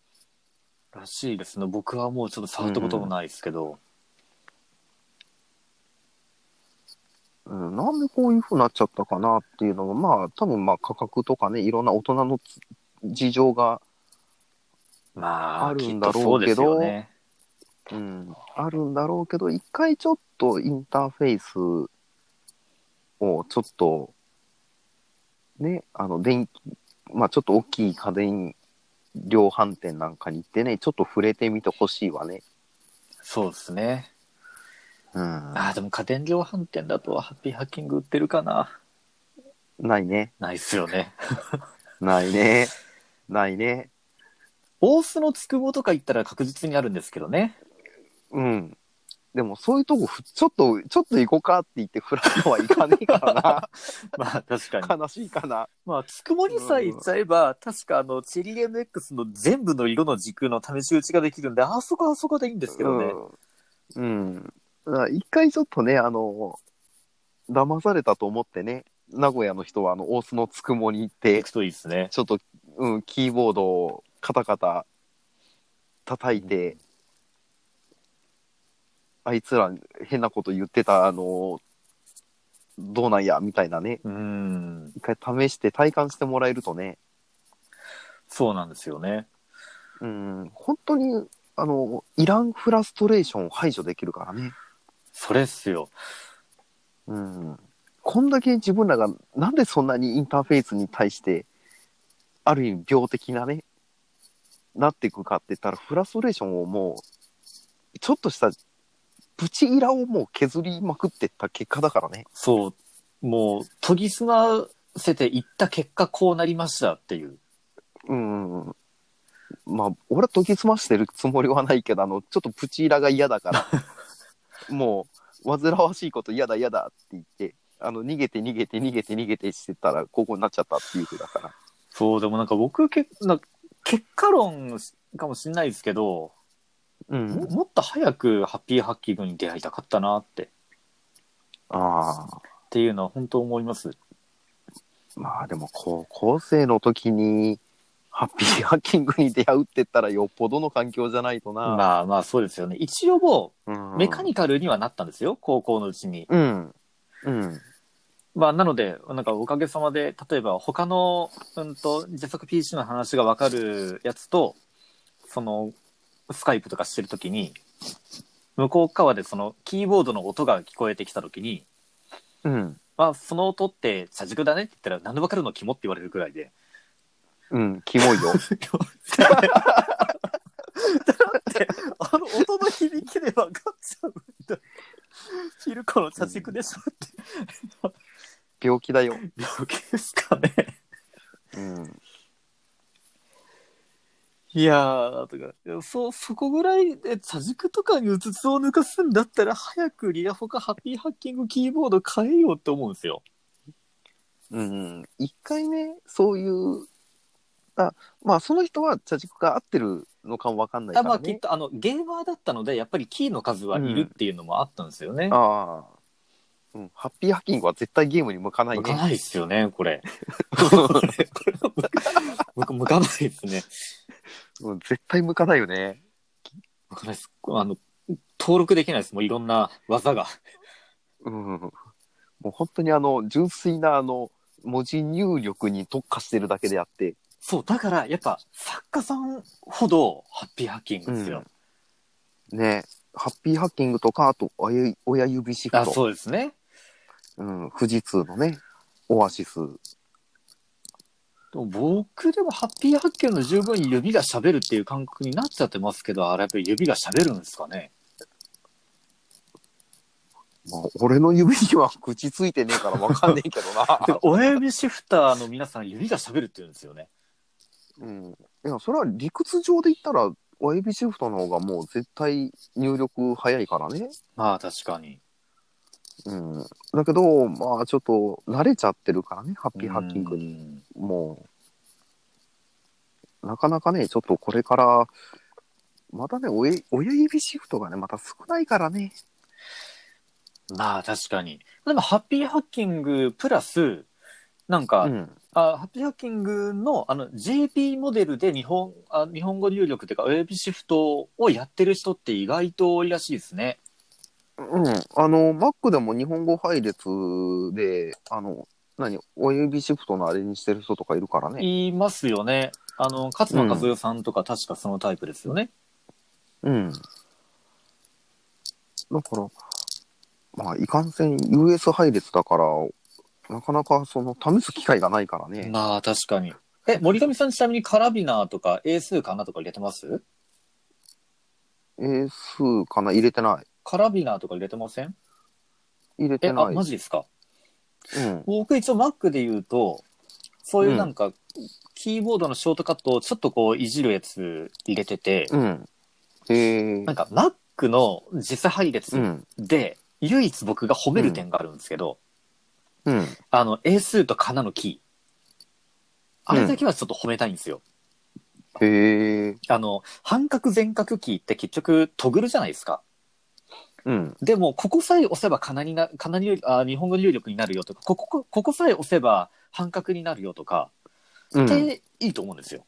A: らしいですね。僕はもうちょっと触ったこともないですけど。
C: うん、なんでこういう風になっちゃったかなっていうのも、まあ多分まあ価格とかね、いろんな大人のつ事情が、
A: まあ、
C: ある
A: き
C: んだ
A: っと
C: ろ
A: そううで
C: けど
A: すよね。
C: うん、あるんだろうけど、一回ちょっとインターフェースをちょっと、ね、あの、電気、まあちょっと大きい家電量販店なんかに行ってね、ちょっと触れてみてほしいわね。
A: そうですね。
C: うん。
A: ああ、でも家電量販店だと、ハッピーハッキング売ってるかな。
C: ないね。
A: ないっすよね。
C: ないね。ないね。
A: 大須のつくぼとか行ったら確実にあるんですけどね。
C: うん。でもそういうとこふ、ちょっと、ちょっと行こうかって言ってフラットはいかねえか
A: まあ、確かに。
C: らな。悲しいかな。
A: まあ、つくもりさえいっちゃえば、確かあの、チェリー MX の全部の色の軸の試し打ちができるんで、あそこはあそこでいいんですけどね。
C: うん。うんだから一回ちょっとね、あの、騙されたと思ってね、名古屋の人はあの、大須のつくもに行っ
A: 行
C: て
A: く、といいですね。
C: ちょっと、うん、キーボードをカタカタ叩いて、あいつら変なこと言ってた、あの、どうなんや、みたいなね、
A: うん。
C: 一回試して体感してもらえるとね、
A: そうなんですよね。
C: うん、本当に、あの、いらんフラストレーションを排除できるからね。
A: それっすよ。
C: うん。こんだけ自分らがなんでそんなにインターフェースに対してある意味病的なねなっていくかって言ったらフラストレーションをもうちょっとしたプチイラをもう削りまくってった結果だからね
A: そう、もう研ぎ澄ませていった結果こうなりましたっていう。
C: うんまあ俺は研ぎ澄ましてるつもりはないけどあのちょっとプチイラが嫌だから もう煩わしいこと嫌だ嫌だって言ってあの逃げて逃げて逃げて逃げてしてたらここになっちゃったっていうふうだから
A: そう、でもなんか僕けなんか結果論かもしれないですけど、
C: うん
A: ももっと早くハッピーハッキングに出会いたかったなって、っ
C: ああ、
A: ていうのは本当思います。
C: まあでも高校生の時にハッピーハッキングに出会うって言ったらよっぽどの環境じゃないとな。
A: まあまあそうですよね。一応も
C: うん
A: うメカニカルにはなったんですよ、高校のうちに。
C: うん。うん。
A: まあなので、なんかおかげさまで、例えば他の、うんと、自作 PC の話がわかるやつと、その、スカイプとかしてるときに、向こう側でそのキーボードの音が聞こえてきたときに、
C: うん。
A: まあ、その音って茶軸だねって言ったら、なんでわかるのキモって言われるくらいで。
C: うん。キモい よ。
A: だって、あの音の響きで分かっちゃうんだ。ヒルコの茶軸でしょって、
C: 病気だよ。
A: 病気ですかね。
C: うん。
A: いやー、とか、いやそ、そこぐらいで茶軸とかにうつつを抜かすんだったら、早くリアフォかハッピーハッキングキーボード変えようって思うんですよ。
C: うん。一回ね、そういう、あまあその人は茶軸が合ってるのかもわかんない
A: あ
C: か
A: まあ、
C: ら
A: きっ
C: ね。
A: と、あの、ゲーマーだったので、やっぱりキーの数はいるっていうのもあったんですよね。
C: ああ。うん、ハッピーハッキングは絶対ゲームに向かない
A: 向か
C: ね。
A: ないですよね、これ。これこれ僕、向かないですね。
C: うん絶対向かないよね。
A: 向かないです。あの、登録できないです。もういろんな技が。
C: うん、もう本当にあの純粋なあの文字入力に特化してるだけであって、
A: そう、だから、やっぱ、作家さんほど、ハッピーハッキングですよ。
C: ね、ハッピーハッキングとか、あと親親指シフ
A: あ、
C: ト、
A: そうですね。
C: うん、富士通のね、オアシス。
A: でも僕でもハッピーハッキングの十分に指が喋るっていう感覚になっちゃってますけど、あれやっぱり指が喋るんですかね。
C: まあ、俺の指には口ついてねえからわかんねえけど な。
A: てか親指シフターの皆さん、指が喋るって言うんですよね。
C: うん、いや、それは理屈上で言ったら、親指シフトの方がもう絶対入力早いからね。
A: まあ、確かに。
C: うん、だけど、まあちょっと慣れちゃってるからね、ハッピーハッキングに。
A: に。
C: もう、なかなかね、ちょっとこれから、またね、親親指シフトがね、また少ないからね。
A: まあ確かに。でもハッピーハッキングプラス、なんか、
C: うん。
A: あハッピーハッキングのあの JP モデルで日本あ日本語入力っていうか親指シフトをやってる人って意外と多いらしいですね。
C: うん。あの、Mac でも日本語配列で、あの、何、親指シフトのあれにしてる人とかいるからね。
A: いますよね。あの、勝間和代さんとか確かそのタイプですよね。
C: うん。だから、まあ、いかんせん US 配列だから、なかなかその、試す機会がないからね。
A: まあ確かに。え、森上さんちなみにカラビナーとか英数かなとか入れてます
C: 英数かな入れてない。
A: カラビナーとか入れてません
C: 入れ
A: え、
C: て
A: あ、
C: ない。
A: マジですか
C: うん。
A: 僕一応 Mac で言うと、そういううんなんか、キーボードのショートカットをちょっとこういじるやつ入れてて、
C: うん。へえ
A: なんか Mac の実配列
C: うん。
A: で、唯一僕が褒める点があるんですけど、
C: うん。
A: あの、英数とかなのキー。あれだけはちょっと褒めたいんですよ。
C: へえ。
A: あの、半角全角キーって結局トグルじゃないですか。
C: うん。
A: でも、ここさえ押せばかなにな、かなりあ日本語入力になるよとか、ここ、ここさえ押せば半角になるよとか、
C: うん
A: っていいと思うんですよ。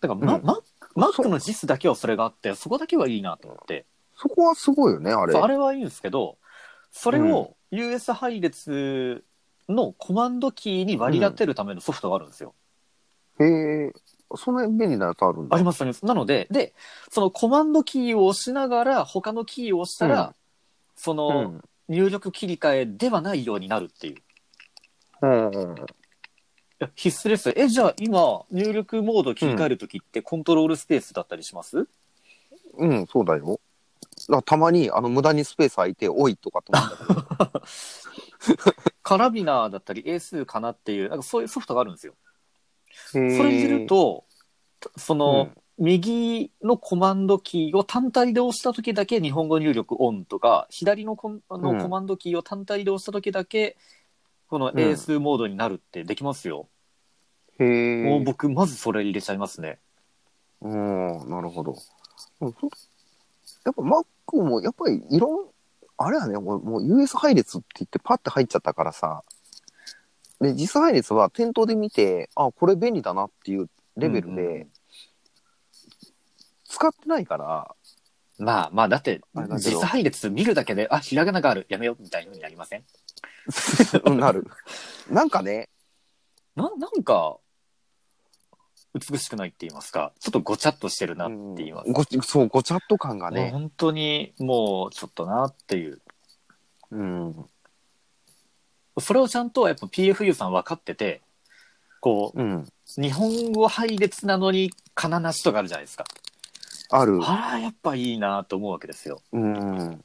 A: だから、ま
C: うん
A: ママックの JIS だけはそれがあって、そこだけはいいなと思って、
C: そこはすごいよね、あ
A: あ
C: れ。
A: れあれはいいんですけど、それを US 配列のコマンドキーに割り当てるためのソフトがあるんですよ。
C: へえ。そんな便利なやつあるんだ。
A: ありますあります。なので、で、そのコマンドキーを押しながら、他のキーを押したら、
C: うん
A: そ
C: うん
A: の、入力切り替えではないようになるっていう。い
C: うんうん。
A: や必須です。え、じゃあ今、入力モード切り替えるときって、コントロールスペースだったりします、
C: うん、そうだよ。だからたまに、あの、無駄にスペース空いて、おいとかと思うんだけど。
A: カラビナーだったり、英数かなっていう、なんかそういうソフトがあるんですよ。
C: そ
A: それ入れる、と、その、右のコマンドキーを単体で押した時だけ日本語入力オンとか、左のコンあ
C: うん
A: のコマンドキーを単体で押した時だけ、この
C: うん
A: 英数モードになるってできますよ。
C: へえ。
A: もう僕、まずそれ入れちゃいますね。
C: うん、なるほど。うんそやっぱ Mac も、やっぱりいろん、あれはね、もうもう US 配列って言ってパッて入っちゃったからさ、で、実配列は店頭で見て、あ、これ便利だなっていうレベルで、
A: うんうん
C: 使ってないから、
A: まあまあ、だって
C: あれ、だけど
A: 実配列見るだけで、あ、ひらがながある、やめようみたいになりません
C: う んなる。なんかね、
A: ななんか、美しくないって言いますか、ちょっとごちゃっとしてるなって言いますか
C: ごそう、ごちゃっと感が
A: もう
C: ね、
A: 本当にもうちょっとなっていう。
C: うん、
A: それをちゃんとやっぱ PFU さん分かってて、こ
C: うん、
A: う、日本語配列なのにカナなしとかあるじゃないですか。
C: ある。
A: あら、やっぱいいなと思うわけですよ。
C: うん、